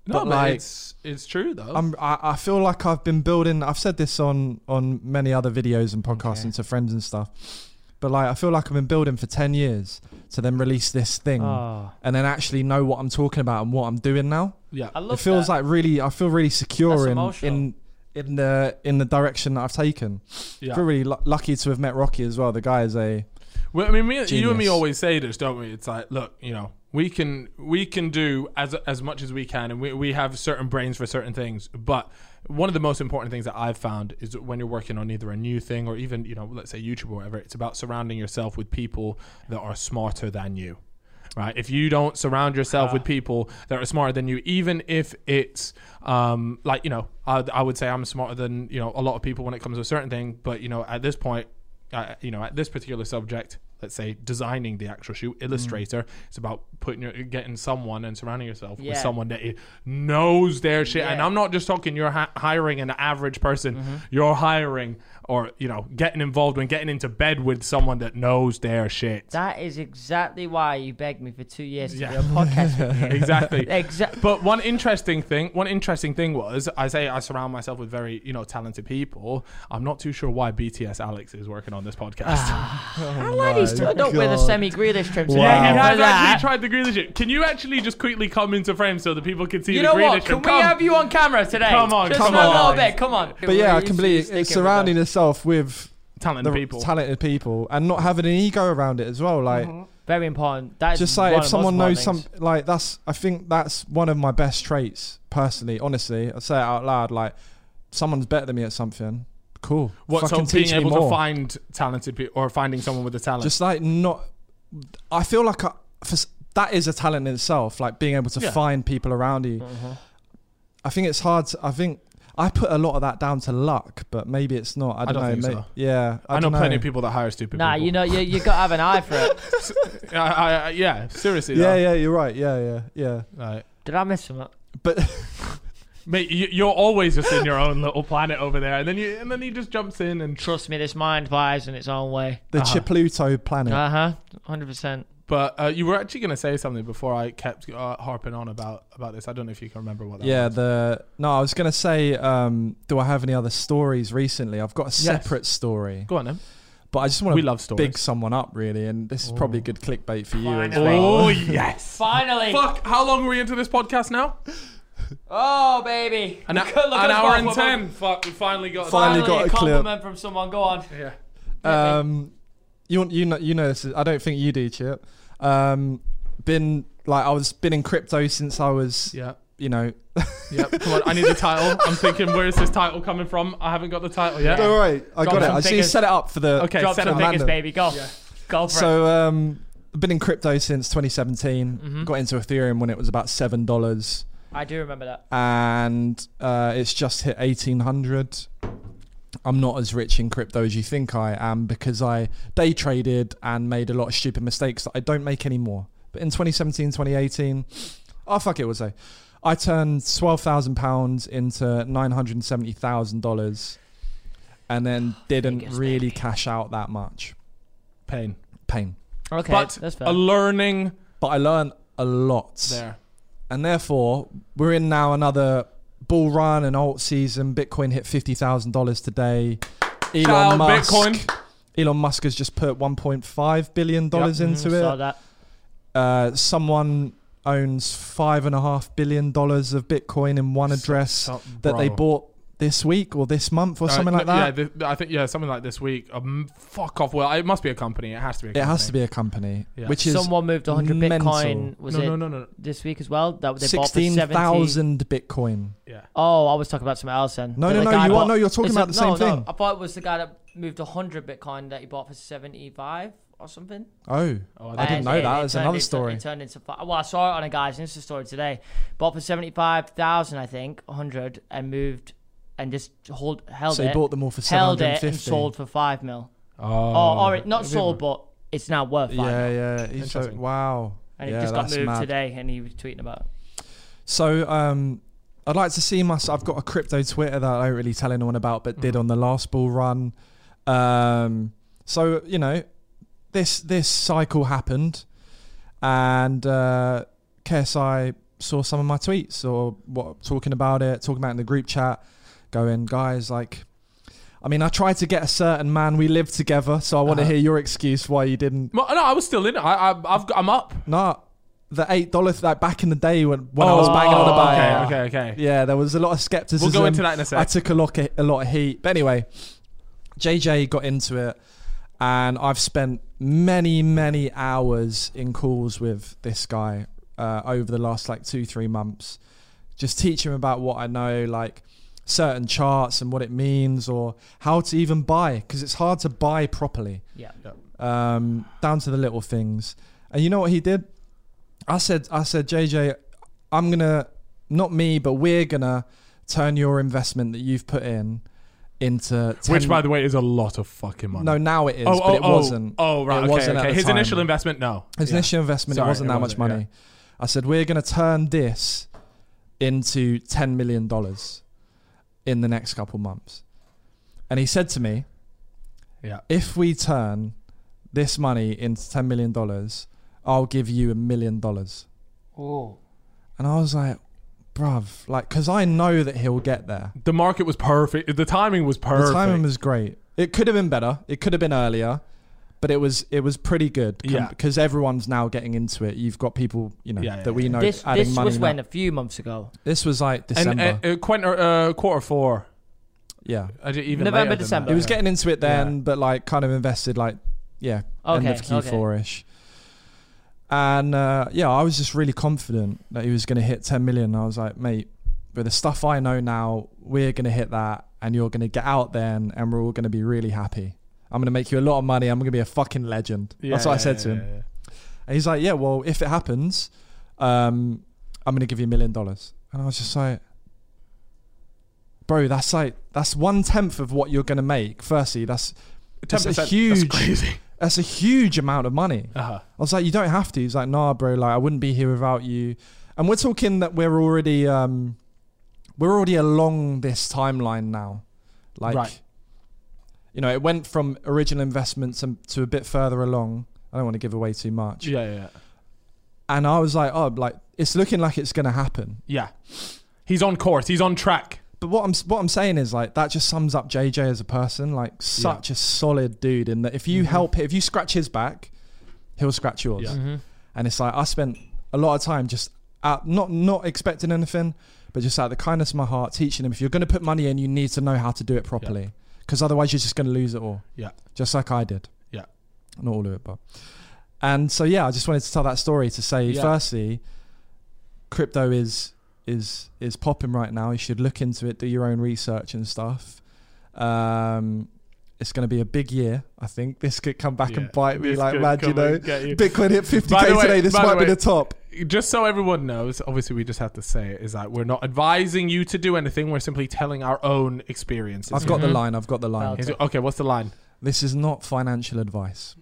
S2: Mm-hmm. No,
S1: but
S2: but
S1: like-
S2: it's it's true though.
S1: I'm I, I feel like I've been building. I've said this on on many other videos and podcasts and to friends and stuff. But like I feel like I've been building for ten years to then release this thing
S3: Oh,
S1: and then actually know what I'm talking about and what I'm doing now.
S2: yeah.
S3: I love
S1: it feels
S3: that.
S1: like really I feel really
S3: That's
S1: secure in
S3: emotional.
S1: in in the in the direction that I've taken. I feel
S2: yeah.
S1: really lu lucky to have met Rocky as well. The guy is a
S2: Well, I mean, me, you and me
S1: Genius.
S2: always say this, don't we? It's like, look, you know, we can we can do as as much as we can, and we we have certain brains for certain things. But one of the most important things that I've found is that when you're working on either a new thing or even you know, let's say YouTube or whatever, it's about surrounding yourself with people that are smarter than you. Right. If you don't surround yourself
S3: Uh.
S2: with people that are smarter than you, even if it's um, like you know, I, I would say I'm smarter than you know a lot of people when it comes to a certain thing. But you know, at this point, uh, you know, at this particular subject, let's say designing the actual shoe,
S3: Mm.
S2: Illustrator, it's about putting your, getting someone and surrounding yourself
S3: Yeah.
S2: with someone that i- knows their shit. And
S3: Yeah. Mm-hmm.
S2: I'm not just talking you're hi- hiring an average person, you're hiring or, you know, getting involved and getting into bed with someone that knows their shit.
S3: that is exactly why you begged me for two years to
S2: Yeah.
S3: do a podcast with you.
S2: exactly.
S3: Exactly.
S2: But one interesting thing, one interesting thing was, I say I surround myself with very, you know, talented people. I'm not too sure why BTS Alex is working on this podcast.
S3: Ah. That lady's turned up with a
S1: Oh God.
S3: semi Grealish trim today.
S1: Wow.
S2: Yeah, he
S3: and for
S2: has
S3: that-
S2: actually tried the Grealish shit. Can you actually just quickly come into frame so that people can see
S3: You
S2: the
S3: know
S2: Grealish
S3: what?
S2: trim?
S3: Can
S2: Come.
S3: we have you on camera today?
S2: Come on,
S3: Just
S2: come
S3: for a little
S2: on.
S3: bit. Come on.
S1: But yeah, I
S3: We're used to
S1: completely
S3: sticking
S1: surrounding
S3: with us.
S1: yourself with
S2: Talented
S1: the
S2: people.
S1: talented people and not having an ego around it as well. Like
S3: Very important. That is
S1: just
S3: one
S1: like
S3: of
S1: if
S3: the
S1: someone
S3: most
S1: knows
S3: important
S1: some like that's I think that's one of my best traits personally. Honestly, I say it out loud. Like someone's better than me at something. Cool.
S2: What's
S1: Fucking
S2: so being
S1: teach me
S2: able
S1: more.
S2: to find talented people or finding someone with a talent?
S1: Just like not. I feel like I, for s- that is a talent in itself, like being able to
S2: Yeah.
S1: find people around you. I think it's hard. To, I think I put a lot of that down to luck, but maybe it's not. I don't,
S2: don't
S1: know.
S2: think
S1: may-
S2: so.
S1: Yeah,
S2: I, know
S1: don't
S2: plenty of people that hire stupid
S3: Nah,
S2: people.
S3: you know, you you gotta have an eye for it.
S2: I, I, I- yeah, seriously.
S1: Yeah,
S2: though.
S1: yeah, you're right. Yeah, yeah, yeah.
S2: Right.
S3: Did I miss something?
S1: But
S2: Mate, you- you're always just in your own little planet over there, and then you and then he just jumps in and.
S3: Trust me, this mind flies in its own way.
S1: the
S2: Uh-huh.
S1: Chipluto planet.
S3: Uh huh, hundred percent.
S2: But uh, you were actually going to say something before I kept uh, harping on about about this. I don't know if you can remember what. That
S1: yeah,
S2: was.
S1: the no. I was gonna say, um, do I have any other stories recently? I've got a separate story,
S2: Go on then.
S1: but I just want
S2: We
S1: to
S2: love stories.
S1: big someone up really, and this is probably good clickbait for you. as
S3: Finally.
S1: well.
S2: Oh yes.
S3: Finally,
S2: Fuck! How long are we into this podcast now?
S3: oh baby,
S2: An,
S3: Look at- look at
S2: an
S3: the
S2: hour and
S3: compliment.
S2: ten. Fuck! We finally got.
S1: Fuck. Finally got a clip. Uh,
S3: compliment from someone. Go on.
S2: Yeah.
S1: Um, you want- you know you know this. Is, I don't think you do, Chip. Um, been like I was been in crypto since I was
S2: Yeah.
S1: you know.
S2: Yeah. Come on. I need the title. I'm thinking, where is this title coming from? I haven't got the title yet.
S1: All right, I
S3: Drop
S1: got it.
S3: some
S1: I just need to
S3: figures.
S1: set it up for the
S2: Okay.
S3: Drop
S2: set
S3: some
S2: up
S3: figures,
S1: random.
S3: baby. Go, go for it.
S1: So um, been in crypto since 2017. Got into Ethereum when it was about seven dollars,
S3: I do remember that.
S1: and uh, it's just hit 1800. I'm not as rich in crypto as you think I am because I day traded and made a lot of stupid mistakes that I don't make anymore. But in 2017, 2018, oh fuck it, was I? I turned twelve thousand pounds into nine hundred seventy thousand dollars, and then didn't
S3: Figures,
S1: really
S3: baby.
S1: cash out that much.
S2: Pain.
S1: Pain.
S3: Okay,
S2: but
S3: that's fair.
S2: a learning
S1: but I learned a lot.
S2: there.
S1: And therefore, we're in now another bull run and alt season. Bitcoin hit fifty thousand dollars today. Elon
S2: Shout out
S1: Musk.
S2: Bitcoin.
S1: Elon Musk has just put one point five billion dollars
S2: Yep.
S1: into
S3: Mm, Saw
S1: it.
S3: that.
S1: Uh, someone owns five and a half billion dollars of Bitcoin in one
S2: So-
S1: address
S2: so-
S1: that they
S2: bro.
S1: bought this week or this month or
S2: Uh,
S1: something like
S2: no,
S1: that.
S2: Yeah, th- I think yeah, something like this week. Um, fuck off. Well, it must be a company. It has to be. A
S1: it
S2: company.
S1: has to be a company,
S2: Yeah.
S1: which is
S3: Someone moved 100
S1: mental.
S3: Bitcoin. Was
S2: no,
S3: it
S2: no, no, no, no.
S3: this week as well? That they bought for
S1: sixteen
S3: 70.
S1: thousand Bitcoin.
S2: Yeah.
S3: Oh, I was talking about something else then.
S1: No,
S3: The
S1: no, no,
S3: guy
S1: you are-
S3: bought-
S1: no, you're talking
S3: Listen,
S1: about the same
S3: no, no,
S1: thing.
S3: I thought it was the guy that moved 100 Bitcoin that he bought for 75 or something.
S1: Oh,
S2: Oh,
S1: I didn't
S3: And
S1: know
S3: it-
S1: that.
S3: it
S1: That's
S3: turned
S1: another
S3: into-
S1: story.
S3: It turned into fi- well, I saw it on a guy's Insta story today. Bought for seventy five thousand, I think, hundred, and moved, and just hold held
S1: so
S3: it,
S1: he bought them all for seven
S3: held
S1: hundred
S3: it,
S1: fifty.
S3: and sold for five mil.
S2: Oh,
S3: Oh, or it, not sold, but it's now worth five.
S1: Yeah,
S3: mil.
S1: yeah. He's so,
S2: Interesting.
S1: wow.
S3: And
S1: yeah,
S3: it just got
S1: that's
S3: moved
S1: mad.
S3: today, and he was tweeting about. it.
S1: So, um, I'd like to see myself. I've got a crypto Twitter that I don't really tell anyone about, but
S2: Mm-hmm.
S1: did on the last bull run. Um, so you know, this this cycle happened, and uh, KSI saw some of my tweets or what talking about it, talking about it in the group chat, going guys like. I mean, I tried to get a certain man. We lived together, so I want
S2: Uh-huh.
S1: to hear your excuse why you didn't.
S2: Well, no, I was still in it. I, I, I've got, I'm up.
S1: No, the eight dollar like back in the day when when I was banging on
S2: oh,
S1: about it.
S2: okay, okay, okay.
S1: Yeah, there was a lot of skepticism.
S2: We'll go into that in a
S1: I
S2: sec.
S1: took a lot, a lot of heat, but anyway, JJ got into it, and I've spent many, many hours in calls with this guy uh, over the last like two, three months, just teach him about what I know, like certain charts and what it means, or how to even buy, because it's hard to buy properly
S3: Yeah.
S1: um, down to the little things. And you know what he did? I said, I said, JJ, I'm gonna, not me, but we're gonna turn your investment that you've put in into. 10
S2: Which, by the way, is a lot of fucking money.
S1: no, now it is,
S2: oh,
S1: but
S2: oh,
S1: it
S2: oh,
S1: wasn't.
S2: Oh, right.
S1: It
S2: okay,
S1: wasn't at
S2: okay.
S1: the
S2: His
S1: time.
S2: initial investment, no.
S1: His
S2: Yeah.
S1: initial investment,
S2: Sorry,
S1: it wasn't
S2: it
S1: that
S2: wasn't,
S1: much money. I said, we're gonna turn this into ten million dollars in the next couple months. And he said to me,
S2: Yeah.
S1: if we turn this money into ten million dollars, I'll give you a million dollars.
S3: Oh.
S1: And I was like, bruv, like, because I know that he'll get there.
S2: The market was perfect. The timing was
S1: The
S2: perfect.
S1: timing was great. It could have been better. It could have been earlier, but it was it was pretty good.
S2: Yeah.
S1: because everyone's now getting into it. You've got people, you know,
S2: Yeah, yeah,
S1: that we
S2: yeah.
S1: know
S3: This
S1: adding
S3: this
S1: money.
S3: was
S1: now.
S3: when a few months ago.
S1: this was like
S2: and
S1: December.
S2: uh, uh, quarter, uh, quarter four.
S1: yeah,
S2: I did- even
S3: November,
S2: later than
S3: December.
S2: that.
S1: it was getting into it then,
S2: uh, Yeah.
S1: but like kind of invested like yeah, end
S3: Okay,
S1: of
S3: okay.
S1: Q4 ish. And uh, yeah, I was just really confident that he was going to hit 10 million. I was like, mate, with the stuff I know now, we're going to hit that, and you're going to get out then, and we're all going to be really happy. I'm going to make you a lot of money. I'm going to be a fucking legend.
S2: Yeah,
S1: That's what I
S2: yeah,
S1: said
S2: yeah,
S1: to him.
S2: yeah, yeah.
S1: And he's like, yeah, well, if it happens, um, I'm going to give you a million dollars. And I was just like, bro, that's like, that's one tenth of what you're going to make. Firstly, that's, that's a
S2: 10%,
S1: huge,
S2: That's crazy.
S1: that's a huge amount of money.
S2: Uh-huh.
S1: I was like, you don't have to. He's like, nah, bro, like I wouldn't be here without you. And we're talking that we're already um we're already along this timeline now. Like
S2: Right.
S1: you know, it went from original investments and to a bit further along. I don't want to give away too much.
S2: Yeah, yeah, yeah.
S1: And I was like, oh, like it's looking like it's gonna happen.
S2: Yeah. He's on course. He's on track.
S1: But what I'm what I'm saying is like that just sums up JJ as a person. Like such a solid dude. In that if you help, if you scratch his back, he'll scratch yours.
S2: Mm-hmm. Yeah.
S3: Mm-hmm.
S1: And it's like I spent a lot of time just out, not not expecting anything, but just out of the kindness of my heart, teaching him if you're going to put money in, you need to know how to do it properly, because otherwise you're just going to lose it all.
S2: Yeah.
S1: Just like I did.
S2: Yeah.
S1: Not all of it, but. And so yeah, I just wanted to tell that story to say,
S2: Yeah.
S1: firstly, crypto is is is popping right now. You should look into it, do your own research and stuff. Um, it's going to be a big year, I think. This could come back
S2: Yeah.
S1: and bite me
S2: This
S1: like
S2: could
S1: mad, you
S2: come and
S1: know.
S2: get you.
S1: Bitcoin hit 50k
S2: By the way-
S1: today. This
S2: by the
S1: might be
S2: way-
S1: the top.
S2: Just so everyone knows, obviously we just have to say it, is that we're not advising you to do anything. We're simply telling our own experiences.
S1: I've got the line. I've got the line.
S3: Okay.
S2: Is it- okay, what's the line? Hmm.
S1: This is not financial advice.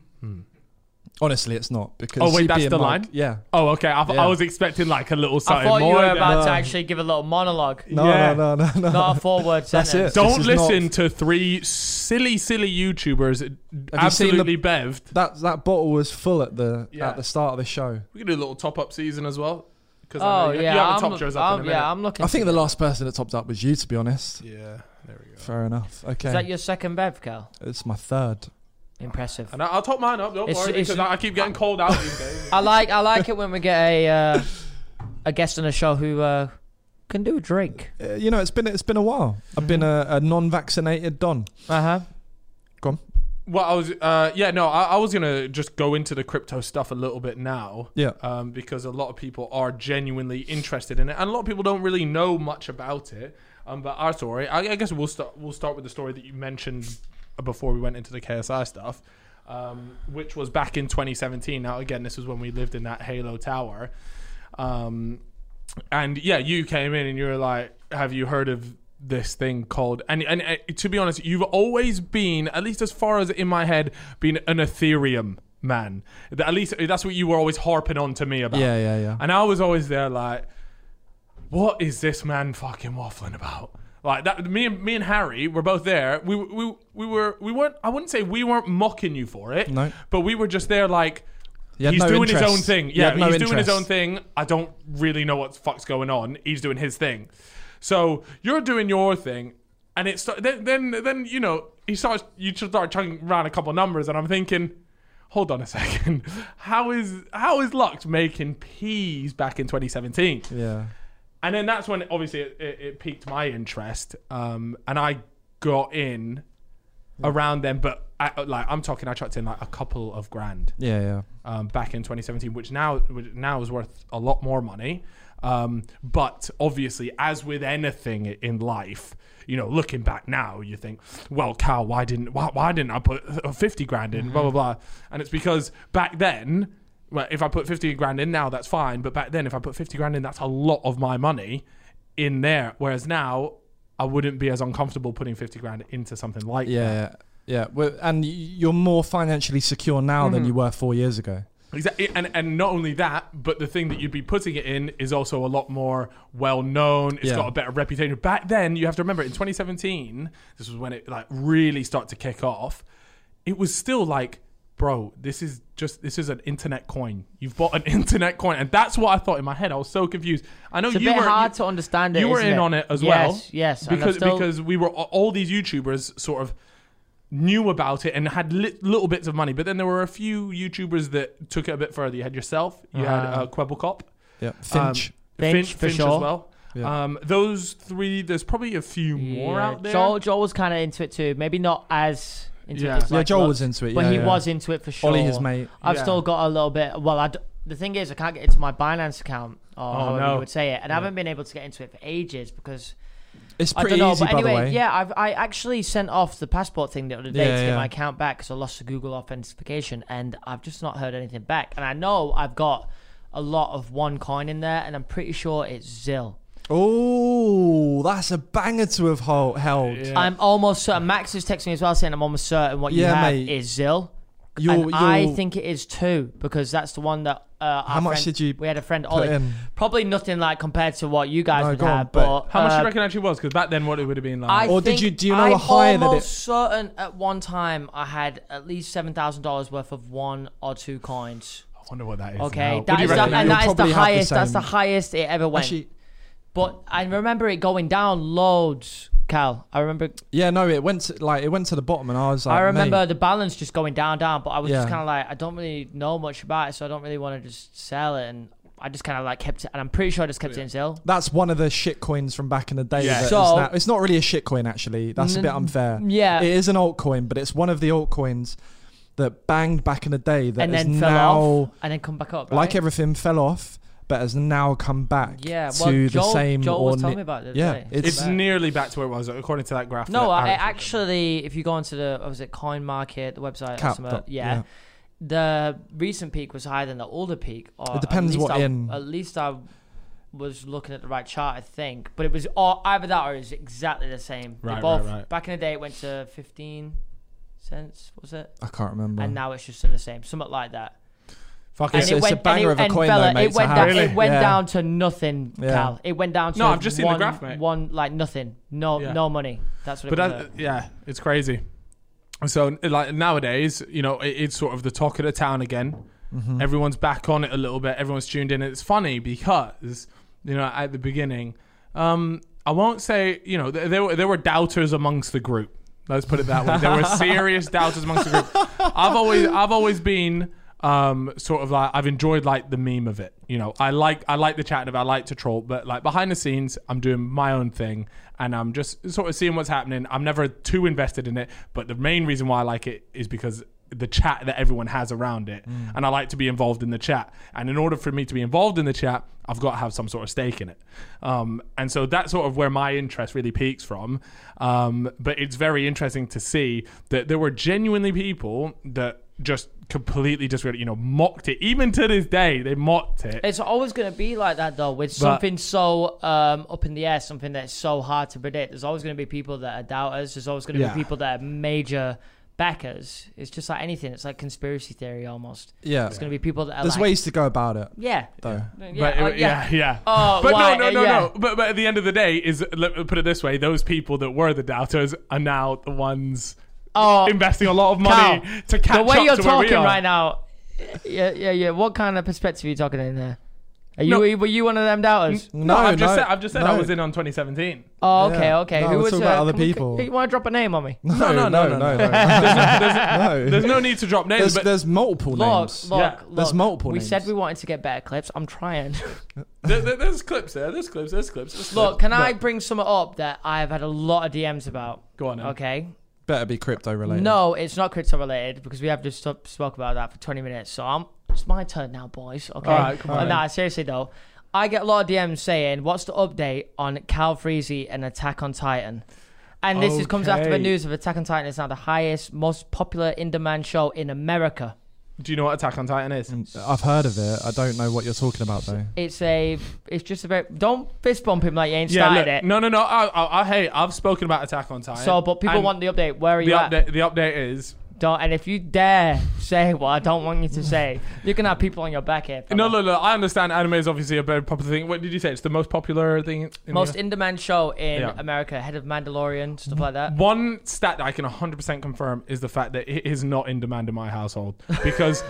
S1: Honestly, it's not because.
S2: Oh, wait, that's
S1: CB and
S2: the
S1: Mike-
S2: line?
S1: Yeah.
S2: Oh, okay. I,
S1: Yeah.
S2: I was expecting like a little
S3: I
S2: something
S3: thought you
S2: more.
S3: were
S2: than-
S3: about to
S1: Yeah.
S3: actually give a little monologue,
S1: No,
S2: Yeah.
S1: no, no, no, no.
S3: not a four-word
S1: That's
S3: sentence.
S1: it.
S2: Don't
S1: This is not-
S2: listen to three silly, silly YouTubers
S1: you seen the-
S2: absolutely bevved.
S1: That that bottle was full at the
S2: Yeah.
S1: at the start of the show.
S2: We can do a little top up season as well. Because
S3: Oh yeah,
S2: you haven't
S3: I'm,
S2: topped yours up
S3: I'm-
S2: in a minute.
S3: yeah, I'm looking.
S1: I think the last person that topped up was you, to be honest.
S2: Yeah, there we go.
S1: Fair enough. Okay.
S3: is that your second bev, Cal?
S1: it's my third.
S3: Impressive.
S2: And I- I'll top mine up. Don't
S3: It's-
S2: worry,
S3: it's-
S2: because I I keep getting called out these days.
S3: I like I like it when we get a uh, a guest on the show who uh, can do a drink.
S1: Uh, you know, it's been it's been a while. I've been a, a non-vaccinated don.
S3: Uh huh.
S2: Well, I was, uh, yeah, no, I, I was gonna just go into the crypto stuff a little bit now.
S1: Yeah.
S2: Um, because a lot of people are genuinely interested in it, and a lot of people don't really know much about it. Um, but our story, I, I guess we'll start. We'll start with the story that you mentioned before we went into the KSI stuff, um, which was back in 2017. Now, again, this was when we lived in that Halo Tower. Um, and yeah, you came in and you were like, "Have you heard of this thing called?" And and uh, to be honest, you've always been, at least as far as in my head, been an Ethereum man. That- At least that's what you were always harping on to me about.
S1: Yeah, yeah, yeah.
S2: And I was always there like, "What is this man fucking waffling about?" Like that, me and me and Harry were both there. We we we were we weren't. I wouldn't say we weren't mocking you for it.
S1: No.
S2: but we were just there like
S1: You had
S2: he's
S1: no
S2: doing his
S1: interest.
S2: own thing.
S1: You
S2: Yeah,
S1: had no
S2: he's doing his
S1: interest.
S2: own thing. I don't really know what the fuck's going on. He's doing his thing. So you're doing your thing, and it's then then then you know he starts you just start chugging around a couple numbers, and I'm thinking. Hold on a second. How is how is Lux making peas back in 2017?
S1: Yeah.
S2: and then that's when obviously it, it, it piqued my interest um and i got in around then but I, like i'm talking i chucked in like a couple of grand
S1: Yeah, yeah.
S2: um, back in 2017 which now which now is worth a lot more money um but obviously as with anything in life you know looking back now you think well cow why didn't why, why didn't i put 50 grand in blah blah blah and it's because back then well, if I put 50 grand in now, that's fine. But back then, if I put 50 grand in, that's a lot of my money in there. Whereas now, I wouldn't be as uncomfortable putting 50 grand into something like
S1: Yeah, yeah. Yeah, well, and y- you're more financially secure now than you were four years ago.
S2: Exactly, and and not only that, but the thing that you'd be putting it in is also a lot more well known. It's
S1: Yeah.
S2: got a better reputation. Back then, you have to remember, in 2017, this was when it like really started to kick off. It was still like, bro, this is just this is an internet coin. You've bought an internet coin, and that's what I thought in my head. I was so confused. I know
S3: It's a
S2: you
S3: bit
S2: were
S3: hard
S2: you,
S3: to understand it.
S2: you were
S3: isn't
S2: in on it as well.
S3: Yes, yes. and I'm
S2: because
S3: still-
S2: because we were all these YouTubers sort of knew about it and had li- little bits of money, but then there were a few YouTubers that took it a bit further. You had yourself, you had
S3: Uh-huh.
S2: uh, Quebblecop,
S1: Yeah,
S2: um,
S1: Finch.
S3: Finch, for sure.
S2: as well.
S1: Yeah.
S2: Um, those three, there's probably a few more
S3: Yeah.
S2: out there.
S3: Joel, Joel was kind of into it too. Maybe not as into
S2: Yeah.
S3: it. as
S1: yeah,
S3: like
S1: Joel
S3: Lux,
S1: was into it.
S3: but
S1: yeah,
S3: he
S1: yeah.
S3: was into it for sure.
S1: Ollie, his mate.
S3: I've
S2: Yeah.
S3: still got a little bit. Well, I d- the thing is, I can't get into my Binance account, or
S2: Oh,
S3: however
S2: no.
S3: you would say it, and
S2: Yeah.
S3: I haven't been able to get into it for ages because
S1: It's
S3: I
S1: pretty
S3: don't know,
S1: easy,
S3: but
S1: by
S3: anyway,
S1: the way.
S3: yeah, I've, I actually sent off the passport thing the other day
S1: Yeah,
S3: to get
S1: yeah.
S3: my account back because I lost the Google authentication, and I've just not heard anything back. And I know I've got a lot of one coin in there, and I'm pretty sure it's Zill.
S1: Oh, that's a banger to have hol- held.
S2: Yeah.
S3: I'm almost certain. Max has texted me as well saying I'm almost certain what you
S1: Yeah,
S3: have
S1: mate.
S3: is Zill.
S1: You're-
S3: and I
S1: you're-
S3: think it is too because that's the one that. Uh, our
S1: How much
S3: friend-
S1: did you
S3: We had a friend Ollie.
S1: in?
S3: Probably nothing like compared to what you guys
S1: No,
S3: would
S1: go on,
S3: have.
S1: but-
S3: but
S2: How much do
S3: uh,
S2: you reckon actually was? Because back then, what it would have been like?
S3: I
S1: Or did
S3: think
S1: you- do you know
S3: I'm
S1: a higher that it-
S3: almost certain at one time I had at least seven thousand dollars worth of one or two coins.
S2: I wonder what
S1: Oh,
S2: that is.
S3: Okay,
S2: now.
S3: that
S2: Would you
S3: is the,
S2: reckon
S1: that
S3: and
S1: you'll
S2: was-
S3: that is the
S1: probably have the
S3: highest. that's the
S1: same?
S3: highest it ever went.
S1: Actually,
S3: but I remember it going down loads, Cal. I remember.
S1: yeah, no, it went to, like it went to the bottom, and I was like,
S3: I remember
S1: mate,
S3: the balance just going down, down. But I was just
S1: Yeah.
S3: kind of like, I don't really know much about it, so I don't really want to just sell it. And I just kind of like kept it, and I'm pretty sure I just kept it in sale.
S1: that's one of the shit coins from back in the day.
S2: Yeah.
S1: that is
S3: So-
S1: now- it's not really a shit coin actually. That's a bit
S3: N-
S1: unfair.
S3: yeah.
S1: it is an altcoin, but it's one of the altcoins that banged back in the day that
S3: and
S1: is
S3: then fell
S1: now
S3: off, and then come back up. Right?
S1: like everything fell off, but has now come back.
S3: yeah,
S1: to
S3: well,
S1: the
S3: Joel,
S1: same
S3: Joel
S1: or
S3: was telling
S1: ni-
S3: me about it. the
S1: yeah,
S3: other day.
S1: it's-
S2: It's nearly back to where it was, according to that graph.
S3: No,
S2: that
S3: I
S2: Aaron showed me.
S3: actually, if you go onto the, what was it Coin Market, the website, or
S1: Cap
S3: something,
S1: dot-
S3: yeah,
S1: yeah.
S3: the recent peak was higher than the older peak. Or
S1: It depends
S3: at least
S1: what
S3: I,
S1: in.
S3: At least I was looking at the right chart, I think. But it was all, either that or it was exactly the same. They
S2: Right, right,
S3: both,
S2: right.
S3: Back in the day, it went to 15 cents, was it?
S1: I can't remember.
S3: And now it's just in the same, something like that.
S2: Fuck
S3: And
S1: It's-
S2: it.
S1: it's a banger of a
S3: and
S1: coin
S3: fella,
S1: though, mate,
S3: It
S1: to
S3: went,
S1: have.
S3: down,
S2: Really?
S3: it went
S1: Yeah.
S3: down to nothing,
S1: Yeah.
S3: Cal. It went down to
S2: No, I've just seen the
S3: one,
S2: graph, mate.
S3: one like nothing, no,
S2: Yeah.
S3: no money. That's what
S2: But
S3: it was. at.
S2: that, yeah, it's crazy. So like nowadays, you know, it, it's sort of the talk of the town again. Everyone's back on it a little bit. Everyone's tuned in. It's funny because you know at the beginning, um, I won't say you know th- there were there were doubters amongst the group. Let's put it that way. There were serious doubters amongst the group. I've always I've always been um, sort of like I've enjoyed like the meme of it. You know, I like I like the chat of it, I like to troll, but like behind the scenes, I'm doing my own thing and I'm just sort of seeing what's happening. I'm never too invested in it, but the main reason why I like it is because the chat that everyone has around it and I like to be involved in the chat. And in order for me to be involved in the chat, I've got to have some sort of stake in it. Um, and so that's sort of where my interest really peaks from. Um, but it's very interesting to see that there were genuinely people that just completely just really, you know, mocked it. Even to this day, they mocked it.
S3: It's always going to be like that, though, with something so um, up in the air, something that's so hard to predict. There's always going to be people that are doubters. There's always going to
S1: Yeah.
S3: be people that are major backers. It's just like anything. It's like conspiracy theory almost.
S1: yeah,
S3: There's going to be people that are
S1: there's
S3: like,
S1: ways to go about it
S3: yeah,
S1: though.
S3: yeah,
S2: But
S3: oh,
S2: it- yeah, yeah.
S3: Oh,
S2: but
S3: why?
S2: no, no,
S3: Uh,
S2: no,
S3: yeah.
S2: no. But, but at the end of the day, is let me put it this way: those people that were the doubters are now the ones
S3: Oh,
S2: investing a lot of money
S3: Cal,
S2: to catch
S3: the way
S2: up
S3: you're
S2: to where we
S3: talking
S2: are.
S3: right now. Yeah, yeah, yeah. What kind of perspective are you talking in there? Are you
S2: No.
S3: were you one of them doubters?
S2: No, I've just
S1: no,
S2: said, I've just said I
S1: no.
S2: was in on 2017.
S3: Oh, okay,
S1: Yeah.
S3: okay.
S1: No,
S3: Who
S1: we're
S3: was
S1: talking about
S3: uh,
S1: other
S3: can we-
S1: people.
S3: you want to drop a name on me?
S1: No,
S2: no, no, no,
S1: no. no.
S2: There's no need to drop names,
S1: There's,
S2: but
S1: there's multiple
S3: Look,
S1: names.
S3: look,
S2: Yeah.
S3: look.
S1: There's multiple
S3: We
S1: names.
S3: said we wanted to get better clips. I'm trying.
S2: there, there- there's clips there. There's clips. There's clips. There's
S3: Look,
S2: clips.
S3: can I bring some up that I've had a lot of DMs about?
S2: Go on. Then.
S3: Okay.
S1: Better be crypto related.
S3: No, it's not crypto related because we have just stop- spoke about that for 20 minutes. So I'm, it's my turn now, boys. Okay.
S2: All right, come on
S3: Uh,
S2: then.
S3: Nah, seriously though, I get a lot of DMs saying, "What's the update on Cal Freezy and Attack on Titan?" And this is, comes after the
S2: Okay.
S3: news of Attack on Titan is now the highest, most popular in-demand show in America.
S2: Do you know what Attack on Titan is?
S1: I've heard of it. I don't know what you're talking about though.
S3: It's a, it's just a very. Don't fist bump him like you ain't
S2: Yeah,
S3: started
S2: look,
S3: it.
S2: no, no, no. I, I, I, hey, I've spoken about Attack on Titan.
S3: So, but people
S2: and
S3: want the update. Where are
S2: the
S3: you at?
S2: update. The update is
S3: Don't. And if you dare say what I don't want you to say, you can have people on your back here.
S2: No, no,
S3: fella.
S2: no. I understand anime is obviously a very popular thing. What did you say? It's the most popular thing. In
S3: Most
S2: the-
S3: in-demand show in
S2: Yeah.
S3: America, head of Mandalorian, stuff like that.
S2: One stat that I can 100% confirm is the fact that it is not in demand in my household because.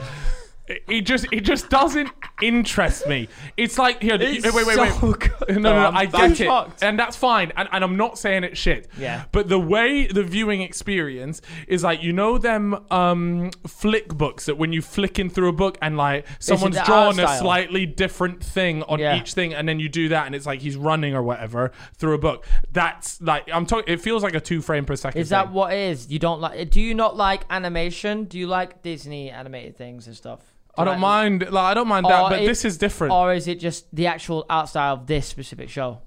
S2: It it just it just doesn't interest me. It's like here.
S3: It's
S2: wait, wait, wait.
S3: so good,
S2: No,
S3: though.
S2: no,
S3: I'm-
S2: no. I
S3: I'm
S2: get it,
S3: shocked.
S2: and that's fine. And, and I'm not saying it's shit.
S3: Yeah.
S2: But the way the viewing experience is like you know them um, flick books that when you flicking through a book and like someone's
S3: the art
S2: drawn a
S3: style?
S2: slight slightly different thing on
S3: Yeah.
S2: each thing, and then you do that, and it's like he's running or whatever through a book. That's like I'm talking. It feels like a two frame per second.
S3: Is that
S2: thing.
S3: what it is? You don't like? Do you not like animation? Do you like Disney animated things and stuff?
S2: I
S3: Do you
S2: don't
S3: like-
S2: mind. Like I don't mind
S3: Or
S2: that, but
S3: it-
S2: this is different.
S3: Or is it just the actual art style of this specific show?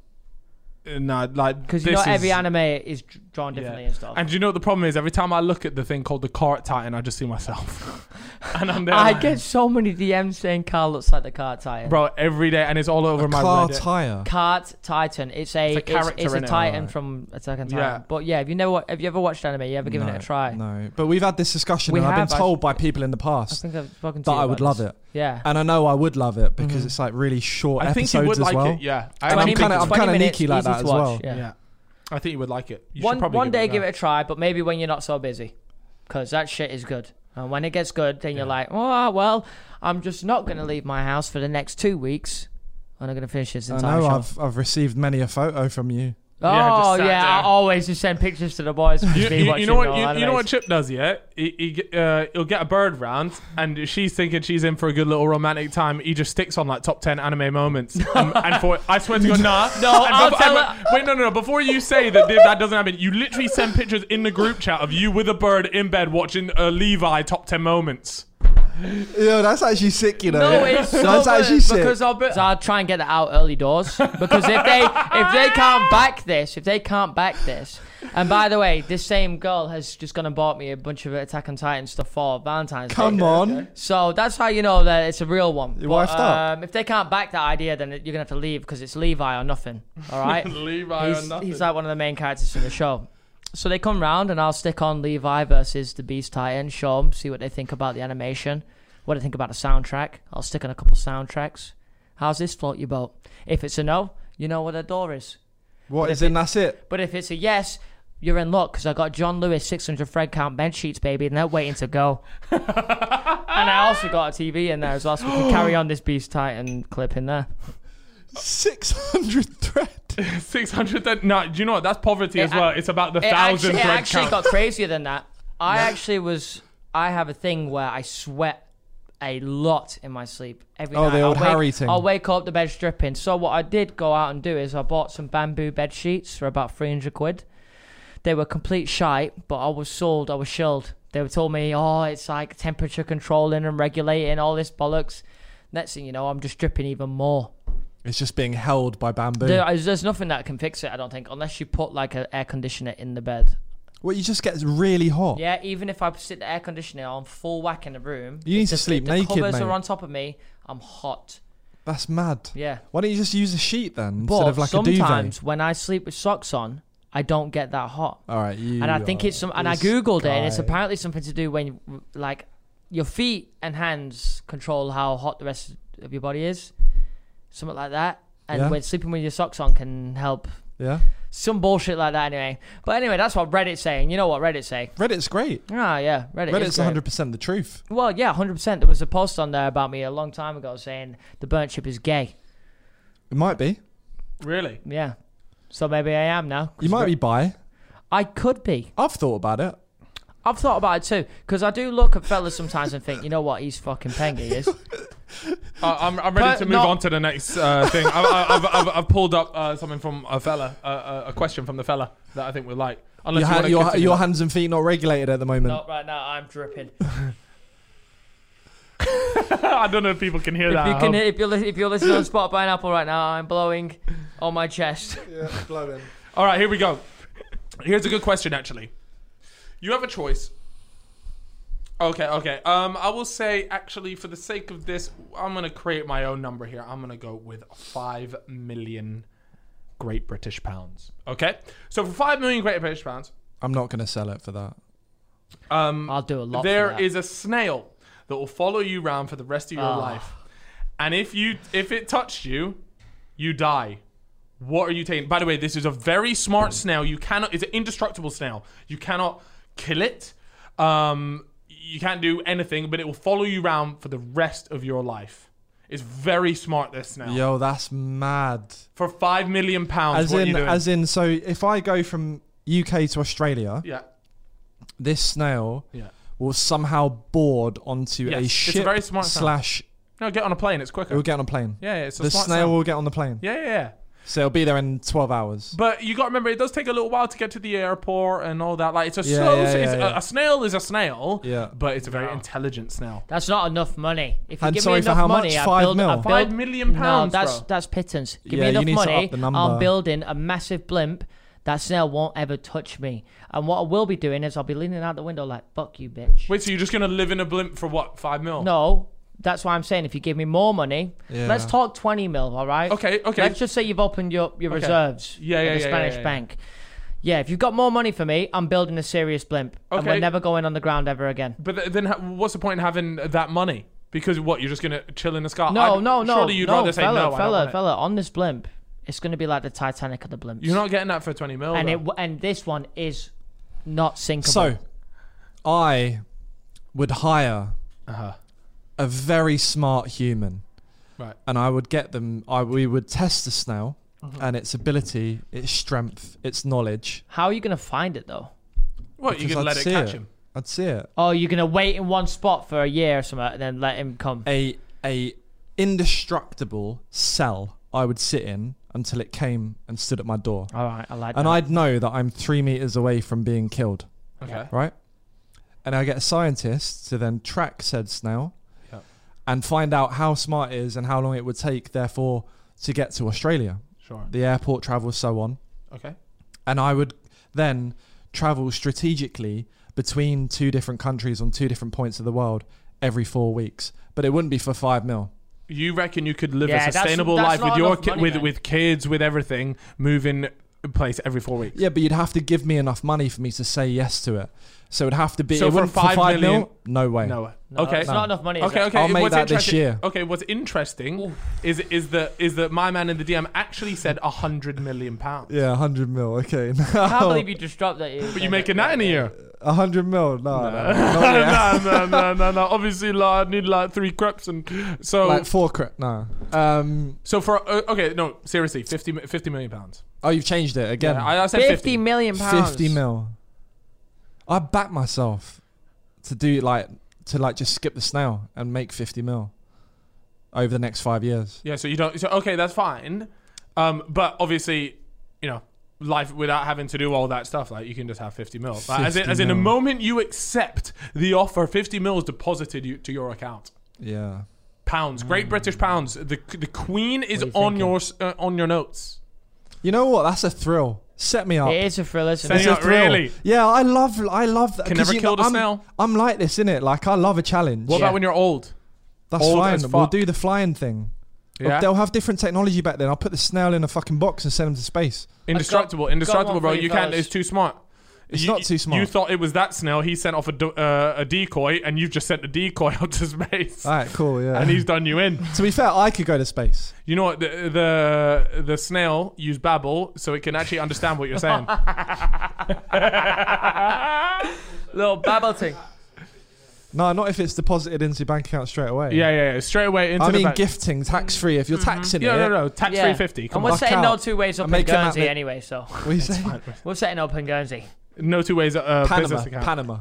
S2: no, like
S3: Because you know
S2: this is-
S3: every anime is d- drawn differently and stuff.
S2: And do you know what the problem is? Every time I look at the thing called the Cart Titan, I just see myself. and I'm there.
S3: I
S2: like,
S3: get so many DMs saying Carl looks like the cart titan.
S2: Bro, every day, and it's all over my
S1: Car
S2: Reddit.
S1: tire.
S3: Cart Titan. It's
S2: It's
S3: a
S2: a
S3: it's it's a,
S2: character, innit?
S3: titan
S1: Alright.
S3: from Attack on Titan.
S2: Yeah.
S3: But yeah, have you never wa- have you ever watched anime? You ever given
S1: no,
S3: it a try?
S1: No, but we've had this discussion,
S3: We
S1: and I've
S3: have,
S1: been
S3: I-
S1: told by people in the
S3: I
S1: past
S3: think I've spoken to
S1: that
S3: you
S1: I
S3: about
S1: would love
S3: this.
S1: it,
S3: Yeah.
S1: and I know I would love it because
S3: Mm-hmm.
S2: Mhm.
S1: it's like really short
S2: I think
S1: episodes
S2: you would
S1: as
S2: like
S1: well.
S2: it. Yeah. I,
S1: And I'm
S3: 20
S1: kinda-
S3: minutes,
S1: I'm
S3: 20
S1: kinda
S3: minutes,
S1: neaky like
S3: easy
S1: that
S3: to
S1: as
S3: watch,
S1: well.
S3: Yeah.
S2: yeah. I think you would like it. You should
S3: One
S2: probably
S3: one
S2: give
S3: day
S2: it a
S3: give
S2: go.
S3: it a try, but maybe when you're not so busy, because that shit is good. And when it gets good, then you're like, oh well, I'm just not gonna leave my house for the next two weeks. I'm not gonna finish this
S1: I know
S3: entire show.
S1: I've I've received many a photo from you.
S2: Yeah, just
S3: oh
S2: sat
S3: yeah, I
S2: down.
S3: always just send pictures to the boys. of
S2: You,
S3: me
S2: you- you
S3: watching
S2: know what?
S3: all
S2: You, you know
S3: animes.
S2: what Chip does, yeah? He, he ge- uh, he'll get a bird round, and she's thinking she's in for a good little romantic time. He just sticks on like top ten anime moments, and, and for I swear to God, nah,
S3: No,
S2: And
S3: I'll
S2: bef-
S3: tell
S2: and-
S3: her-
S2: Wait, no, no, no. Before you say that that doesn't happen, you literally send pictures in the group chat of you with a bird in bed watching uh, Levi top ten moments.
S1: Yeah, that's actually sick, you know.
S3: No, it's so
S1: that's
S3: good
S1: actually sick.
S3: because I'll, be- so I'll try and get it out early doors because if they if they can't back this, if they can't back this, and by the way, this same girl has just gone and bought me a bunch of Attack on Titan stuff for Valentine's
S1: Come
S3: Day.
S1: on.
S3: So that's how you know that it's a real one.
S1: You
S3: But,
S1: wifed up.
S3: um, If they can't back that idea, then you're gonna have to leave because it's Levi or nothing. All right.
S2: Levi
S3: he's, he's like one of the main characters from the show. So they come round and I'll stick on Levi versus the Beast Titan, show 'em, see what they think about the animation, what they think about the soundtrack. I'll stick on a couple soundtracks. How's this float your boat? If it's a no, you know where the door is.
S1: What is in? That's it.
S3: But if it's a yes, you're in luck because I got John Lewis 600 thread count bench sheets, baby, and they're waiting to go. and I also got a TV in there as well, so we can carry on this Beast Titan clip in there.
S1: Six hundred thread.
S2: six hundred. No, do you know what? That's poverty
S3: It
S2: as well.
S3: ac-
S2: It's about the
S3: It
S2: thousand
S3: actually, it
S2: thread
S3: actually
S2: count.
S3: got crazier than that. I actually was. I have a thing where I sweat a lot in my sleep every
S1: Oh,
S3: night.
S1: the old
S3: I'll wake,
S1: Harry thing.
S3: I'll wake up, the bed's dripping. So what I did go out and do is I bought some bamboo bed sheets for about three hundred quid. They were complete shite, but I was sold. I was shilled. They were told me, oh, it's like temperature controlling and regulating all this bollocks. Next thing you know, I'm just dripping even more.
S1: It's just being held by bamboo.
S3: There, there's nothing that can fix it, I don't think, unless you put like an air conditioner in the bed.
S1: Well, you just get really hot.
S3: Yeah, even if I sit the air conditioner on full whack in the room,
S1: You
S3: if
S1: need
S3: the-
S1: to sleep
S3: if the
S1: naked,
S3: Covers
S1: mate.
S3: are on top of me. I'm hot.
S1: That's mad.
S3: Yeah.
S1: Why don't you just use a sheet then
S3: But
S1: instead of like a duvet?
S3: sometimes when I sleep with socks on, I don't get that hot.
S1: All right, you
S3: and I think
S1: are
S3: it's some. And I
S1: this
S3: googled it, and it's
S1: guy.
S3: apparently something to do when like your feet and hands control how hot the rest of your body is, something like that. And
S1: Yeah.
S3: when sleeping with your socks on can help.
S1: Yeah,
S3: Some bullshit like that, anyway. But anyway, that's what Reddit's saying. You know what Reddit say?
S1: Reddit's great.
S3: Ah, yeah, Reddit. is
S1: Reddit's
S3: great.
S1: 100 percent the truth.
S3: Well, yeah, hundred percent. There was a post on there about me a long time ago saying the burnt chip is gay.
S1: It might be.
S2: really?
S3: Yeah, so maybe I am now.
S1: You might be bi.
S3: I could be.
S1: I've thought about it.
S3: I've thought about it too, because I do look at fellas sometimes and think, you know what, he's fucking peng. He is.
S2: Uh, I'm, I'm ready
S3: But
S2: to move
S3: not-
S2: on to the next uh, thing. I, I, I've, I've, I've pulled up uh, something from a fella, uh, uh, a question from the fella that I think we like. Unless
S1: Your,
S2: you
S1: ha-
S2: wanna
S1: your,
S2: continue
S1: your
S2: that.
S1: hands and feet not regulated at the moment.
S3: Not right now. I'm dripping.
S2: I don't know if people can hear
S3: if
S2: that.
S3: you
S2: at
S3: can,
S2: home.
S3: if you're li- if you're listening on Spotify and Apple right now, I'm blowing on my chest.
S1: Yeah, blowing.
S2: All right, here we go. Here's a good question, actually. You have a choice. Okay, okay. Um, I will say, actually, for the sake of this, I'm gonna create my own number here. I'm gonna go with five million Great British pounds. Okay, so for five million Great British pounds,
S1: I'm not gonna sell it for that.
S2: um,
S3: I'll do a lot.
S2: There
S3: for
S2: is
S3: that.
S2: a snail that will follow you around for the rest of your
S3: Ah.
S2: life. And if you if it touched you, you die. What are you taking? By the way, this is a very smart snail. You cannot it's an indestructible snail. You cannot kill it. Um you can't do anything, but it will follow you around for the rest of your life. It's very smart this snail.
S1: Yo, that's mad.
S2: For five million pounds,
S1: As
S2: what are
S1: in,
S2: you doing?
S1: as in. So if I go from UK to Australia,
S2: yeah.
S1: this snail
S2: Yeah.
S1: will somehow board onto
S2: Yes,
S1: a
S2: it's a
S1: ship
S2: very smart snail.
S1: slash.
S2: No, get on a plane, it's
S1: It
S2: quicker.
S1: will get on a plane.
S2: Yeah, yeah, it's a
S1: the
S2: smart
S1: snail will get on the plane.
S2: Yeah, yeah, yeah.
S1: So it'll be there in 12 hours.
S2: But you got to remember, it does take a little while to get to the airport and all that. Like it's a
S1: Yeah,
S2: slow.
S1: yeah,
S2: it's
S1: yeah, yeah.
S2: A, a snail is a snail.
S1: Yeah.
S2: But it's a very intelligent snail.
S3: That's not enough money. If you
S1: And
S3: give
S1: sorry
S3: me
S1: for
S3: enough
S1: how
S3: money,
S1: much?
S3: I
S1: Five
S3: build, I
S1: mil?
S3: build
S2: Five million pounds,
S3: No, that's
S2: bro.
S3: that's pittance. Give
S1: Yeah,
S3: me
S1: you
S3: enough
S1: need to
S3: money,
S1: up the number.
S3: I'm building a massive blimp. That snail won't ever touch me. And what I will be doing is I'll be leaning out the window like, "Fuck you, bitch."
S2: Wait, so you're just gonna live in a blimp for what? Five mil?
S3: No, that's why I'm saying if you give me more money,
S1: Yeah.
S3: let's talk 20 mil, all right?
S2: Okay, okay.
S3: Let's just say you've opened your, your
S2: Okay.
S3: reserves
S2: Yeah,
S3: at
S2: yeah,
S3: the
S2: yeah, yeah,
S3: Spanish
S2: yeah.
S3: bank. Yeah, if you've got more money for me, I'm building a serious blimp. And
S2: Okay.
S3: we're never going on the ground ever again.
S2: But th- then, ha- what's the point in having that money? Because what? You're just gonna chill in the sky?
S3: No,
S2: I'd-
S3: no, no.
S2: Surely you'd
S3: no,
S2: rather say no.
S3: fella,
S2: I don't
S3: fella,
S2: want it."
S3: fella, on this blimp, it's going to be like the Titanic of the blimps.
S2: You're not getting that for twenty mil.
S3: and,
S2: though.
S3: it, w- and this one is not sinkable.
S1: So I would hire Uh-huh. a very smart human.
S2: Right.
S1: And I would get them, I, we would test the snail
S2: Mm-hmm.
S1: and its ability, its strength, its knowledge.
S3: How are you going to find it, though?
S2: what? You
S1: because
S2: can
S1: I'd
S2: let it
S1: see
S2: catch him.
S1: I'd see it.
S3: Oh, you're going to wait in one spot for a year or something and then let him come.
S1: A, a indestructible cell I would sit in until it came and stood at my door.
S3: All right, I like
S1: And
S3: that.
S1: I'd know that I'm three meters away from being killed.
S2: Okay.
S1: right? And I get a scientist to then track said snail
S2: Yep.
S1: and find out how smart it is and how long it would take, therefore, to get to Australia,
S2: Sure.
S1: the airport travel, so on.
S2: Okay.
S1: And I would then travel strategically between two different countries on two different points of the world every four weeks. But it wouldn't be for five mil.
S2: You reckon you could live
S3: Yeah,
S2: a
S3: that's-
S2: sustainable
S3: that's
S2: life
S3: not
S2: with your
S3: enough
S2: ki-
S3: money,
S2: with
S3: man.
S2: with kids, with everything, moving place every four weeks?
S1: Yeah, but you'd have to give me enough money for me to say yes to it. So it'd have to be
S2: So
S1: it
S2: for
S1: wouldn't-
S2: five
S1: mil?
S2: million-
S1: No way.
S2: No.
S3: No,
S2: okay.
S3: It's not enough money. is
S2: Okay,
S3: it?
S2: okay.
S1: I'll make
S2: what's
S1: that this
S2: interesting-
S1: year.
S2: Okay, what's interesting is is that is that my man in the DM actually said a hundred million pounds.
S1: Yeah, 100 mil. Okay.
S3: I can't believe you just dropped that.
S2: But you're making that in a year.
S1: 100 mil. No. no. no. Uh, Not yet.
S2: no, no, no, no, no. Obviously, like, I need like three creps and so.
S1: like four crit. No. Um.
S2: so for uh, okay, no, seriously, 50, mi- 50 million pounds.
S1: Oh, you've changed it again.
S2: Yeah, I, I said
S3: 50,
S2: 50.
S3: million pounds.
S1: Fifty mil. I back myself to do like to like just skip the snail and make fifty mil over the next five years.
S2: Yeah, so you don't. So okay, that's fine. Um, but obviously, you know, life without having to do all that stuff, like you can just have fifty mil. Like, as in,
S1: 50
S2: as in, the
S1: mil.
S2: moment you accept the offer, fifty mil is deposited you, to your account.
S1: Yeah.
S2: Pounds, Great British pounds. The the Queen is
S3: What are you
S2: on
S3: thinking?
S2: your s- uh, on your notes.
S1: You know what? That's a thrill. Set me up.
S3: It is a thriller. Isn't
S2: Send
S3: it?
S2: you-
S1: It's a
S2: Not
S1: thrill.
S2: really.
S1: Yeah, I love I love that.
S2: Can
S1: 'cause
S2: never
S1: you
S2: kill the
S1: I'm,
S2: snail.
S1: I'm like this in it. Like I love a challenge.
S2: What
S3: Yeah.
S2: about when you're old?
S1: That's
S2: old
S1: fine.
S2: as
S1: We'll
S2: fuck.
S1: do the flying thing.
S2: Yeah.
S1: They'll have different technology back then. I'll put the snail in a fucking box and send him to space.
S2: Indestructible,
S3: got
S2: indestructible,
S3: one
S2: bro.
S3: for you
S2: You can't.
S3: fellas.
S2: It's too smart.
S1: It's
S2: You-
S1: not too smart.
S2: You thought it was that snail. He sent off a, do- uh, a decoy, and you've just sent a decoy out to space,
S1: All right, cool. Yeah.
S2: and he's done you in.
S1: to be fair, I could go to space.
S2: You know what? The, the the snail used Babel so it can actually understand what you're saying.
S3: Little babble thing.
S1: No, not if it's deposited into your bank account straight away.
S2: yeah, yeah, yeah. Straight away into
S1: I
S2: the
S1: mean
S2: bank. Mm-hmm.
S1: gifting, tax free. If you're taxing
S2: Yeah,
S1: it,
S2: no, no. Tax
S3: Yeah.
S2: free fifty.
S3: And
S2: Come
S3: we're
S2: on.
S1: what's- Lock
S3: setting no
S1: out.
S3: two ways up
S1: And
S3: in
S1: make him
S3: Guernsey
S1: admit-
S3: anyway, so
S1: what are you saying?
S3: we're setting up in Guernsey.
S2: No two ways. Uh,
S1: Panama,
S2: business account.
S1: Panama.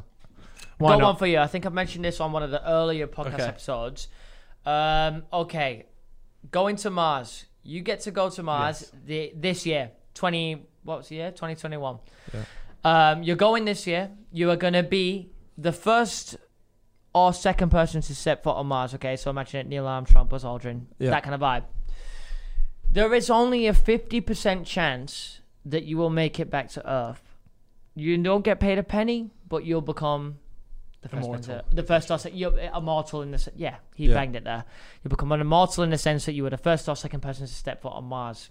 S2: Why
S3: Got one
S2: not?
S3: for you. I think I've mentioned this on one of the earlier podcast
S2: Okay.
S3: episodes. Um, okay, going to Mars. You get to go to Mars the, this year. Twenty what was the year? Twenty twenty one. Um, you're going this year. You are gonna be the first or second person to set foot on Mars. Okay, so imagine it: Neil Armstrong, Buzz Aldrin,
S1: Yeah.
S3: that kind of vibe. There is only a fifty percent chance that you will make it back to Earth. You don't get paid a penny, but you'll become the first man to-
S2: Immortal.
S3: the first or se- you're immortal in the se- yeah he
S1: Yeah.
S3: banged it there. You become an immortal in the sense that you were the first or second person to step foot on Mars.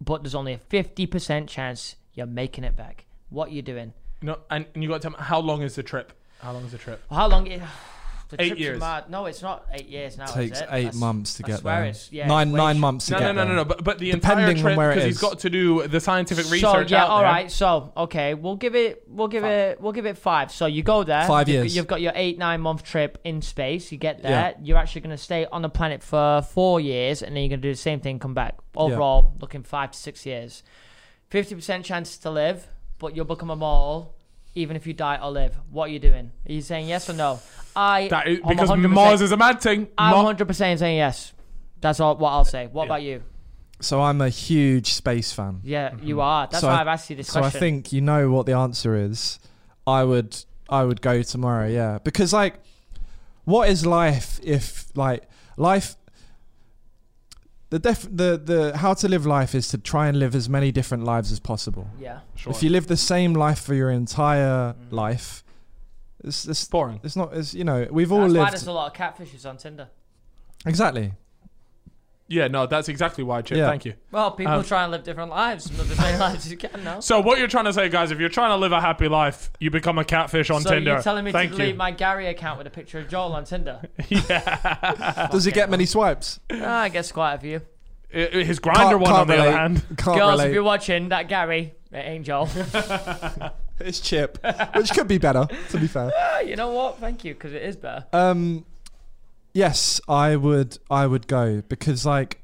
S3: But there's only a fifty percent chance you're making it back. What you doing?
S2: No, and, and you got to tell me how long is the trip? How long is the trip?
S3: How long? It, the
S2: Eight
S3: trip to
S2: years.
S3: Mar- no, it's not eight years now.
S1: Takes
S3: is it?
S1: eight
S3: I s-
S1: months to
S3: I
S1: get
S3: swear
S1: there.
S3: It's, yeah,
S1: nine
S3: it's way
S1: nine
S3: sh-
S1: months to
S2: No, no,
S1: get
S2: no, no,
S1: there.
S2: no. But, but the entire
S1: Depending on
S2: trip
S1: where it
S2: because he's
S1: is.
S2: got to do the scientific
S3: So
S2: research
S3: yeah,
S2: out
S3: all
S2: there.
S3: right. So okay, we'll give it, we'll give it, we'll give it five. So you go there.
S1: Five
S3: you've,
S1: years.
S3: You've got your eight nine month trip in space. You get
S1: Yeah.
S3: there. You're actually going to stay on the planet for four years, and then you're going to do the same thing, come back. Overall, looking five to six years. Fifty percent chance to live, but you'll become immortal, even if you die or live. What are you doing? Are you saying yes or no? I
S2: That is,
S3: I'm
S2: because
S3: 100%
S2: Mars is a mad thing.
S3: I'm
S2: Ma-
S3: 100 percent saying yes. That's all what I'll say. What about you?
S1: So I'm a huge space fan.
S3: Yeah, you are. That's
S1: So
S3: why
S1: I-
S3: I've asked you this
S1: So I
S3: question.
S1: think you know what the answer is. I would I would go tomorrow, yeah. Because like what is life if like life the def the the how to live life is to try and live as many different lives as possible.
S3: Yeah.
S2: Sure.
S1: If you live the same life for your entire life, it's it's,
S2: boring.
S1: it's not it's you know, we've all
S3: That's why
S1: lived
S3: there's a lot of catfishes on Tinder.
S1: Exactly.
S2: Yeah, no, that's exactly why, Chip.
S1: Yeah.
S2: Thank you.
S3: Well, people
S2: Um,
S3: try and live different lives, live as many lives as you can now.
S2: So what you're trying to say, guys, if you're trying to live a happy life, you become a catfish on
S3: so
S2: Tinder.
S3: you're telling me
S2: Thank
S3: to delete
S2: you.
S3: my Gary account with a picture of Joel on Tinder?
S1: Does it get many swipes?
S3: Ah, I guess quite a few.
S2: I- I- His grinder
S1: Can't-
S2: one,
S1: can't
S2: on the
S1: relate.
S2: other hand.
S1: Can't
S3: Girls, if
S1: relate.
S3: you're watching, that Gary, it ain't Joel.
S1: It's chip, which could be better, to be fair.
S3: Ah, you know what? Thank you, because it is better.
S1: Um, yes, I would. I would go because like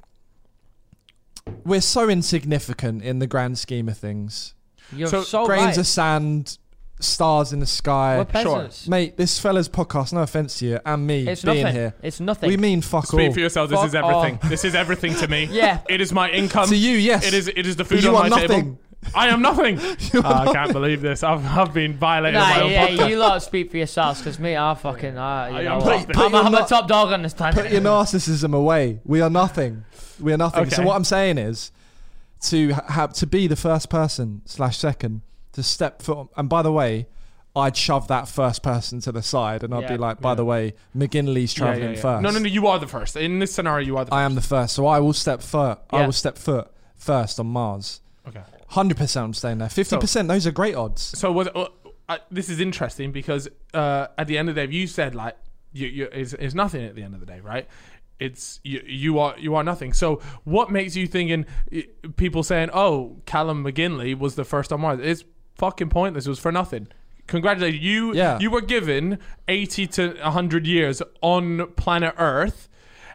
S1: we're so insignificant in the grand scheme of things.
S3: You're
S2: so
S3: so,
S1: Grains
S3: Oh, right.
S1: of sand, stars in the
S3: We're
S1: sky.
S3: peasants.
S1: Mate, this fella's podcast. No offense to you and me
S3: It's
S1: being
S3: nothing.
S1: here.
S3: It's nothing.
S1: We mean fuck all.
S2: Speak for yourself. This
S3: Fuck
S2: is everything. This is everything to me.
S3: Yeah.
S2: It is my income.
S1: to you, yes.
S2: It is. It is the
S1: But
S2: food
S1: you
S2: on
S1: are
S2: my
S1: nothing.
S2: table. I am nothing. Ah, I can't believe this. I've, I've been violated on my
S3: Nah,
S2: own
S3: yeah,
S2: podcast.
S3: you lot speak for yourselves, because me, I fucking, uh, you
S2: I
S3: know
S2: am
S3: what?
S2: nothing.
S1: Put
S3: I'm,
S1: your
S3: I'm
S1: no-
S3: the top dog on this planet.
S1: Put your narcissism away. We are nothing. We are nothing. So
S2: Okay.
S1: what I'm saying is, to ha- have to be the first person slash second to step foot. And by the way, I'd shove that first person to the side, and I'd
S3: Yeah.
S1: be like, by the way, McGinley's
S2: Yeah, yeah,
S1: traveling
S2: yeah.
S1: first.
S2: No, no, no. You are the first. In this scenario, you are the.
S1: I am the first, so I will step foot. I
S3: Yeah.
S1: will step foot first on Mars.
S2: Okay.
S1: Hundred percent, I'm staying there. Fifty percent, those are great odds.
S2: So was uh, I, this is interesting because uh, at the end of the day, if you said like you, you it's, it's nothing at the end of the day, right? It's you, you are you are nothing. So what makes you thinking y- people saying, "Oh, Callum McGinley was the first on Mars"? It's fucking pointless. It was for nothing. Congratulations, you
S1: Yeah.
S2: you were given eighty to hundred years on planet Earth.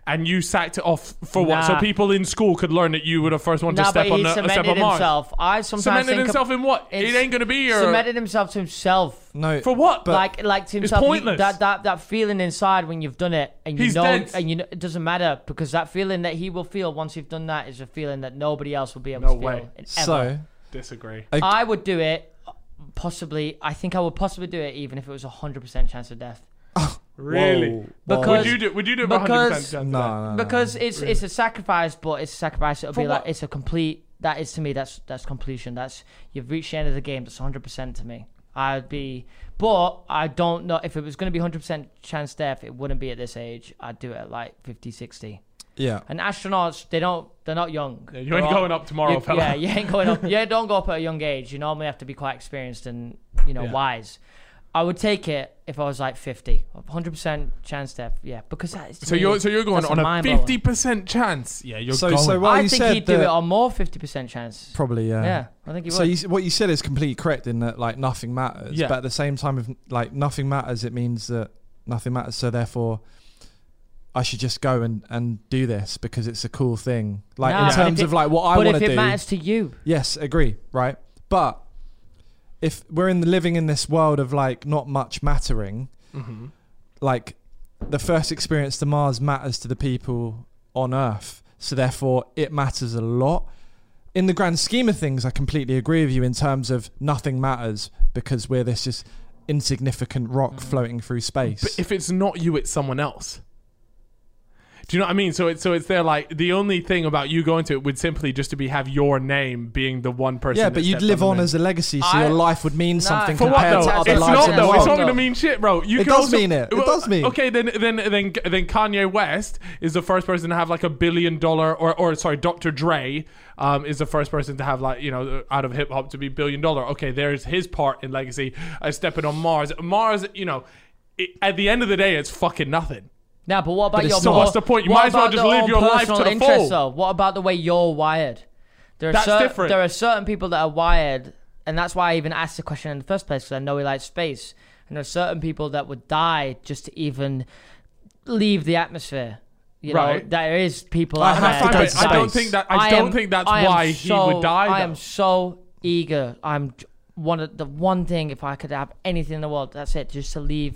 S2: And you sacked it off for what? So
S3: Nah.
S2: people in school could learn that you were the first one to
S3: Nah, but
S2: step on
S3: he
S2: the, step
S3: cemented
S2: on Mars.
S3: himself. I sometimes
S2: Cemented
S3: think
S2: himself in what? It
S3: It's-
S2: ain't gonna be your
S3: cemented himself to himself.
S1: No,
S2: for what?
S1: But-
S3: like, like to himself. you-
S2: pointless.
S3: that, that that feeling inside when you've done it, and you
S2: He's
S3: know,
S2: dead.
S3: and you know, it doesn't matter because that feeling that he will feel once you've done that is a feeling that nobody else will be
S2: No
S3: able to feel.
S2: way.
S3: in Ever.
S1: so
S2: Disagree.
S3: I would do it. Possibly, I think I would possibly do it even if it was a hundred percent chance of death.
S2: Really?
S1: Whoa,
S3: Because-
S1: whoa.
S2: would you do? Would you do it
S3: because-
S2: 100 percent?
S1: no, no, no.
S3: because it's it's a sacrifice, but it's a sacrifice. It'll
S2: Um, For
S3: be like
S2: what?
S3: it's a complete. That is to me. That's that's completion. That's you've reached the end of the game. That's 100 percent to me. I'd be, but I don't know if it was going to be 100 percent chance death. It wouldn't be at this age. I'd do it at like 50, 60.
S1: yeah.
S3: And astronauts, they don't. They're not young.
S2: you ain't
S3: They're all-
S2: going up tomorrow,
S3: you-
S2: fella.
S3: Yeah, you ain't going up. Yeah, don't go up at a young age. You normally have to be quite experienced and you know
S2: Yeah.
S3: wise. I would take it if I was like 50, 100 percent chance death. Yeah, because that is. to
S2: So
S3: me,
S2: you're so you're going
S3: that's
S2: on a
S3: mind blower.
S2: fifty percent chance. Yeah, you're
S1: So
S2: going.
S1: so what
S3: I
S1: you
S3: think
S1: said
S3: he'd do
S1: that-
S3: it on more fifty percent chance.
S1: Probably, yeah.
S3: yeah, I think he would.
S1: So you, s- what you said is completely correct in that like nothing matters,
S2: Yeah.
S1: but at the same time, if like nothing matters, it means that nothing matters. So therefore, I should just go and, and do this because it's a cool thing. Like
S3: Nah,
S1: in
S3: but
S1: terms
S3: if
S1: of
S3: it-
S1: like what I
S3: but
S1: want
S3: if
S1: to
S3: it
S1: do.
S3: matters to you,
S1: Yes, agree. Right, but if we're in the living in this world of like not much mattering,
S2: Mm-hmm.
S1: like the first experience to Mars matters to the people on Earth. So therefore, it matters a lot. In the grand scheme of things, I completely agree with you in terms of nothing matters because we're this just insignificant rock floating through space.
S2: Mm. But if it's not you, it's someone else. Do you know what I mean? So it's so it's there. Like the only thing about you going to it would simply just to be have your name being the one person.
S1: yeah,
S2: that
S1: but you'd
S2: stepped
S1: live
S2: the
S1: on
S2: moon.
S1: as a legacy, so
S3: I-
S1: your life would mean
S3: Nah.
S1: something
S2: For what
S1: compared
S2: though?
S1: to other
S2: it's
S1: lives
S2: not
S1: in
S2: though.
S1: the
S2: It's
S1: world.
S2: not
S3: world.
S2: going to mean shit, bro. You
S1: It
S2: could
S1: does
S2: also-
S1: mean it. It does mean.
S2: Okay, then then then then Kanye West is the first person to have like a billion dollar, or or sorry, Dr. Dre um, is the first person to have like you know out of hip hop to be billion dollar. Okay, there's his part in legacy. Uh, stepping on Mars, Mars, you know, it, at the end of the day, it's fucking nothing.
S3: now. But what about
S1: it's
S3: your?
S1: still-
S3: more-
S2: what's the point? You
S3: what
S2: might as well
S3: about
S2: just
S3: their
S2: live
S3: own
S2: your life to
S3: personal
S2: the
S3: interests,
S2: full.
S3: Though? What about the way you're wired? There are
S2: That's
S3: cer-
S2: different.
S3: There are certain people that are wired, and that's why I even asked the question in the first place because I know he likes space, and there are certain people that would die just to even leave the atmosphere. You
S2: Right.
S3: know, there is people.
S1: I
S3: out
S2: And I,
S1: have to
S3: there
S2: find
S1: go
S2: it-
S1: to
S2: I don't
S1: space.
S2: think that I, don't
S3: am-
S2: think that's
S3: I am
S2: why he
S3: so-
S2: would die.
S3: I
S2: though.
S3: am so eager. I'm j- one of the one thing. If I could have anything in the world, that's it. Just to leave,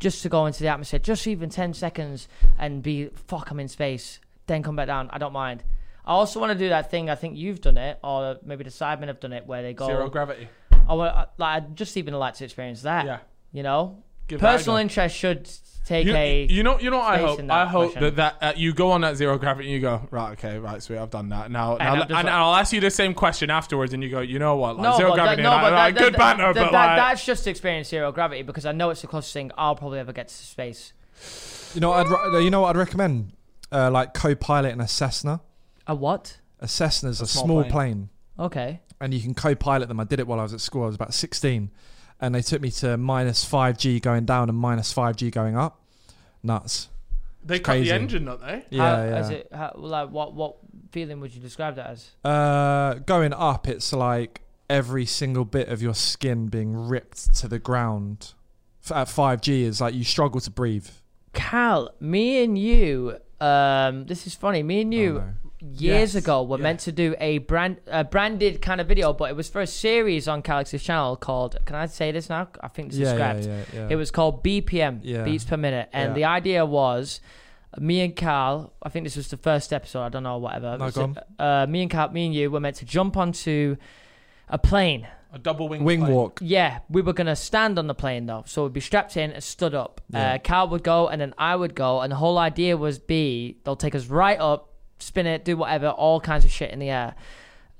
S3: just to go into the atmosphere, just even ten seconds and be fuck. I'm in space. Then come back down. I don't mind. I also want to do that thing. I think you've done it, or maybe the Sidemen have done it, where they go.
S2: Zero gravity.
S3: I want, I- like, I'd just even like to experience that.
S2: Yeah.
S3: You know,
S2: Give that a
S3: personal
S2: go.
S3: interest should take
S2: You,
S3: a.
S2: you know, you know. What I
S3: space
S2: hope.
S3: in that
S2: I hope
S3: question.
S2: that that uh, you go on that zero gravity. and You go right. Okay, right. Sweet. I've done that. Now, now
S3: I'm
S2: and,
S3: just like-
S2: I'll ask you the same question afterwards, and you go. You know what? Like, zero
S3: but that-
S2: gravity.
S3: no,
S2: like,
S3: but
S2: like,
S3: that-
S2: good
S3: that-
S2: banter,
S3: that-
S2: but
S3: that-
S2: like,
S3: that's just to experience zero gravity because I know it's the closest thing I'll probably ever get to space.
S1: You know, what I'd re- you know what I'd recommend, uh, like co-pilot in a Cessna.
S3: A what?
S1: A Cessna's a,
S2: small
S1: small,
S2: plane.
S1: plane.
S3: Okay.
S1: and you can co-pilot them. I did it while I was at school. I was about 16, and they took me to minus 5G going down and minus 5G going up. Nuts.
S2: they
S1: it's
S2: cut the
S1: crazy.
S2: engine, don't they?
S1: Yeah,
S3: How-
S1: yeah.
S3: Is it, how, like what? What feeling would you describe that as?
S1: Uh, going up, it's like every single bit of your skin being ripped to the ground. F- At 5G, is like you struggle to breathe.
S3: Cal, me and you. Um, this is funny. Me and you.
S1: Oh, no.
S2: Yes.
S3: Years ago, were
S2: Yeah.
S3: meant to do a brand a branded kind of video, but it was for a series on Calix's channel called. Can I say this now? I think this is
S1: Yeah, yeah,
S3: scrapped.
S1: yeah, yeah.
S3: It was called BPM,
S1: Yeah.
S3: beats per minute, and
S1: Yeah.
S3: the idea was me and Carl. I think this was the first episode. I don't know, whatever.
S1: No,
S3: It was,
S1: go on.
S3: uh, me and Carl, me and you were meant to jump onto a plane.
S2: A double wing.
S1: wing
S2: plane.
S1: walk.
S3: Yeah, we were gonna stand on the plane though, so we'd be strapped in and stood up. Uh, Carl would go, and then I would go, and the whole idea was be they'll take us right up, spin it, do whatever, all kinds of shit in the air.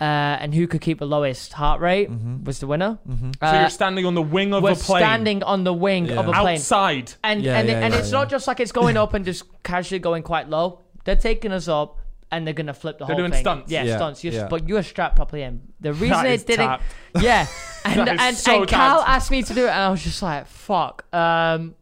S3: Uh, and who could keep the lowest heart rate was the winner. Mm-hmm.
S2: So you're standing on the wing of
S3: we're
S2: a plane.
S3: standing on the wing
S1: Yeah.
S3: of a plane.
S2: outside.
S3: And
S1: Yeah,
S3: and,
S1: yeah,
S3: and
S1: yeah,
S3: it's
S1: yeah.
S3: not just like it's going up and just casually going quite low. They're taking us up and they're gonna flip the
S2: They're
S3: whole
S2: doing
S3: thing.
S2: stunts.
S3: Yeah,
S1: Yeah,
S3: stunts. You're,
S1: yeah.
S3: But you're strapped properly in. The reason
S2: That
S3: they
S2: is
S3: didn't.
S2: tapped.
S3: Yeah, and
S2: That is
S3: and,
S2: so
S3: and Cal
S2: tapped.
S3: asked me to do it, and I was just like, "Fuck." Um,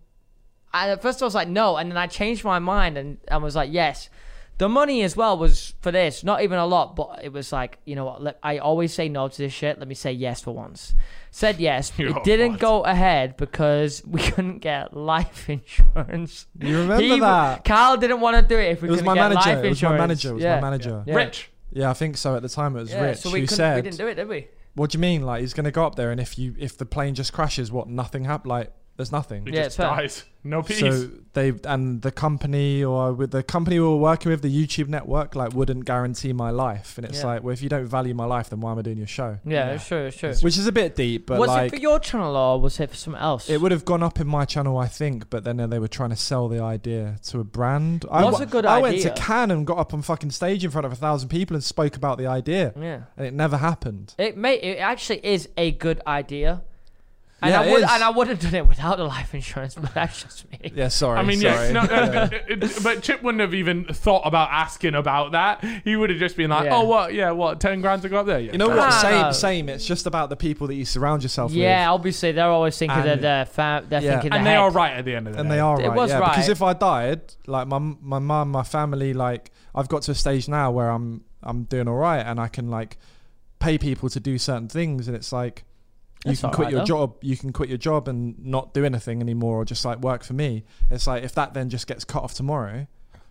S3: and at first I was like, "No," and then I changed my mind and and was like, "Yes." The money as well was for this, not even a lot, but it was like, you know what? Let, I always say no to this shit. Let me say yes for once. Said yes.
S2: You're
S3: it didn't
S2: what?
S3: go ahead because we couldn't get life insurance.
S1: You remember
S3: w-
S1: that?
S3: Kyle didn't want to do it if we
S1: It was my
S3: couldn't get life
S1: manager. It
S3: insurance.
S1: was my manager. It was
S3: yeah.
S1: my manager. Yeah.
S3: Yeah.
S2: Rich.
S1: I think so. At the time, it was
S3: Yeah,
S1: Rich
S3: so we
S1: who
S3: couldn't.
S1: said,
S3: we didn't do it, did we?
S1: "What do you mean? Like he's going to go up there, and if you if the plane just crashes, what? Nothing happened. Like there's nothing."
S2: He
S3: Yeah,
S2: just
S3: it's fair.
S2: dies. No peace.
S1: So they and the company or with the company we were working with, the YouTube network, like wouldn't guarantee my life, and it's
S3: Yeah.
S1: like, well, if you don't value my life, then why am I doing your show?
S3: Yeah, sure, sure.
S1: Which is a bit deep, but
S3: was
S1: like
S3: it for your channel or was it for something else?
S1: it would have gone up in my channel, I think. But then they were trying to sell the idea to a brand. I,
S3: Was
S1: wa-
S3: a good
S1: I went to
S3: idea.
S1: Cannes and got up on fucking stage in front of a thousand people and spoke about the idea,
S3: Yeah.
S1: and it never happened.
S3: It may. It actually is a good idea. And
S1: Yeah,
S3: I
S1: it
S3: would
S1: is.
S3: and I would have done it without the life insurance, but that's just me.
S1: Yeah, sorry.
S2: I mean,
S1: sorry.
S2: yeah, no, uh, it- it- but Chip wouldn't have even thought about asking about that. He would have just been like,
S3: Yeah.
S2: "Oh, what? Yeah, what? Ten grand to go up there? Yeah.
S1: you know
S3: Ah,
S1: what? Same,
S3: no.
S1: same. It's just about the people that you surround yourself with.
S3: Yeah, obviously they're always thinking that
S1: And-
S3: they're fa- they're
S1: yeah.
S3: thinking
S2: and they
S3: ahead.
S2: are right at the end of the
S1: and
S2: day.
S1: they are
S3: It
S1: right,
S3: was
S1: yeah.
S3: right.
S1: Because if I died, like my m- my mum, my family, like I've got to a stage now where I'm I'm doing all right, and I can like pay people to do certain things, and it's like you
S3: That's
S1: can
S3: all
S1: quit
S3: right,
S1: your
S3: though.
S1: job, you can quit your job and not do anything anymore, or just like work for me. It's like if that then just gets cut off tomorrow,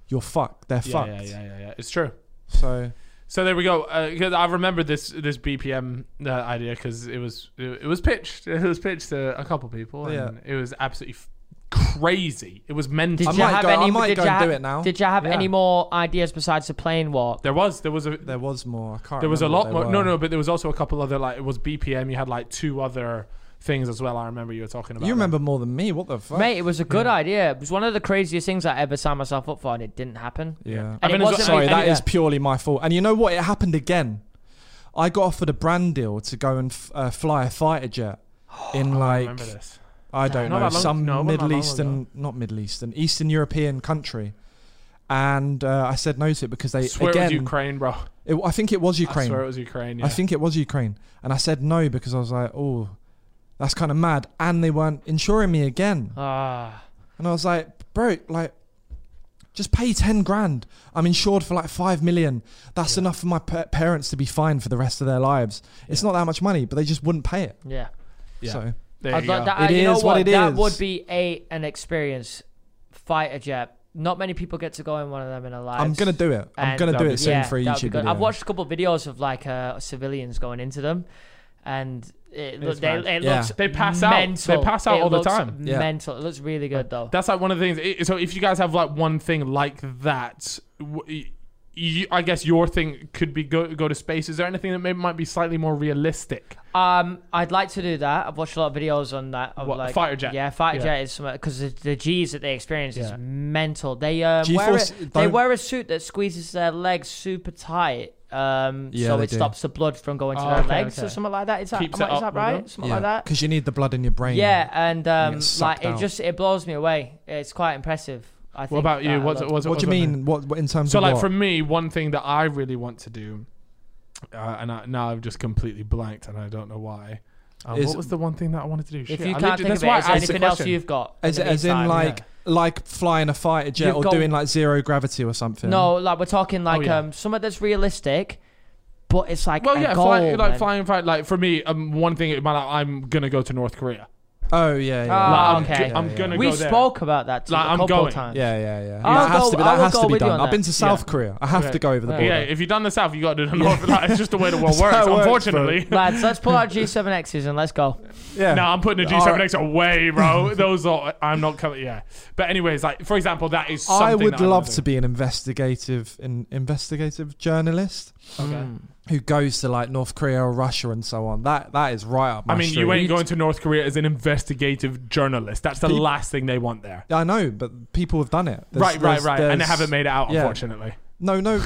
S1: you're fucked. They're
S2: Yeah,
S1: fucked.
S2: yeah, yeah, yeah, yeah. It's true.
S1: So
S2: So there we go. Because I remember this this BPM uh, idea because it was it, it was pitched it was pitched to a couple people and
S1: Yeah.
S2: it was absolutely f- crazy. It was mental.
S3: Did
S1: I
S3: you
S1: might
S3: have
S1: go- I
S3: any?
S1: might
S3: did
S1: go
S3: you
S1: and do
S3: have-
S1: it now.
S3: Did you have
S2: Yeah.
S3: any more ideas besides the plane walk?
S2: there was there was a
S1: there was more. I can't.
S2: there was a
S1: remember what
S2: lot
S1: they
S2: more.
S1: were.
S2: No, no, but there was also a couple other like it was BPM. You had like two other things as well. I remember you were talking about.
S1: You remember more than me. What the fuck?
S3: Mate, it was a good idea. It was one of the craziest things I ever signed myself up for, and it didn't happen.
S1: Yeah.
S3: And
S2: I mean,
S3: it
S2: it's-
S3: wasn't
S1: Sorry,
S2: And-
S1: that
S2: and-
S1: is purely my fault. And you know what? It happened again. I got offered a brand deal to go and f- uh, fly a fighter jet in
S2: I
S1: like
S2: remember this.
S1: I don't
S2: Not
S1: know
S2: that long-
S1: some
S2: no, not that
S1: Middle
S2: long
S1: Eastern, not Middle Eastern, Eastern European country. And uh, I said no to it because they
S2: I swear
S1: again.
S2: it was Ukraine, bro.
S1: it- I think it was
S2: I
S1: Ukraine.
S2: swear it was Ukraine. Yeah.
S1: I think it was Ukraine, and I said no because I was like, oh, that's kind of mad. And they weren't insuring me again.
S3: Ah,
S1: And I was like, bro, like, just pay 10 grand. I'm insured for like 5 million. That's enough for my pa- parents to be fine for the rest of their lives. It's not that much money, but they just wouldn't pay it.
S3: yeah.
S2: Yeah.
S1: So,
S2: There
S3: I'd
S2: you
S3: like
S2: go.
S3: that-
S1: It
S3: you know
S1: is what it
S3: That
S1: is.
S3: would be a an experience fighter jet. Not many people get to go in one of them in a life.
S1: I'm going to do it. I'm
S3: And
S1: going to do
S2: that'd
S1: it
S2: be-
S1: soon for a YouTube video.
S3: I've watched a couple of videos of like uh, civilians going into them, and it, lo-
S2: It's
S3: they,
S2: mad.
S3: it
S1: Yeah.
S3: looks
S2: They pass out. They
S3: mental.
S2: pass out
S3: It
S2: all the
S3: looks
S2: time.
S1: Yeah.
S3: Mental. It looks really good though.
S2: That's like one of the things. it- so if you guys have like one thing like that, w- you, I guess your thing could be go go to space. Is there anything that maybe might be slightly more realistic?
S3: Um, I'd like to do that. I've watched a lot of videos on that. Of
S2: What,
S3: like,
S2: fighter jet?
S3: Yeah, fighter
S2: Yeah.
S3: jet is something because the, the G's that they experience
S2: Yeah.
S3: is mental. They um, wear
S1: G-force-
S3: a, they
S1: don't-
S3: wear a suit that squeezes their legs super tight. Um,
S1: Yeah,
S3: so
S1: they
S3: it
S1: do.
S3: stops the blood from going to
S2: Oh,
S3: their
S2: okay,
S3: legs or
S2: okay.
S3: something like that. Is that,
S2: Keeps
S3: am I-
S2: it
S3: is that
S2: up,
S3: right?
S2: maybe?
S3: Something like that.
S1: Because you need the blood in your brain.
S3: Yeah, and um,
S1: gets
S3: like
S1: sucked
S3: it
S1: out.
S3: just it blows me away. It's quite impressive. I think uh,
S2: What about you?
S3: that
S2: What's,
S3: alone.
S2: what's,
S1: What
S2: what's
S1: do you
S2: on there?
S1: mean? What, what in terms
S2: So,
S1: of
S2: like
S1: what?
S2: for me, one thing that I really want to do, uh, and I, now I've just completely blanked, and I don't know why. Um,
S1: Is-
S2: what was the one thing that I wanted to do?
S3: if
S2: Shit,
S3: you
S2: I
S3: can't
S2: literally-
S3: think of
S2: that's
S3: it,
S2: why I
S3: is there
S2: asked the
S3: anything else
S2: question.
S3: you've got?
S1: as,
S3: the
S1: as in
S3: meantime?
S1: like like flying a fighter jet
S3: You've
S1: or
S3: got-
S1: doing like zero gravity or something.
S3: No, like we're talking like
S2: um, oh, yeah.
S3: um something that's realistic, but it's like
S2: Well,
S3: a
S2: yeah,
S3: goal,
S2: fly, like
S3: man.
S2: flying, fly, like for me, um, one thing in my life, I'm gonna go to North Korea.
S1: Oh yeah. yeah.
S3: Ah,
S2: Like, I'm
S3: okay.
S2: go- I'm
S1: Yeah,
S2: gonna
S3: We
S2: go there.
S3: spoke about that too,
S2: Like,
S3: a
S2: I'm
S3: couple
S2: going.
S3: times.
S1: Yeah, yeah, yeah.
S3: I'll
S1: That has
S3: go-
S1: to be.
S3: I
S1: That
S3: will
S1: has
S3: go
S1: to be
S3: with you
S1: done.
S3: on
S1: I've been to South Korea. I have
S2: Okay.
S1: to go over the border.
S2: Yeah, if you've done the south, you got to do the north. Like, it's just the way the world
S1: That's
S2: works.
S1: how it works,
S2: unfortunately,
S3: Lads, let's pull out G7Xs and let's go.
S1: Yeah.
S2: No, I'm putting a
S1: All right.
S2: G7X away, bro. Those are I'm not coming. Yeah, but anyways, like for example, that is. Something
S1: I would
S2: that I'm
S1: love
S2: gonna
S1: to
S2: do.
S1: be an investigative, an investigative journalist
S2: Okay.
S1: Mm.
S3: Hmm.
S1: who goes to like North Korea or Russia and so on. That that is right up. My
S2: I mean,
S1: street.
S2: you ain't going to North Korea as an investigative journalist. That's the
S1: Pe-
S2: last thing they want there.
S1: I know, but people have done it. There's-
S2: Right, right,
S1: there's-
S2: right. And they
S1: there's-
S2: haven't made it out,
S1: yeah.
S2: unfortunately.
S1: No, no.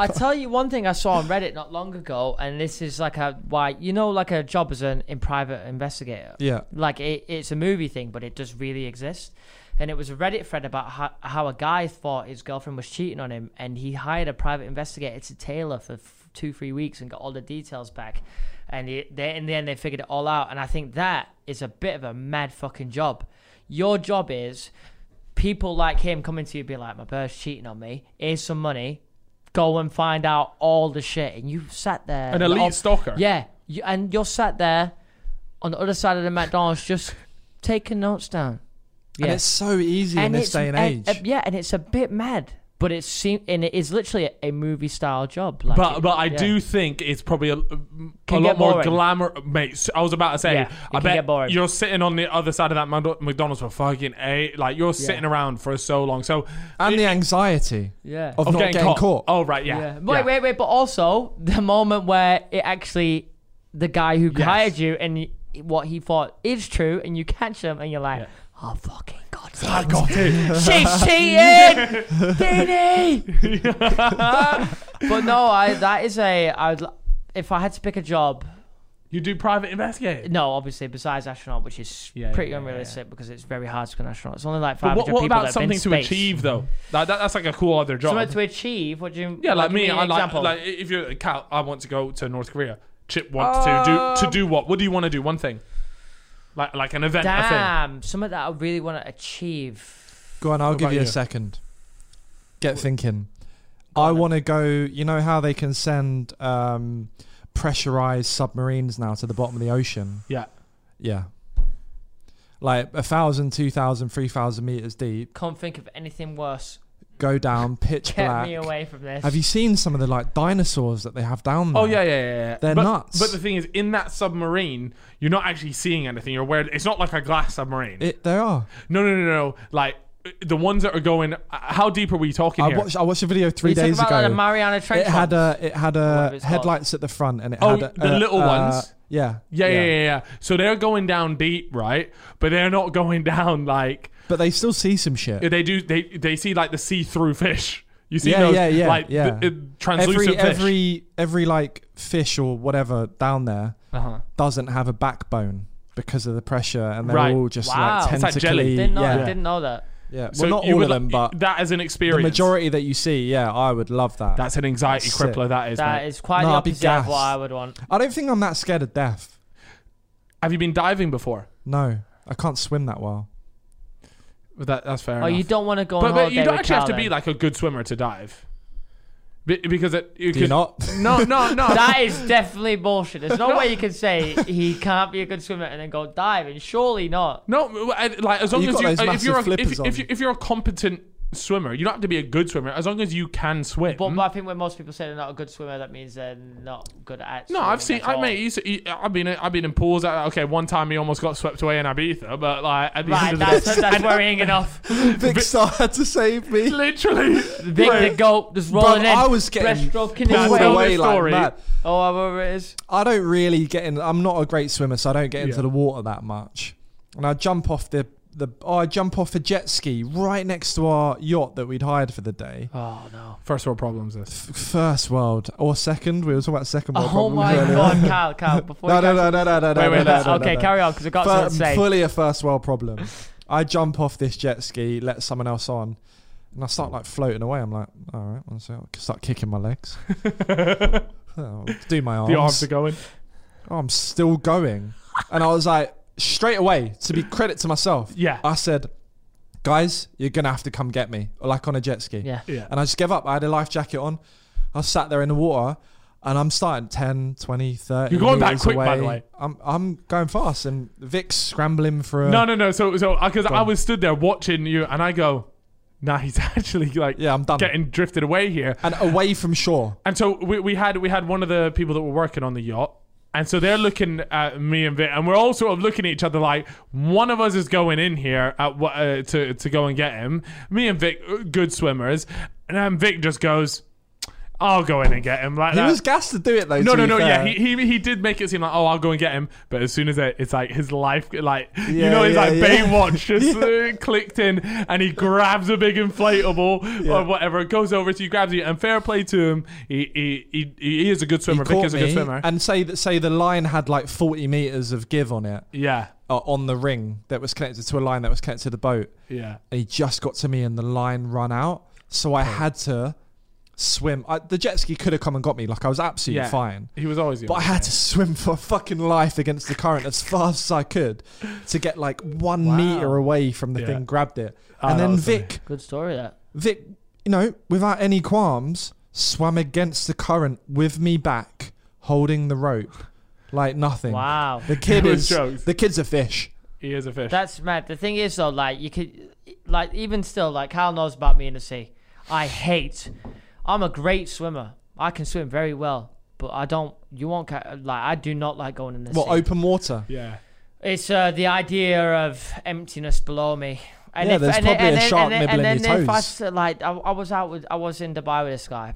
S3: I tell you one thing I saw on Reddit not long ago, and this is like a why you know like a job as an in private investigator.
S1: yeah.
S3: Like it, it's a movie thing, but it does really exist. And it was a Reddit thread about how, how a guy thought his girlfriend was cheating on him, and he hired a private investigator to tailor for f- two, three weeks and got all the details back. And it, they, in the end, they figured it all out. And I think that is a bit of a mad fucking job. Your job is people like him coming to you, be like, "My bird's cheating on me. Here's some money. Go and find out all the shit." And you sat there,
S2: An elite
S3: all-
S2: stalker.
S3: yeah, you, and you're sat there on the other side of the McDonald's just taking notes down. Yeah.
S1: And it's so easy in this day and age.
S3: uh, yeah, and it's a bit mad, but it seem and it is literally a, a movie style job. Like
S2: But
S3: it-
S2: but I
S3: yeah.
S2: do think it's probably a, a lot
S3: Can get
S2: more
S3: boring.
S2: glamour, mate. s- I was about to say,
S3: Yeah, it
S2: I
S3: can get
S2: bet
S3: boring.
S2: you're sitting on the other side of that Mc- McDonald's for fucking eight. Like you're sitting around for so long. So
S1: and
S2: it-
S1: the anxiety
S3: Yeah.
S1: of, not getting, caught.
S2: Oh right, yeah.
S3: yeah.
S2: yeah.
S3: Wait, wait, wait! But also the moment where it actually, the guy who hired you and y what he thought is true, and you catch him, and you're like, "Oh fucking god,
S2: I got it.
S3: She's cheating, Dini. but no, I that is a I would. l- If I had to pick a job,
S2: You do private investigating.
S3: no, obviously besides astronaut, which is
S2: Yeah,
S3: pretty
S2: yeah, yeah,
S3: unrealistic because it's very hard to be an astronaut. It's only like
S2: But
S3: five
S2: what,
S3: hundred
S2: what
S3: people that
S2: about
S3: have been
S2: something
S3: in
S2: to
S3: space.
S2: achieve though? Like, that, that's like a cool other job.
S3: Something to achieve? What do you?
S2: yeah, like
S3: give me
S2: me,
S3: an
S2: I like,
S3: example.
S2: like if you're a cat, I want to go to North Korea. Chip wants
S3: Um,
S2: to do to do what? What do you want to do? One thing, like like an event, a thing.
S3: Damn, some of that I really want to achieve.
S1: Go on, I'll
S2: What
S1: give
S2: about
S1: you a
S2: you?
S1: second. Get thinking. I want to go. You know how they can send um, pressurized submarines now to the bottom of the ocean?
S2: Yeah.
S1: Yeah. Like a thousand, two thousand, three thousand meters deep,
S3: Can't think of anything worse.
S1: go down, pitch
S3: Get
S1: black.
S3: me away from this.
S1: Have you seen some of the like dinosaurs that they have down there?
S2: Oh yeah, yeah, yeah. yeah.
S1: They're
S2: but,
S1: nuts.
S2: But the thing is, in that submarine, you're not actually seeing anything. You're aware it's not like a glass submarine.
S1: It, they are.
S2: no, no, no, no. Like the ones that are going. uh, How deep are we talking
S1: I
S2: here?
S1: watched. I watched a video
S3: Are
S1: three
S3: you talking
S1: days
S3: about
S1: ago.
S3: like the Mariana
S1: it
S3: Trench?
S1: had
S3: one?
S1: a. It had
S3: Whatever
S1: a
S3: it's called.
S1: headlights at the front, and it
S2: Oh,
S1: had a, a-
S2: the little
S1: uh,
S2: ones?
S1: Yeah.
S2: yeah, yeah, yeah, yeah. So they're going down deep, right? But they're not going down like
S1: But they still see some shit.
S2: they do. They they see like the see-through fish. You see
S1: Yeah,
S2: those
S1: yeah, yeah,
S2: like
S1: yeah.
S2: The, uh,
S1: every
S2: translucent fish.
S1: every every like fish or whatever down there
S2: uh-huh.
S1: doesn't have a backbone because of the pressure, and they're
S2: Right.
S1: all just
S3: Wow.
S1: like
S3: It's
S1: tentacly.
S2: like jelly.
S3: Didn't know.
S1: yeah,
S3: Didn't know that.
S1: yeah. Well,
S2: So
S1: not
S2: you
S1: all
S2: would
S1: of them,
S2: li-
S1: but
S2: that is an
S1: the
S2: experience.
S1: majority that you see. Yeah, I would love that.
S2: That's an anxiety
S1: That's
S2: crippler.
S1: sick.
S2: That is.
S3: That
S2: mate.
S3: is quite
S1: No,
S3: the
S1: I'd be
S3: opposite of
S1: gassed.
S3: what I would want.
S1: I don't think I'm that scared of death.
S2: Have you been diving before?
S1: No, I can't swim that well.
S2: That that's fair.
S3: Oh,
S2: enough.
S3: you don't want to go on
S2: but, but
S3: holiday
S2: you don't
S3: with
S2: actually have to
S3: Cal
S2: be
S3: then.
S2: like a good swimmer to dive, Be- because it, you
S1: Do
S2: can.
S1: you not?
S2: No, no, no.
S3: That is definitely bullshit. There's no way you can say he can't be a good swimmer and then go diving. Surely not.
S2: no, I- like as long
S1: You've
S2: as
S1: got
S2: you, uh,
S1: those
S2: if
S1: massive
S2: you're a,
S1: flippers
S2: if,
S1: on.
S2: if, you, if you're a competent swimmer. You don't have to be a good swimmer as long as you can swim.
S3: But, but I think when most people say they're not a good swimmer, that means they're not good at.
S2: no, I've seen.
S3: swimming at
S2: I
S3: all.
S2: mean, he's, he, I've been. I've been in pools. uh, Okay, one time he almost got swept away in Ibiza, but like at the end
S3: Right,
S2: of the
S3: that's, that's worrying enough.
S1: Vic Star had to save me.
S2: literally,
S3: Big
S2: Right.
S3: the goat just
S1: Bro,
S3: rolling in.
S1: I was getting
S3: breaststroke
S1: pulled
S3: in his
S2: pulled
S3: way.
S2: away.
S1: away like
S2: Story.
S1: mad.
S3: Oh, however it is.
S1: I don't really get in. I'm not a great swimmer, so I don't get into
S2: Yeah.
S1: the water that much. And I jump off the the. Oh, I jump off a jet ski right next to our yacht that we'd hired for the day.
S3: Oh no.
S2: first world problems. This.
S1: F- First world or second? We were talking about second world.
S3: Oh
S1: problems
S3: my
S1: earlier.
S3: god, Kyle, Kyle. Before
S1: No,
S3: you
S1: no,
S3: guys-
S1: no, no, no, no, no.
S2: Wait, wait,
S1: no,
S2: let's-
S1: no, no,
S3: okay,
S1: no.
S3: carry on because I got
S1: Fu-
S3: something to say.
S1: fully a first world problem. I jump off this jet ski, let someone else on, and I start like floating away. I'm like, all right, one sec. I start kicking my legs. Oh, do my arms.
S2: The arms are going.
S1: oh, I'm still going. And I was like, straight away, to be credit to myself,
S2: Yeah.
S1: I said, guys, you're going to have to come get me, or like on a jet ski.
S3: Yeah.
S2: Yeah.
S1: And I just gave up. I had a life jacket on. I sat there in the water and I'm starting 10, 20, 30.
S2: You're going back
S1: meters
S2: quick,
S1: away.
S2: by the way.
S1: I'm, I'm going fast and Vic's scrambling for a.
S2: No, no, no. So, so because I
S1: on.
S2: was stood there watching you, and I go, "Nah, he's actually like,
S1: Yeah, I'm done.
S2: getting drifted away here."
S1: And away from shore.
S2: And so we, we had we had one of the people that were working on the yacht, and so they're looking at me and Vic, and we're all sort of looking at each other like one of us is going in here at what uh, to to go and get him. Me and Vic, uh, good swimmers, and then Vic just goes, "I'll go in and get him." Like
S1: He
S2: that.
S1: was gassed to do it though.
S2: No,
S1: to
S2: no,
S1: be
S2: no. Yeah,
S1: fair.
S2: he, he he did make it seem like, oh, I'll go and get him. But as soon as it, it's like his life, like you
S1: Yeah,
S2: know, it's
S1: yeah,
S2: like
S1: yeah.
S2: Baywatch just uh, clicked in, and he grabs a big inflatable or whatever, goes over to you, grabs you, and fair play to him. He he he, he is a good swimmer. Vic
S1: Caught
S2: is a good
S1: me,
S2: swimmer.
S1: and say that say the line had like 40 meters of give on it
S2: yeah,
S1: uh, on the ring that was connected to a line that was connected to the boat
S2: yeah.
S1: and he just got to me and the line run out. So I had to swim. I, the jet ski could have come and got me. Like I was absolutely
S2: Yeah.
S1: fine.
S2: He was always. the
S1: But I
S2: only
S1: had
S2: guy.
S1: to swim for fucking life against the current as fast as I could to get like one
S3: Wow.
S1: meter away from the
S2: Yeah.
S1: thing, grabbed it.
S2: Ah,
S1: and
S2: that
S1: then
S2: was funny.
S1: Vic,
S3: Good story that.
S1: Vic, you know, without any qualms, swam against the current with me back, holding the rope like nothing.
S3: Wow.
S1: The kid
S2: It was
S1: is
S2: jokes.
S1: the kid's a fish.
S2: He is a fish.
S3: That's mad. The thing is though, like you could like even still, like Kyle knows about me in the sea. I hate I'm a great swimmer. I can swim very well. But I don't you won't ca- like I do not like going in the
S1: What
S3: sea.
S1: open water?
S2: yeah.
S3: It's uh, the idea of emptiness below me. And
S1: Yeah, there's probably a shark
S3: and,
S1: nibbling
S3: and
S1: your
S3: then if I
S1: toes.
S3: s- like, I, I was out with, I was in Dubai with this guy,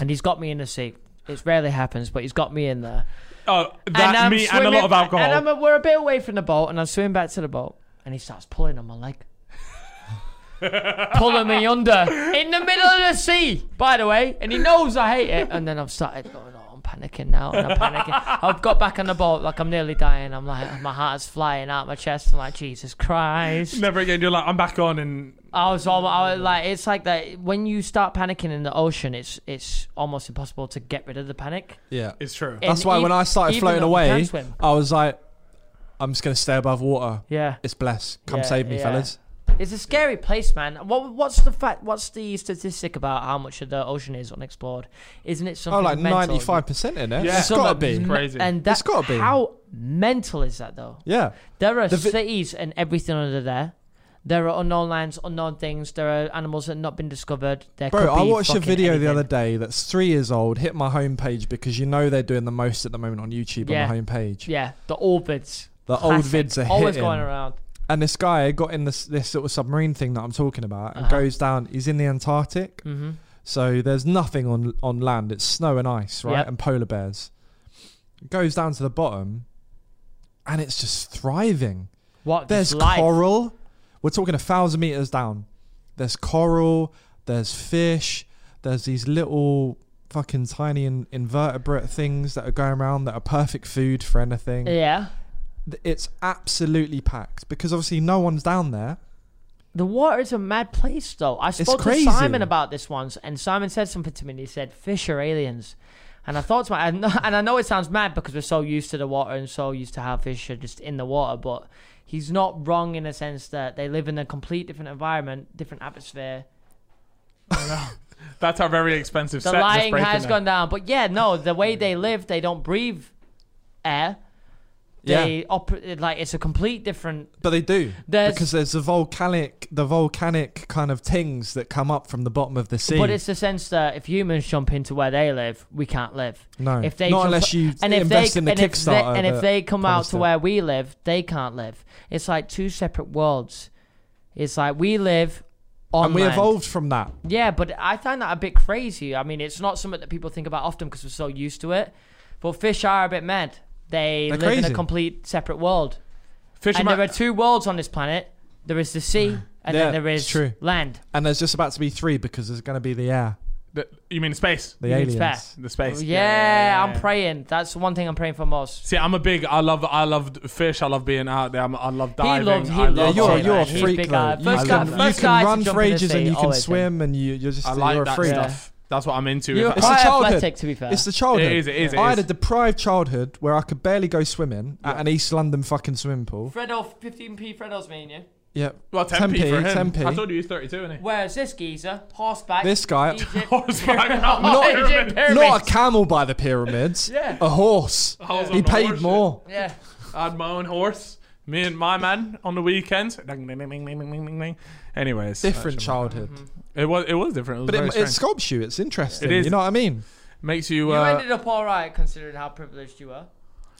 S3: and he's got me in the sea. It rarely happens, but he's got me in there.
S2: Oh, that
S3: I'm
S2: me and a
S3: swimming-
S2: lot of alcohol.
S3: And I'm, we're a bit away from the boat, and I'm swimming back to the boat, and he starts pulling on my leg. pulling me under in the middle of the sea, by the way, and he knows I hate it. And then I've started going, oh, I'm panicking now, and I'm panicking. I've got back on the boat, like I'm nearly dying. I'm like, my heart's flying out my chest. I'm like, Jesus Christ.
S2: Never again. You're like, I'm back on, and
S3: I was almost I was like, it's like that when you start panicking in the ocean, it's it's almost impossible to get rid of the panic.
S1: Yeah.
S2: it's true.
S3: It-
S1: That's
S3: And
S1: why
S3: ev-
S1: when I started
S3: even
S1: floating
S3: though we can
S1: away,
S3: swim.
S1: I was like, I'm just going to stay above water.
S3: Yeah.
S1: It's blessed. Come
S3: Yeah,
S1: save me,
S3: yeah.
S1: fellas.
S3: It's a scary place, man. What, what's the fact? What's the statistic about how much of the ocean is unexplored? Isn't it something?
S1: Oh, like
S3: mental?
S1: 95% in it.
S2: Yeah.
S1: It's got to be.
S3: Something
S2: Crazy.
S3: And that's
S1: It's gotta be.
S3: how mental is that though?
S1: Yeah.
S3: There are
S1: The vi-
S3: cities and everything under there. There are unknown lands, unknown things. There are animals that have not been discovered. There could
S1: Bro, I
S3: be
S1: watched a
S3: fucking
S1: video the
S3: anything.
S1: other day that's three years old, hit my homepage because you know they're doing the most at the moment on YouTube
S3: Yeah.
S1: on the homepage.
S3: Yeah, the orbits.
S1: The old vids are
S3: always
S1: hitting.
S3: going around.
S1: And this guy got in this, this little submarine thing that I'm talking about and
S3: Uh-huh.
S1: goes down. He's in the Antarctic.
S3: Mm-hmm.
S1: So there's nothing on on land. It's snow and ice, right?
S3: Yep.
S1: And polar bears. It goes down to the bottom, and it's just thriving.
S3: What? just
S1: There's
S3: life.
S1: coral. We're talking a thousand meters down. There's coral. There's fish. There's these little fucking tiny in, invertebrate things that are going around that are perfect food for anything.
S3: Yeah.
S1: Th- It's absolutely packed because obviously no one's down there.
S3: The water is a mad place, though. I spoke
S1: crazy.
S3: to Simon about this once, and Simon said something to me. and He said, "Fish are aliens," and I thought to my, and and I know it sounds mad because we're so used to the water and so used to how fish are just in the water, but he's not wrong in the sense that they live in a complete different environment, different atmosphere.
S2: That's our very expensive
S3: The
S2: set. just
S3: lying
S2: breaking
S3: has
S2: it.
S3: gone down, but yeah, no, the way they live, they don't breathe air. They oper- like it's a complete different.
S1: But they do
S3: There's-
S1: because there's the volcanic, the volcanic kind of things that come up from the bottom of the sea.
S3: But it's the sense that if humans jump into where they live, we can't live.
S1: no,
S3: if they
S1: not
S3: jump-
S1: unless you
S3: and if
S1: invest
S3: they
S1: in the
S3: and if they,
S1: Kickstarter.
S3: and if
S1: that-
S3: they come out
S1: promised
S3: to
S1: it.
S3: where we live, they can't live. It's like two separate worlds. It's like we live on
S1: and we
S3: land.
S1: evolved from that.
S3: Yeah, but I find that a bit crazy. I mean, it's not something that people think about often because we're so used to it. But fish are a bit mad. They
S1: They're
S3: live in
S1: crazy.
S3: a complete separate world.
S2: Fisher
S3: and
S2: Man-
S3: there are two worlds on this planet. There is the sea, and
S1: Yeah,
S3: then there
S1: it's
S3: is
S1: true.
S3: land.
S1: And there's just about to be three because there's going to be the air,
S2: the- you mean space?
S1: the
S3: You mean
S1: aliens.
S3: space.
S2: The space.
S3: Oh, yeah, I'm praying. That's the one thing I'm praying for most.
S2: See, I'm a big. I love. I love fish. I love being out there. I'm, I love diving.
S3: loves- he
S2: I
S1: Yeah,
S3: loves
S2: love
S3: it,
S1: you're,
S3: man.
S1: you're a
S3: He's
S1: freak.
S3: big
S1: though.
S3: guy.
S1: You
S3: First
S1: can,
S3: guy-
S1: you
S3: first
S1: can
S3: guy to
S1: run
S3: jump
S1: for
S3: in the
S1: ages and
S3: sea,
S1: you can
S3: always
S1: swim and you, you're just
S2: I
S1: you're
S2: like
S1: a
S2: that
S1: freak.
S2: stuff. That's what I'm into.
S3: You're
S2: If I-
S1: It's a
S3: quite
S1: childhood.
S3: athletic, to be fair.
S1: It's the childhood.
S2: It is, it is, it
S1: I
S2: is.
S1: had a deprived childhood where I could barely go swimming at an East London fucking swimming pool.
S3: Freddo, 15p Freddo's me and you.
S1: Yeah.
S2: well, 10p, for him.
S1: 10p.
S2: I told you he's 32, isn't he?
S3: Whereas this geezer, horseback.
S1: This guy-
S3: Egypt,
S2: Horseback.
S3: Egypt pyramids.
S1: Not a camel by the pyramids.
S3: Yeah.
S1: A horse.
S2: I was
S1: He
S2: on a
S1: paid
S2: horse.
S1: more.
S3: yeah.
S2: I had my own horse. Me and my man on the weekends. Ding, ding, ding, ding, ding, ding, ding, ding. Anyways,
S1: Different
S2: that's-
S1: childhood.
S2: It was it was different. It was
S1: But
S2: very
S1: it, it
S2: strange.
S1: sculpts you. It's interesting.
S2: It is.
S1: You know what I mean?
S2: makes you.
S3: You
S2: Uh,
S3: ended up all right considering how privileged you were.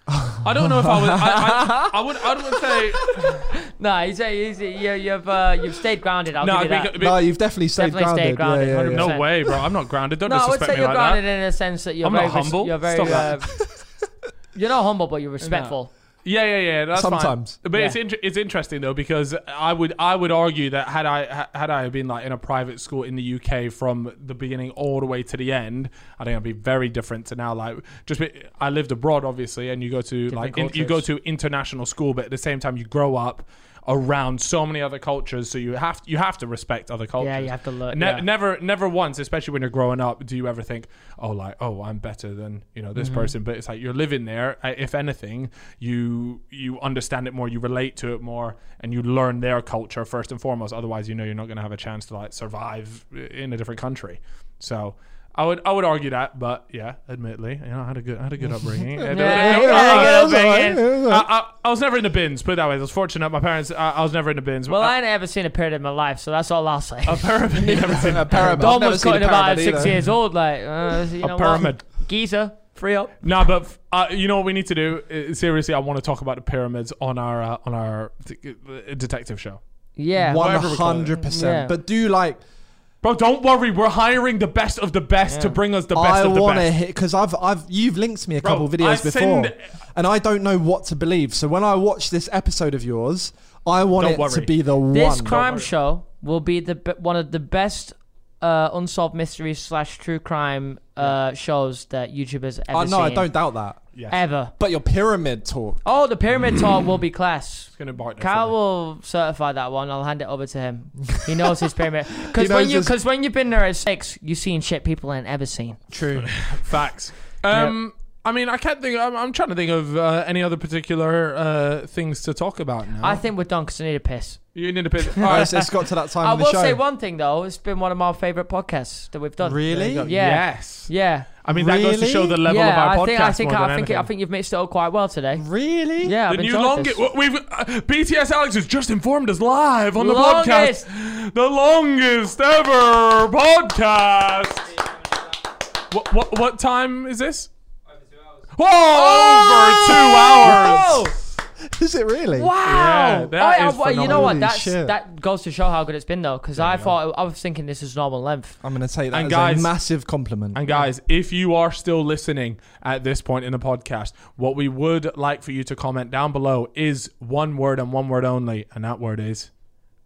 S2: I don't know if I was. I, I, I would. I would say
S3: No, he's, he's, you, you've uh, you've stayed grounded. I'll
S2: no.
S3: give you that.
S2: Because,
S1: no, you've definitely stayed
S3: Definitely stayed
S1: grounded. Yeah,
S3: grounded,
S1: yeah, yeah.
S2: no way, bro. I'm not grounded. Don't
S3: no, I would
S2: disrespect
S3: say
S2: me
S3: you're
S2: like
S3: grounded
S2: that.
S3: in a sense that you're
S2: I'm
S3: very
S2: not humble.
S3: You're very.
S2: Stop
S3: uh,
S2: that.
S3: you're not humble, but you're respectful.
S2: Yeah, yeah, yeah. That's fine.
S1: Sometimes.
S2: but it's
S3: Yeah.
S2: inter- it's interesting though because I would I would argue that had I ha- had I been like in a private school in the UK from the beginning all the way to the end, I think I'd be very different to now. Like just be, I lived abroad obviously, and you go to like in, you go
S3: cultures.
S2: to international school, but at the same time you grow up around so many other cultures, so you have you have to respect other cultures.
S3: you have to learn-
S2: Ne-
S3: yeah.
S2: Never never once, especially when you're growing up, do you ever think, oh like oh I'm better than you know this
S3: Mm-hmm.
S2: person. But it's like you're living there. I- If anything, you you understand it more, you relate to it more, and you learn their culture first and foremost. Otherwise, you know you're not going to have a chance to like survive uh, in a different country. So. I would I would argue that, but yeah, admittedly, you know, I had a good I had a good upbringing. I don't-
S3: Yeah,
S2: I-
S3: yeah,
S2: I-
S3: yeah,
S1: it was
S3: yeah,
S1: alright,
S3: yeah.
S1: it was alright.
S2: I, I, I was never in the bins. Put it that way. I was fortunate. My parents. I, I was never in the bins.
S3: Well, I
S2: I,
S3: ain't ever seen a pyramid in my life, so that's all I'll say.
S2: a pyramid. never seen
S1: A pyramid. Oh, I've
S3: Dom
S1: never
S3: was
S1: seen a
S3: cutting about at
S1: pyramid
S3: six
S1: either.
S3: years old, like uh, you
S2: A
S3: know
S2: pyramid.
S3: What? Giza, free up.
S2: Nah, but f- uh, you know what we need to do. Uh, seriously, I want to talk about the pyramids on our uh, on our d- uh, detective show.
S3: Yeah.
S1: One
S2: whatever we call it.
S1: hundred
S3: Yeah.
S1: percent. But do like
S2: Bro, don't worry. We're hiring the best of the best to bring us the best
S1: I
S2: of the
S1: want to
S2: best.
S1: hit because I've I've you've linked me a couple videos
S2: I've
S1: before,
S2: seen-
S1: and I don't know what to believe. So when I watch this episode of yours, I want
S2: Don't
S1: it to
S2: worry.
S1: be the
S3: This
S1: one.
S3: crime show will be the be- one of the best uh, unsolved mysteries slash true crime uh, shows that YouTube has ever
S1: Oh, no, I
S3: seen.
S1: don't doubt that.
S2: Yes.
S3: Ever.
S1: But your pyramid talk.
S3: Oh, the pyramid talk will be class.
S2: It's gonna bite.
S3: Kyle will certify that one. I'll hand it over to him. He knows his pyramid. Because
S1: He
S3: when
S1: knows
S3: you
S1: his-
S3: because when you've been there at six, you've seen shit people ain't ever seen.
S1: True.
S2: Facts. Um, I mean, I can't think. I'm, I'm trying to think of uh, any other particular uh, things to talk about now.
S1: Oh.
S3: I think we're done because I need a piss.
S2: you need a bit.
S1: All right, so it's got to that time
S3: I
S1: in the
S3: will
S1: show.
S3: say one thing though. It's been one of my favorite podcasts that we've done.
S1: Really?
S3: Yeah.
S2: Yes.
S3: Yeah.
S2: I mean, that goes to
S1: Really?
S2: show the level
S3: yeah,
S2: of our
S3: I think
S2: podcast.
S3: I think
S2: more
S3: I
S2: than
S3: think, I
S2: anything.
S3: think you've mixed it up quite well today.
S1: Really?
S3: Yeah, I've
S2: the new
S3: enjoyed
S2: longest.
S3: this.
S2: We've uh, BTS Alex has just informed us live on the
S3: Longest.
S2: podcast. The longest ever podcast. What what what time is this? Whoa,
S3: Oh!
S2: over two hours.
S1: Is it really?
S3: Wow!
S2: Yeah, that
S3: I- I-
S2: is
S3: well, you know
S1: phenomenal.
S3: what? That's
S1: Shit.
S3: that goes to show how good it's been though, because I thought I was thinking this is normal length.
S1: I'm gonna take that
S2: And
S1: as
S2: guys-
S1: a massive compliment.
S2: And guys, if you are still listening at this point in the podcast, what we would like for you to comment down below is one word and one word only, and that word is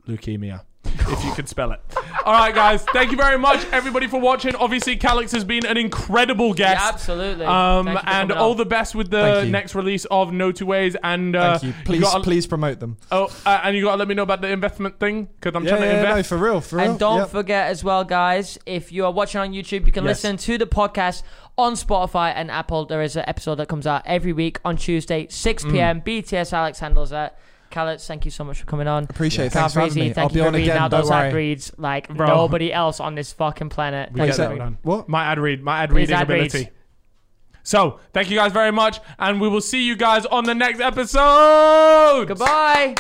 S2: leukemia. if you could spell it. All right, guys. Thank you very much, everybody, for watching. Obviously, Calix has been an incredible guest.
S3: Yeah, absolutely.
S2: Um,
S3: Thank you for
S2: and
S3: coming
S2: all
S3: on.
S2: the best with
S1: Thank
S2: the
S1: you.
S2: next release of No Two Ways. And uh,
S1: Thank you. Please,
S2: gotta-
S1: please promote them.
S2: Oh, uh, and you got to let me know about the investment thing because I'm
S1: Yeah,
S2: trying to
S1: yeah, no,
S2: invest.
S1: for real, for real.
S3: And don't
S1: Yep.
S3: forget as well, guys, if you are watching on YouTube, you can
S2: Yes.
S3: listen to the podcast on Spotify and Apple. There is an episode that comes out every week on Tuesday, 6
S1: Mm.
S3: p.m. BTS Alex handles that. Callets, thank you so much for coming on.
S1: Appreciate it.
S3: Kyle
S1: Thanks for having
S3: Freezy,
S1: me.
S3: Thank
S1: I'll
S3: you
S1: be
S3: for
S1: on
S3: reading
S1: again.
S3: out
S1: Don't
S3: those ad
S1: worry.
S3: reads like
S2: Bro.
S3: nobody else on this fucking planet.
S2: get
S3: Thank you.
S2: that one.
S1: What?
S2: My ad read, my ad reading
S3: ad reads.
S2: ability. So thank you guys very much, and we will see you guys on the next episode.
S3: Goodbye.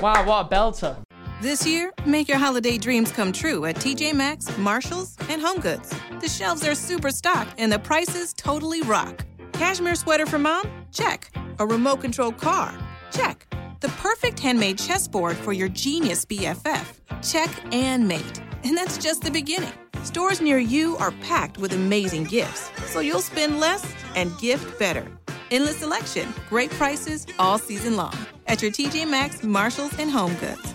S3: Wow, what a belter.
S4: This year, make your holiday dreams come true at TJ Maxx, Marshalls, and HomeGoods. The shelves are super stocked and the prices totally rock. Cashmere sweater for mom? Check. A remote control car? Check. The perfect handmade chessboard for your genius BFF? Check and mate. And that's just the beginning. Stores near you are packed with amazing gifts, so you'll spend less and gift better. Endless selection, great prices all season long at your TJ Maxx, Marshalls, and HomeGoods.